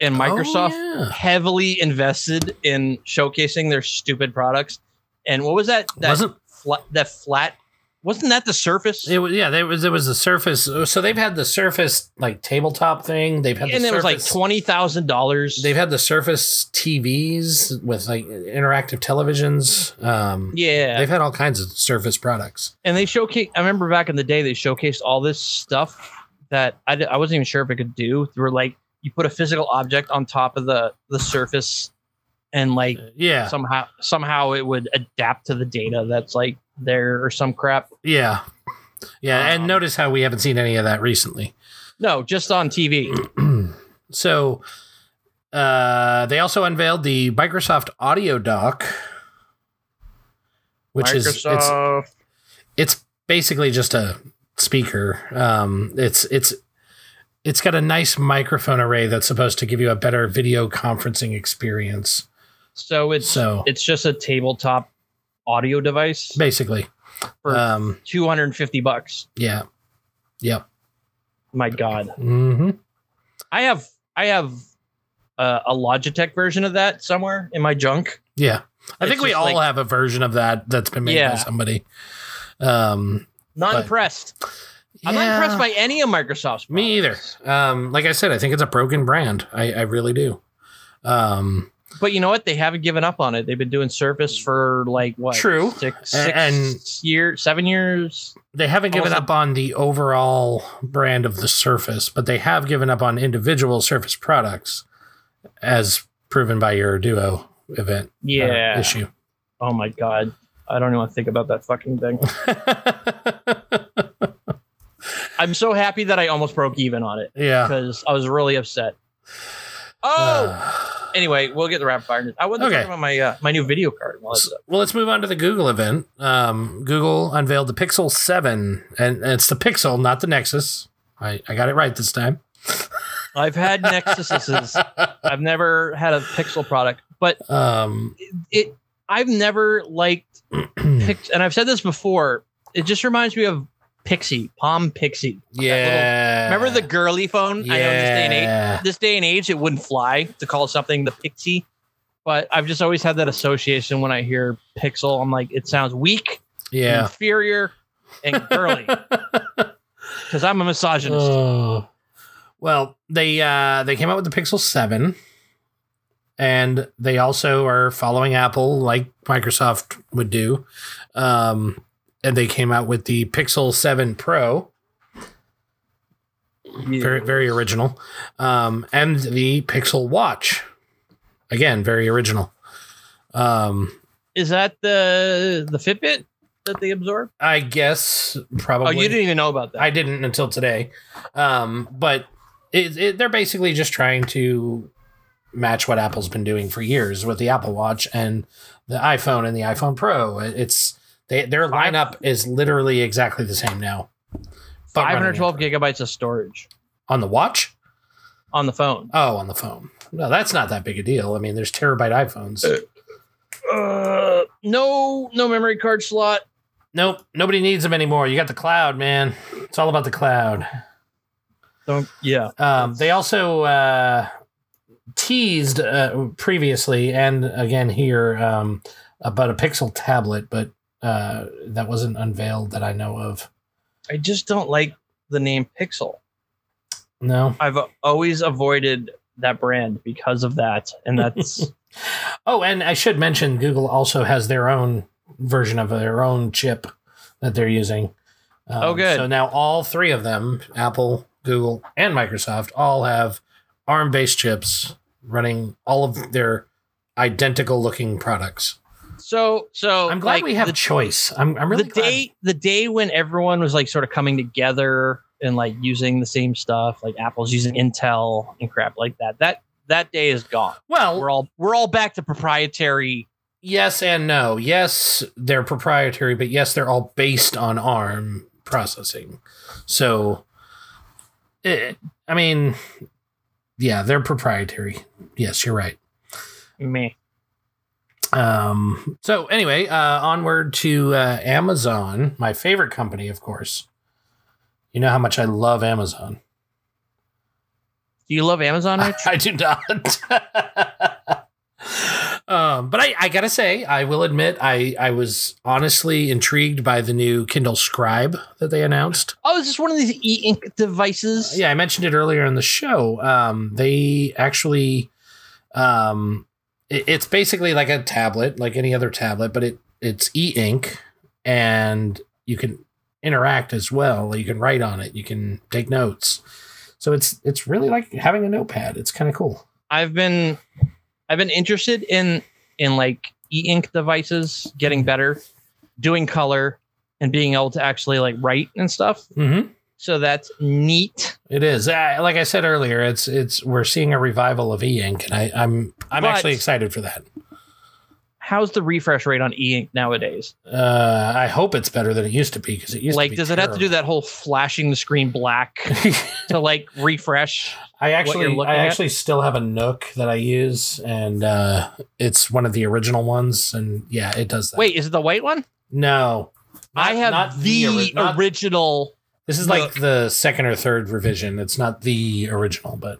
S3: and
S2: Oh,
S3: Microsoft
S2: yeah.
S3: heavily invested in showcasing their stupid products. And what was that? That
S2: Wasn't-
S3: fla- that flat? Wasn't that the Surface?
S2: It was yeah. There was it was the Surface. uh, So they've had the Surface like tabletop thing. They've had
S3: and
S2: the
S3: it was like
S2: Surface-
S3: twenty thousand dollars.
S2: They've had the Surface TVs with like interactive televisions. Um,
S3: Yeah.
S2: they've had all kinds of Surface products.
S3: and they showcase. I remember back in the day, they showcased all this stuff that I, d- I wasn't even sure if it could do. They were like, you put a physical object on top of the the surface, and like,
S2: yeah.
S3: somehow somehow it would adapt to the data that's like there or some crap.
S2: Yeah, yeah.
S3: Um,
S2: and notice how we haven't seen any of that recently.
S3: No, just on TV.
S2: So uh, they also unveiled the Microsoft Audio Dock, which is it's
S3: Microsoft.
S2: it's basically just a speaker. Um, it's it's it's got a nice microphone array that's supposed to give you a better video conferencing experience.
S3: so it's
S2: So-
S3: it's just a tabletop audio device
S2: Basically,
S3: for
S2: um,
S3: two hundred and fifty bucks.
S2: yeah, yep.
S3: My God,
S2: hmm
S3: I have I have uh, a Logitech version of that somewhere in my junk.
S2: Yeah, I
S3: It's
S2: think we
S3: just
S2: all
S3: like-
S2: have a version of that that's been made
S3: Yeah.
S2: by somebody. Um,
S3: Not
S2: But-
S3: impressed. I'm not
S2: Yeah.
S3: impressed by any of Microsoft's.
S2: me either. Um, like I said, I think it's a broken brand. I, I really do. Um,
S3: But you know what? They haven't given up on it. They've been doing Surface for like what?
S2: True.
S3: Six,
S2: A-
S3: six
S2: and-
S3: year, seven years.
S2: they haven't given
S3: Almost
S2: up on the overall brand of the Surface, but they have given up on individual Surface products, as proven by your Duo event. uh,
S3: Yeah.
S2: issue.
S3: Oh my god. I don't even want to think about that fucking thing. I'm so happy that I almost broke even on it.
S2: Yeah.
S3: Because I was really upset.
S2: Uh,
S3: Oh. anyway, we'll get the rapid fire. news. I wasn't
S2: Okay.
S3: talking about my uh, my new video card. Well,
S2: S- Well, let's move on to the Google event. Um, Google unveiled the Pixel 7, and and it's the Pixel, not the Nexus. I, I got it right this time.
S3: I've had Nexuses. I've never had a Pixel product, but
S2: Um,
S3: it I've never liked
S2: Hmm.
S3: Pix, and I've said this before. It just reminds me of Pixie, Palm Pixie. That little-
S2: Yeah.
S3: remember the girly phone? I know this day and
S2: Yeah.
S3: age. This day and age, it wouldn't fly to call something the Pixie, but I've just always had that association when I hear Pixel. I'm like, it sounds weak,
S2: yeah.
S3: inferior, and girly. Because I'm a misogynist.
S2: Oh. Well, they uh, they came out with the Pixel 7 and they also are following Apple like Microsoft would do. Um, and they came out with the Pixel 7 Pro Very very original. Um, and the Pixel Watch. Again, very original. Um,
S3: Is that the the Fitbit that they absorb?
S2: I guess probably.
S3: Oh, you didn't even know about that.
S2: I didn't until today. Um, but it, it, they're basically just trying to match what Apple's been doing for years with the Apple Watch and the iPhone and the iPhone Pro. It- It's they, their lineup is literally exactly the same now. But running
S3: 512 gigabytes of storage
S2: on the watch,
S3: on the phone.
S2: Oh, on the phone. No, that's not that big a deal. I mean, there's terabyte iPhones.
S3: Uh, no, no memory card slot.
S2: Nope, nobody needs them anymore. You got the cloud, man. It's all about the cloud.
S3: Don't, yeah.
S2: Um, they also uh, teased uh, previously and again here um, about a Pixel tablet, but uh, that wasn't unveiled that I know of.
S3: I just don't like the name Pixel.
S2: No.
S3: I've always avoided that brand because of that, and that's
S2: Oh, and I should mention Google also has their own version of their own chip that they're using. Um,
S3: Oh, good.
S2: So now all three of them Apple, Google, and Microsoft all have ARM based chips running all of their identical looking products.
S3: so. So
S2: I'm glad
S3: like,
S2: we have
S3: the-
S2: choice. I'm, I'm really
S3: the
S2: glad.
S3: day the day when everyone was like sort of coming together and like using the same stuff, like Apple's using Intel and crap like that. That that day is gone.
S2: Well,
S3: we're all we're all back to proprietary.
S2: Yes and no. Yes, they're proprietary, but yes, they're all based on ARM processing. So, eh, I mean, yeah, they're proprietary. Yes, you're right.
S3: Me.
S2: Um. So anyway, uh, onward to uh, Amazon, my favorite company, of course. You know how much I love Amazon.
S3: Do you love Amazon? Rich?
S2: I do not. um, but I, I gotta say, I will admit, I I was honestly intrigued by the new Kindle Scribe that they announced.
S3: Oh, is this one of these e-ink devices?
S2: Yeah, I mentioned it earlier in the show. Um, they actually, um, it- it's basically like a tablet, like any other tablet, but it it's e ink, and you can interact as well. You can write on it. You can take notes. So it's it's really like having a notepad. It's kind of cool.
S3: I've been I've been interested in in like e-ink devices getting better, doing color and being able to actually like write and stuff.
S2: Mm-hmm.
S3: So that's neat.
S2: It is. Uh, like I said earlier, it's it's we're seeing a revival of e-ink, and I, I'm I'm
S3: But-
S2: actually excited for that.
S3: How's the refresh rate on e-ink nowadays?
S2: Uh, I hope it's better than it used to be because it used to
S3: Like
S2: be
S3: does it have to do that whole flashing the screen black to like refresh?
S2: I
S3: what you're
S2: actually
S3: looking
S2: I
S3: at?
S2: actually still have a Nook that I use, and uh, it's one of the original ones, and yeah, it does that.
S3: Wait, is it the white one?
S2: no,
S3: I have
S2: not
S3: the,
S2: the ori- not-
S3: original
S2: this is
S3: Nook.
S2: like the second or third revision. It's not the original, but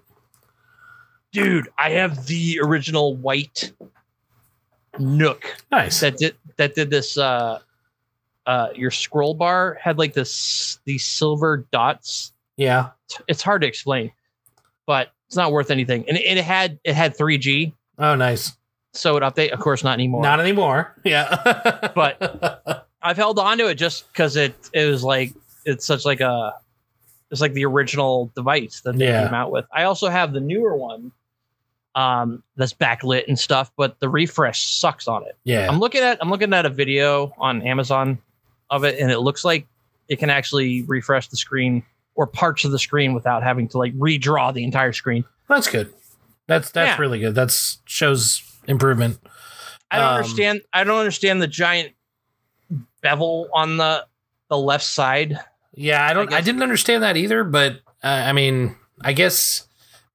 S3: dude, I have the original white Nook.
S2: Nice.
S3: That did that did this. Uh, uh, your scroll bar had like this these silver dots.
S2: yeah,
S3: It's hard to explain, but it's not worth anything. And it, it had it had 3G,
S2: oh nice,
S3: so it update. Of course, not anymore.
S2: not anymore. Yeah,
S3: but I've held on to it just because it it was like it's such like a it's like the original device that they
S2: Yeah.
S3: came out with. I also have the newer one um that's backlit and stuff, but the refresh sucks on it.
S2: Yeah.
S3: I'm looking at I'm looking at a video on Amazon of it and it looks like it can actually refresh the screen or parts of the screen without having to like redraw the entire screen.
S2: that's good. That's that's
S3: Yeah.
S2: really good. That's shows improvement.
S3: I don't
S2: Um,
S3: understand. I don't understand the giant bevel on the the left side.
S2: Yeah, I don't. I, didn't understand that either. But uh, I mean, I guess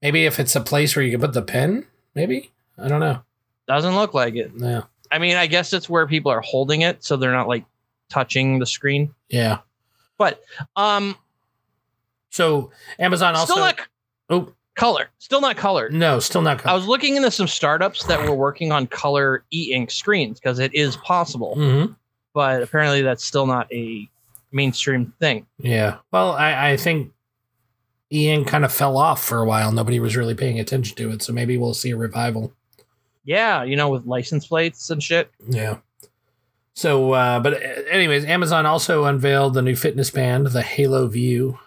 S2: maybe if it's a place where you can put the pen, maybe I don't know.
S3: Doesn't look like it.
S2: No.
S3: I mean, I guess it's where people are holding it, so they're not like touching the screen.
S2: Yeah.
S3: But um,
S2: So Amazon also.
S3: still not
S2: oh
S3: color. Still not color.
S2: no, still not.
S3: I was looking into some startups that were working on color e-ink screens because it is possible,
S2: Mm-hmm.
S3: but apparently that's still not a mainstream thing.
S2: Yeah. Well, I I think Ian kind of fell off for a while. Nobody was really paying attention to it, so maybe we'll see a revival.
S3: Yeah, you know, with license plates and shit.
S2: Yeah. So, uh, but uh, anyways, Amazon also unveiled the new fitness band, the Halo View.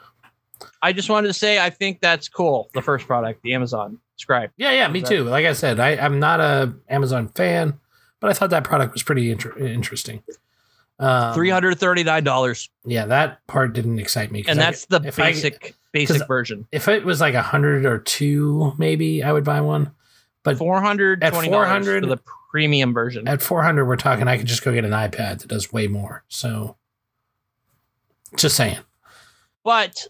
S3: I just wanted to say I think that's cool. The first product, the Amazon Scribe.
S2: Yeah, yeah, me too. Like I said, I, I'm not a Amazon fan, but I thought that product was pretty inter- interesting. Um,
S3: Three hundred thirty nine dollars,
S2: Yeah, that part didn't excite me. 'cause
S3: and
S2: I-
S3: that's the
S2: if I-
S3: basic
S2: 'cause
S3: basic version.
S2: If it was like a hundred or two, maybe I would buy one. But
S3: four hundred
S2: at
S3: $20
S2: four hundred
S3: for the premium version.
S2: at four hundred, we're talking. I could just go get an iPad that does way more. So, just saying.
S3: But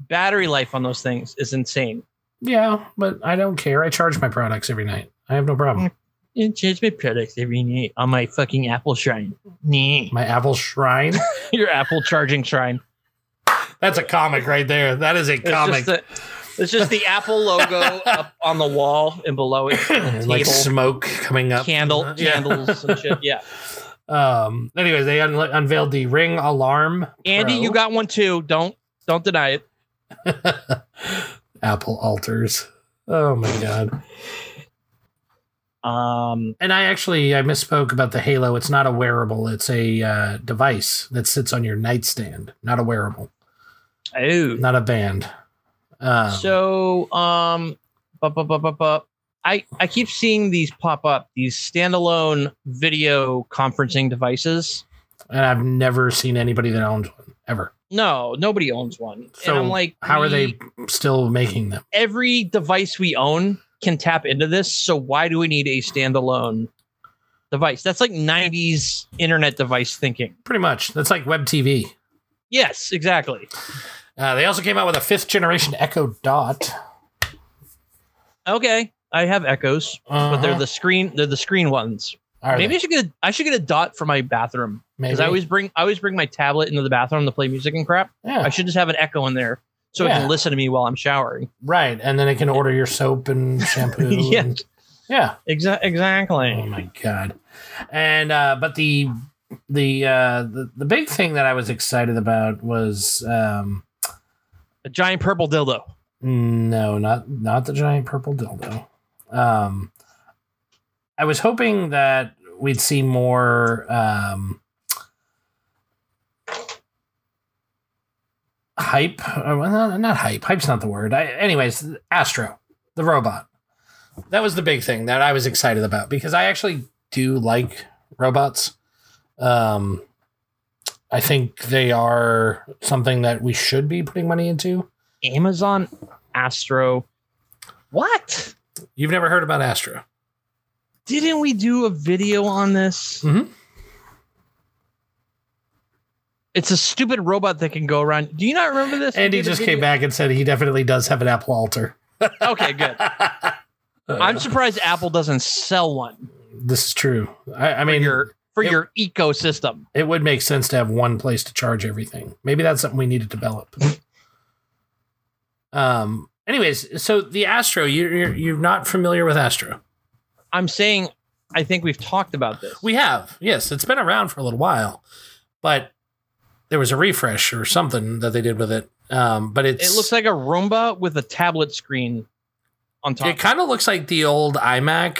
S3: battery life on those things is insane.
S2: Yeah, but I don't care. I charge my products every night. I have no problem.
S3: It changes my products every night on my fucking Apple Shrine.
S2: My Apple Shrine.
S3: Your Apple charging shrine.
S2: That's a comic right there. That is a
S3: It's
S2: comic.
S3: just, the, it's just the Apple logo up on the wall and below it,
S2: And, like
S3: table,
S2: smoke coming up.
S3: candle,
S2: Yeah.
S3: candles and shit. Yeah.
S2: Um. Anyways, they un- unveiled the Ring Alarm.
S3: Andy,
S2: Pro.
S3: you got one too. Don't don't deny it.
S2: Apple alters. Oh my god.
S3: Um.
S2: And I actually I misspoke about the Halo. It's not a wearable. It's a uh, device that sits on your nightstand. Not a wearable.
S3: Oh.
S2: Not a band. Um,
S3: so um bu- bu- bu- bu- bu- I, I keep seeing these pop up, these standalone video conferencing devices.
S2: and I've never seen anybody that owns one ever.
S3: No, nobody owns one.
S2: So
S3: and I'm like,
S2: how are they
S3: we-
S2: still making them?
S3: Every device we own can tap into this. So why do we need a standalone device? That's like 90s internet device thinking.
S2: Pretty much. That's like web TV.
S3: Yes, exactly.
S2: Uh, they also came out with a fifth generation Echo Dot.
S3: Okay, I have Echoes, but they're
S2: Uh-huh.
S3: the screen. They're the screen ones.
S2: Are
S3: Maybe
S2: they?
S3: I should get. A, I should get a dot for my bathroom because
S2: Maybe.
S3: I always bring. I always bring my tablet into the bathroom to play music and crap.
S2: Yeah.
S3: I should just have an Echo in there so it
S2: Yeah.
S3: can listen to me while I'm showering.
S2: Right, and then it can order your soap and shampoo.
S3: Yeah.
S2: and- yeah.
S3: Exactly. Exactly.
S2: Oh my god. And uh, but the the uh, the the big thing that I was excited about was um,
S3: A giant purple dildo.
S2: no, not not the giant purple dildo. Um, I was hoping that we'd see more. Um, Hype, uh, well, not, not hype. Hype's not the word. I, anyways, Astro, the robot. That was the big thing that I was excited about because I actually do like robots. Um, I think they are something that we should be putting money into.
S3: Amazon Astro. What?
S2: You've never heard about Astro?
S3: Didn't we do a video on this?
S2: Mm-hmm.
S3: It's a stupid robot that can go around. Do you not remember this? We
S2: Andy
S3: did a
S2: just
S3: video-
S2: came back and said he definitely does have an Apple Uh, altar.
S3: Okay, good. I'm surprised Apple doesn't sell one
S2: This is true. I, I mean,
S3: for
S2: Yep.
S3: your ecosystem.
S2: it would make sense to have one place to charge everything. Maybe that's something we need to develop. um. Anyways, so the Astro, you're you're, you're not familiar with Astro.
S3: I'm saying, I think we've talked about this.
S2: We have, yes, it's been around for a little while, but there was a refresh or something that they did with it. Um, but it's
S3: It looks like a Roomba with a tablet screen on top.
S2: It kind of looks like the old iMac,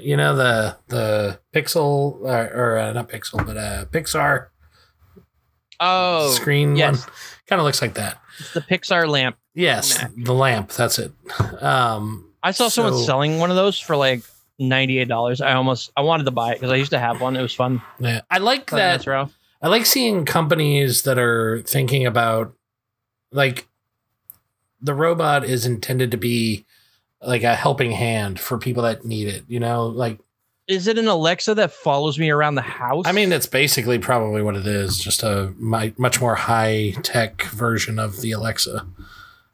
S2: you know, the the Pixel or, or uh, not Pixel, but uh, Pixar
S3: oh,
S2: screen
S3: Yes,
S2: one. Kind of looks like that.
S3: it's the Pixar lamp.
S2: Yes, the lamp. That's it. Um,
S3: I saw someone
S2: So-
S3: selling one of those for like ninety eight dollars. I almost I wanted to buy it because I used to have one. It was fun.
S2: yeah. I like
S3: Fun
S2: that.
S3: retro.
S2: I like seeing companies that are thinking about like the robot is intended to be like a helping hand for people that need it. You know, like
S3: Is it an Alexa that follows me around the house?
S2: I mean, that's basically probably what it is. Just a mi- much more high tech version of the Alexa.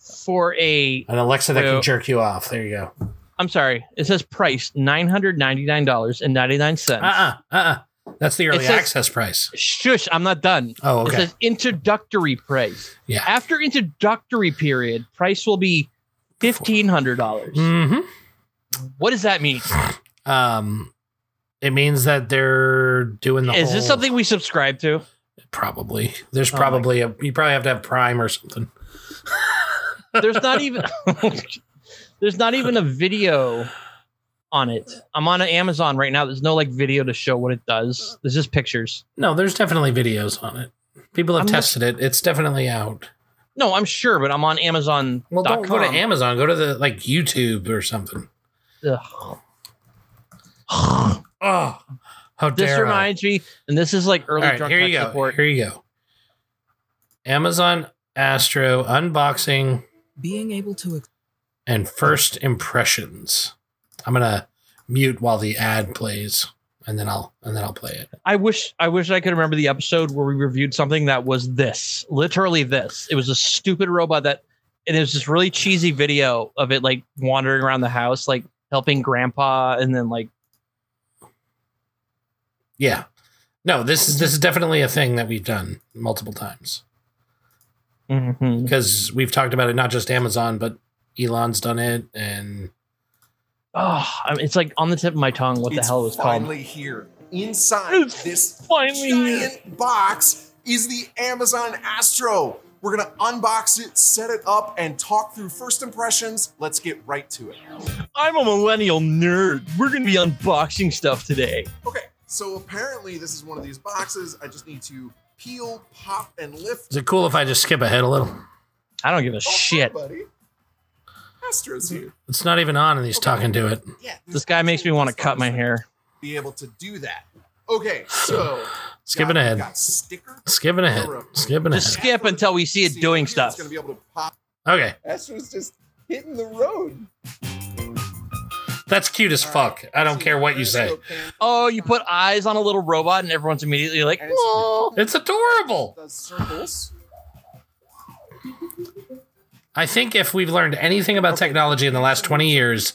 S3: for a
S2: An Alexa that
S3: So-
S2: can jerk you off. There you go.
S3: I'm sorry. It says price nine hundred ninety nine dollars and ninety nine
S2: Uh
S3: cents.
S2: uh-uh, uh. That's the early
S3: It says-
S2: access price.
S3: Shush! I'm not done.
S2: Oh, okay.
S3: It says introductory price.
S2: Yeah.
S3: After introductory period, price will be fifteen hundred dollars.
S2: Mm-hmm.
S3: What does that mean?
S2: Um, it means that they're doing the.
S3: Is this
S2: whole-
S3: something we subscribe to?
S2: Probably. There's
S3: Oh my
S2: probably a. You probably have to have Prime or something.
S3: There's not even there's not even a video on it. I'm on Amazon right now. There's no like video to show what it does. There's just pictures.
S2: No, there's definitely videos on it. People have
S3: I'm not-
S2: tested it. It's definitely out.
S3: No, I'm sure, but I'm on Amazon.
S2: Well, don't go to Amazon. Go to the like YouTube or something.
S3: Ugh.
S2: Oh, how
S3: this
S2: dare I.
S3: reminds me, and this is like early
S2: All right,
S3: drunk
S2: here
S3: tech
S2: you go.
S3: support.
S2: Here you go. Amazon Astro unboxing
S14: Being able to ex-
S2: and first impressions. I'm gonna mute while the ad plays, and then I'll and then I'll play it.
S3: I wish I wish I could remember the episode where we reviewed something that was this, literally this. It was a stupid robot that, and it was this really cheesy video of it like wandering around the house, like helping grandpa, and then like
S2: Yeah. No, this is this is definitely a thing that we've done multiple times. Mm-hmm. Because we've talked about it not just Amazon, but Elon's done it and
S3: oh, it's like on the tip of my tongue. What the hell it was called?
S15: finally here. Inside this giant box is the Amazon Astro. We're gonna unbox it, set it up, and talk through first impressions. Let's get right to it.
S3: I'm a millennial nerd. We're gonna be unboxing stuff today.
S15: Okay, so apparently this is one of these boxes. I just need to peel, pop, and lift. Oh,
S2: is it cool if I just skip ahead a little?
S3: I don't give a shit.
S15: Buddy, Astro's here.
S2: It's not even on and he's talking to it.
S3: This guy makes me want to cut my hair.
S15: Be able to do that. Okay, so
S2: Skipping
S15: got-
S2: ahead.
S15: got sticker.
S2: Skipping ahead. Skipping
S3: Just
S2: ahead.
S3: skip until we see it doing
S15: It's
S3: stuff.
S15: gonna be able to pop.
S2: Okay.
S15: Astro's just hitting the road.
S2: That's cute as fuck. I don't care what you say.
S3: Oh, you put eyes on a little robot, and everyone's immediately like, "Whoa,
S2: it's adorable."
S15: Does circles.
S2: I think if we've learned anything about technology in the last 20 years,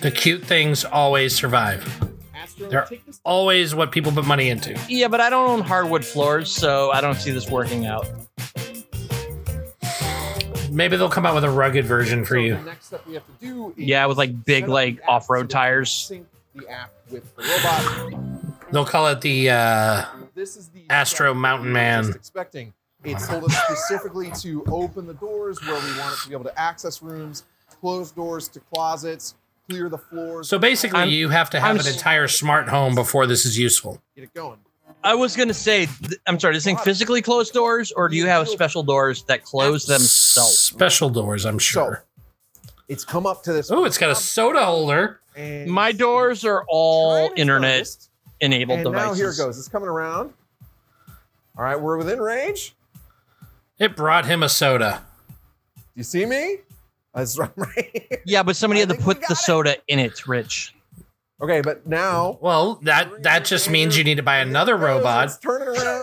S2: the cute things always survive. They're always what people put money into.
S3: Yeah, but I don't own hardwood floors, so I don't see this working out.
S2: Maybe they'll come out with a rugged version for you.
S15: Next step we have to do is
S3: Yeah, with like big, like off road tires.
S15: sync the app with the robot.
S2: They'll call it the uh,
S15: This is the
S2: Astro Mountain Man.
S15: just expecting. It told us specifically to open the doors where we want it to be able to access rooms, close doors to closets, clear the floors.
S2: So basically, you have to have
S15: I'm
S2: an
S15: s-
S2: entire smart home before this is useful.
S15: Get it going.
S3: I was gonna say, th- I'm sorry, does this thing physically close doors, or do you have special doors that close themselves?
S2: Special doors, I'm sure.
S15: It's come up to this.
S2: Oh, it's got a soda holder.
S3: My doors are all internet enabled
S15: And now
S3: devices.
S15: here it goes. It's coming around. All right, we're within range.
S2: It brought him a soda.
S15: You see me? That's right.
S3: Yeah, but somebody had to put the soda in it, Rich.
S15: Okay, but now.
S2: Well, that that just means you need to buy another robot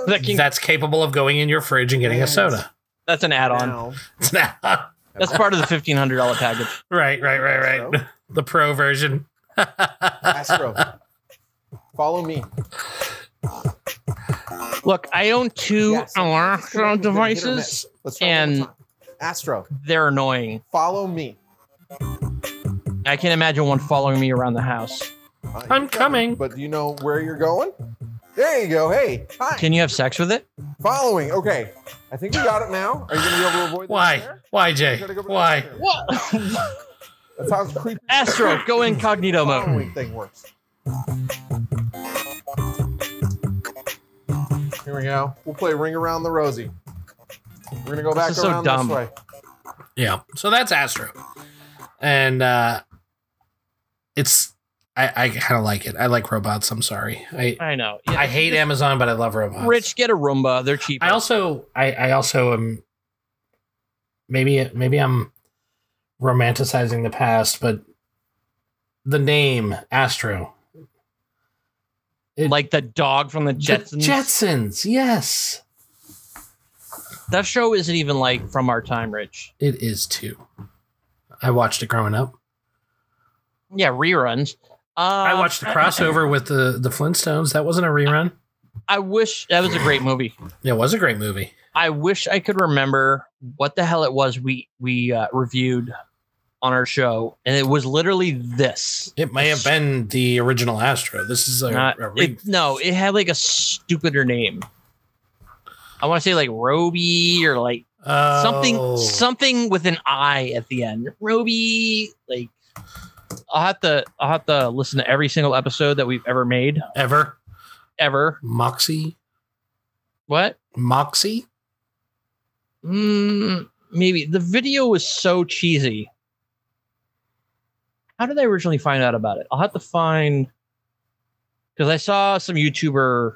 S2: that's capable of going in your fridge and getting a soda.
S3: That's an add on. That's part of the $1,500 package.
S2: Right, right, right, right. The pro version.
S15: Astro. Follow me.
S3: Look, I own two Alexa
S15: miss.
S3: devices, and
S15: Astro,
S3: they're annoying.
S15: follow me.
S3: I can't imagine one following me around the house.
S2: I'm coming.
S15: But do you know where you're going? There you go. Hey, hi.
S3: Can you have sex with it?
S15: Following. Okay. I think we got it now. Are you going to be able to avoid this
S2: Why?
S15: chair?
S2: Why, Jay? Why?
S3: What?
S15: That sounds creepy.
S3: Astro, go incognito mode.
S15: Following thing works. Here we go. We'll play Ring Around the Rosie. We're going to go
S2: This
S15: back
S2: is so
S15: around
S2: dumb.
S15: this way.
S2: Yeah. So that's Astro. And uh it's I, I kind of like it. I like robots. I'm sorry. I
S3: I know.
S2: I hate Amazon, but I love robots.
S3: Rich, get a Roomba. They're cheap.
S2: I also I I also am maybe maybe I'm romanticizing the past, but the name Astro,
S3: like the dog from the Jetsons.
S2: Jetsons, yes.
S3: That show isn't even like from our time, Rich.
S2: It is too. I watched it growing up.
S3: Yeah, reruns. Uh,
S2: I watched the crossover with the the Flintstones. That wasn't a rerun.
S3: I wish that was a great movie.
S2: It was a great movie.
S3: I wish I could remember what the hell it was we we uh, reviewed on our show, and it was literally this.
S2: It may have been the original Astro. This is a,
S3: Not-
S2: a re-
S3: it- no, it had like a stupider name. I want to say like Roby or like
S2: Oh.
S3: something something with an I at the end. Roby, like I'll have to I'll have to listen to every single episode that we've ever made
S2: ever
S3: ever.
S2: Moxie.
S3: What
S2: Moxie?
S3: Mm, maybe the video was so cheesy. How did I originally find out about it? I'll have to find because I saw some YouTuber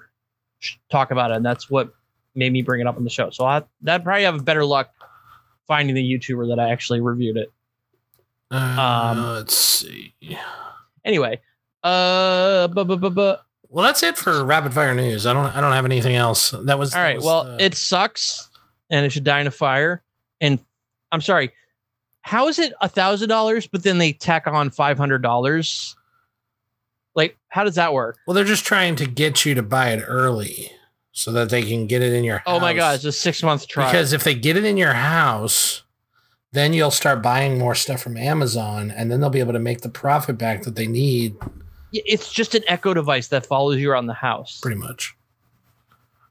S3: sh- talk about it, and that's what made me bring it up on the show. So I that probably have better luck finding the YouTuber that I actually reviewed it. Um,
S2: Uh, let's see.
S3: Anyway, uh, bu- bu- bu- bu-
S2: Well, that's it for rapid fire news. I don't. I don't have anything else. That was
S3: all right. Well, it sucks, and it should die in a fire. And I'm sorry. How is it a thousand dollars, but then they tack on five hundred dollars? Like, how does that work?
S2: Well, they're just trying to get you to buy it early so that they can get it in your.
S3: Oh my
S2: house.
S3: god, it's a six month trial.
S2: Because if they get it in your house, then you'll start buying more stuff from Amazon, and then they'll be able to make the profit back that they need.
S3: Yeah, it's just an echo device that follows you around the house
S2: pretty much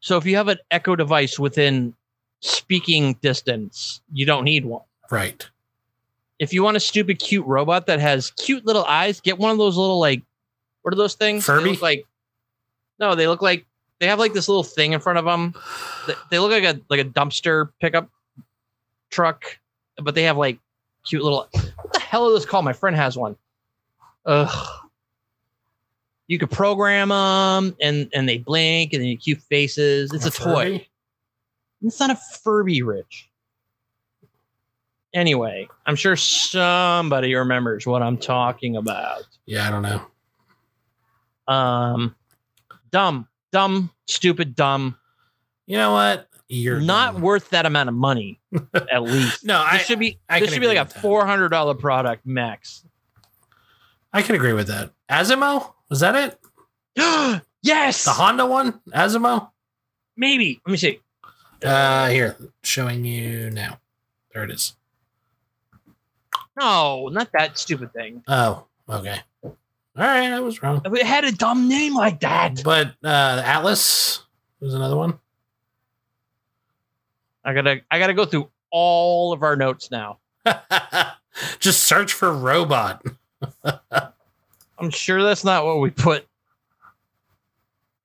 S3: so if you have an echo device within speaking distance you don't need one
S2: right
S3: if you want a stupid cute robot that has cute little eyes get one of those little like what are those things Furby? like no they look like they have like this little thing in front of them they, they look like a like a dumpster pickup truck but they have like cute little what the hell are those called my friend has one ugh you could program them and and they blink and they cute faces it's a, toy
S2: Furby?
S3: it's not a furby rich anyway i'm sure somebody remembers what i'm talking about
S2: Yeah, I don't know.
S3: um dumb dumb stupid dumb
S2: you know what you're
S3: not worth that amount of money at least
S2: no
S3: this should be
S2: I
S3: this
S2: can
S3: should be
S2: agree
S3: like a $400 product max
S2: I can agree with that. Azimo was that
S3: it? yes,
S2: the Honda one. Azimo.
S3: Maybe. Let me see.
S2: Uh, here, showing you now. There it is.
S3: no not that stupid thing
S2: Oh, okay. All right, I was wrong.
S3: It had a dumb name like that.
S2: But uh, Atlas was another one.
S3: I gotta I gotta go through all of our notes now.
S2: Just search for robot.
S3: I'm sure that's not what we put.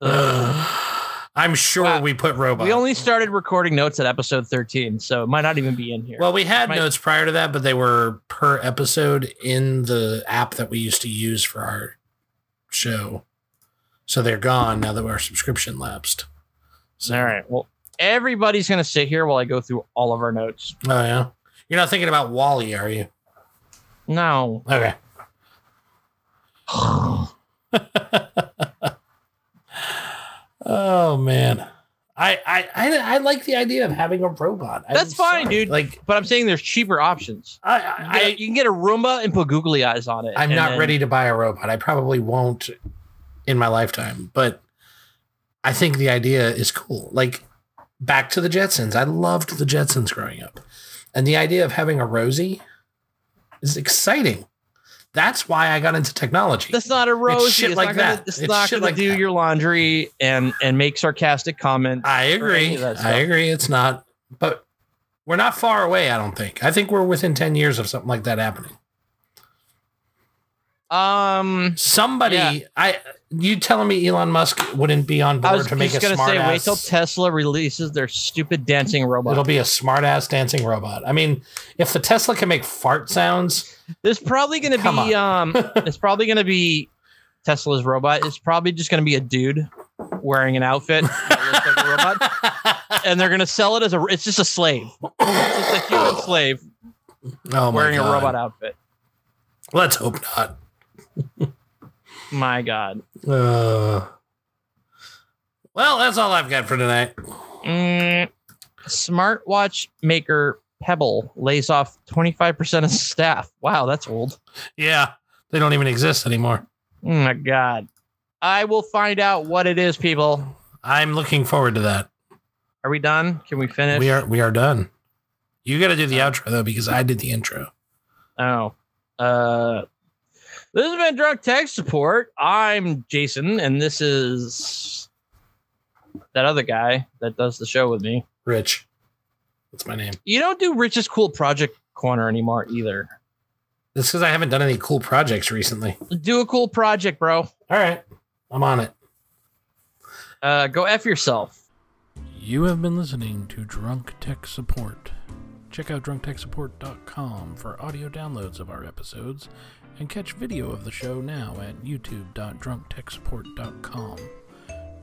S2: I'm sure we put robot.
S3: We only started recording notes at episode 13, so it might not even be in here.
S2: Well, we had
S3: Might-
S2: notes prior to that, but they were per episode in the app that we used to use for our show. So they're gone now that our subscription lapsed.
S3: All right. Well, everybody's gonna sit here while I go through all of our notes.
S2: Oh yeah. You're not thinking about Wally, are you?
S3: No.
S2: Okay. oh man. I, I I I like the idea of having a robot. I'm
S3: That's fine,
S2: sorry.
S3: dude.
S2: Like,
S3: but I'm saying there's cheaper options.
S2: I,
S3: you, can get, you can get a Roomba and put googly eyes on it.
S2: I'm
S3: and
S2: not
S3: then-
S2: ready to buy a robot. I probably won't in my lifetime, but I think the idea is cool. Like back to the Jetsons. I loved the Jetsons growing up. And the idea of having a Rosie is exciting. That's why I got into technology.
S3: That's not a rose.
S2: shit like
S3: not gonna,
S2: that.
S3: It's,
S2: It's
S3: not
S2: shit
S3: gonna
S2: like
S3: do your laundry and and make sarcastic comments.
S2: I
S3: or
S2: agree.
S3: any of that
S2: I
S3: stuff.
S2: agree. It's not, but we're not far away, I don't think. I think we're within 10 years of something like that happening.
S3: Um,
S2: somebody, I, you telling me Elon Musk wouldn't be on
S3: I
S2: board
S3: was
S2: to make a
S3: just gonna
S2: smart
S3: say, wait
S2: ass?
S3: till Tesla releases their stupid dancing robot.
S2: It'll be a smart ass dancing robot. I mean, if the Tesla can make fart sounds,
S3: There's probably gonna
S2: Come
S3: be um, it's probably gonna be Tesla's robot. It's probably just gonna be a dude wearing an outfit that looks like a robot, and they're gonna sell it as a. It's just a slave. It's just a human slave
S2: oh my
S3: wearing
S2: God.
S3: a robot outfit.
S2: Let's hope not.
S3: My God.
S2: Uh, well, that's all I've got for tonight.
S3: Mm, smartwatch maker Pebble lays off 25% of staff. Wow, that's old.
S2: Yeah, they don't even exist anymore.
S3: Oh my God. I will find out what it is, people.
S2: I'm looking forward to that.
S3: Are we done? Can we finish?
S2: We are we are done. You got to do the
S3: Uh,
S2: outro though because I did the intro.
S3: Oh. Uh, this has been Drunk Tech Support. I'm Jason, and this is that other guy that does the show with me.
S2: Rich. That's my name.
S3: You don't do Rich's Cool Project Corner anymore either.
S2: That's because I haven't done any cool projects recently.
S3: Do a cool project, bro. All
S2: right. I'm on it.
S3: Uh, go F yourself.
S2: You have been listening to Drunk Tech Support. Check out drunktechsupport.com for audio downloads of our episodes and catch video of the show now at youtube.drunktechsupport.com.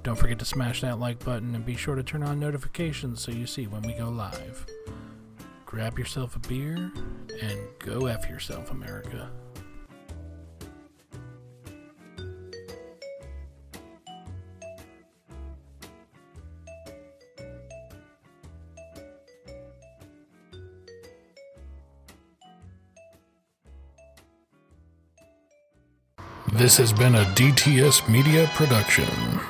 S2: Don't forget to smash that like button and be sure to turn on notifications so you see when we go live. Grab yourself a beer and go F yourself, America. This has been a DTS Media production.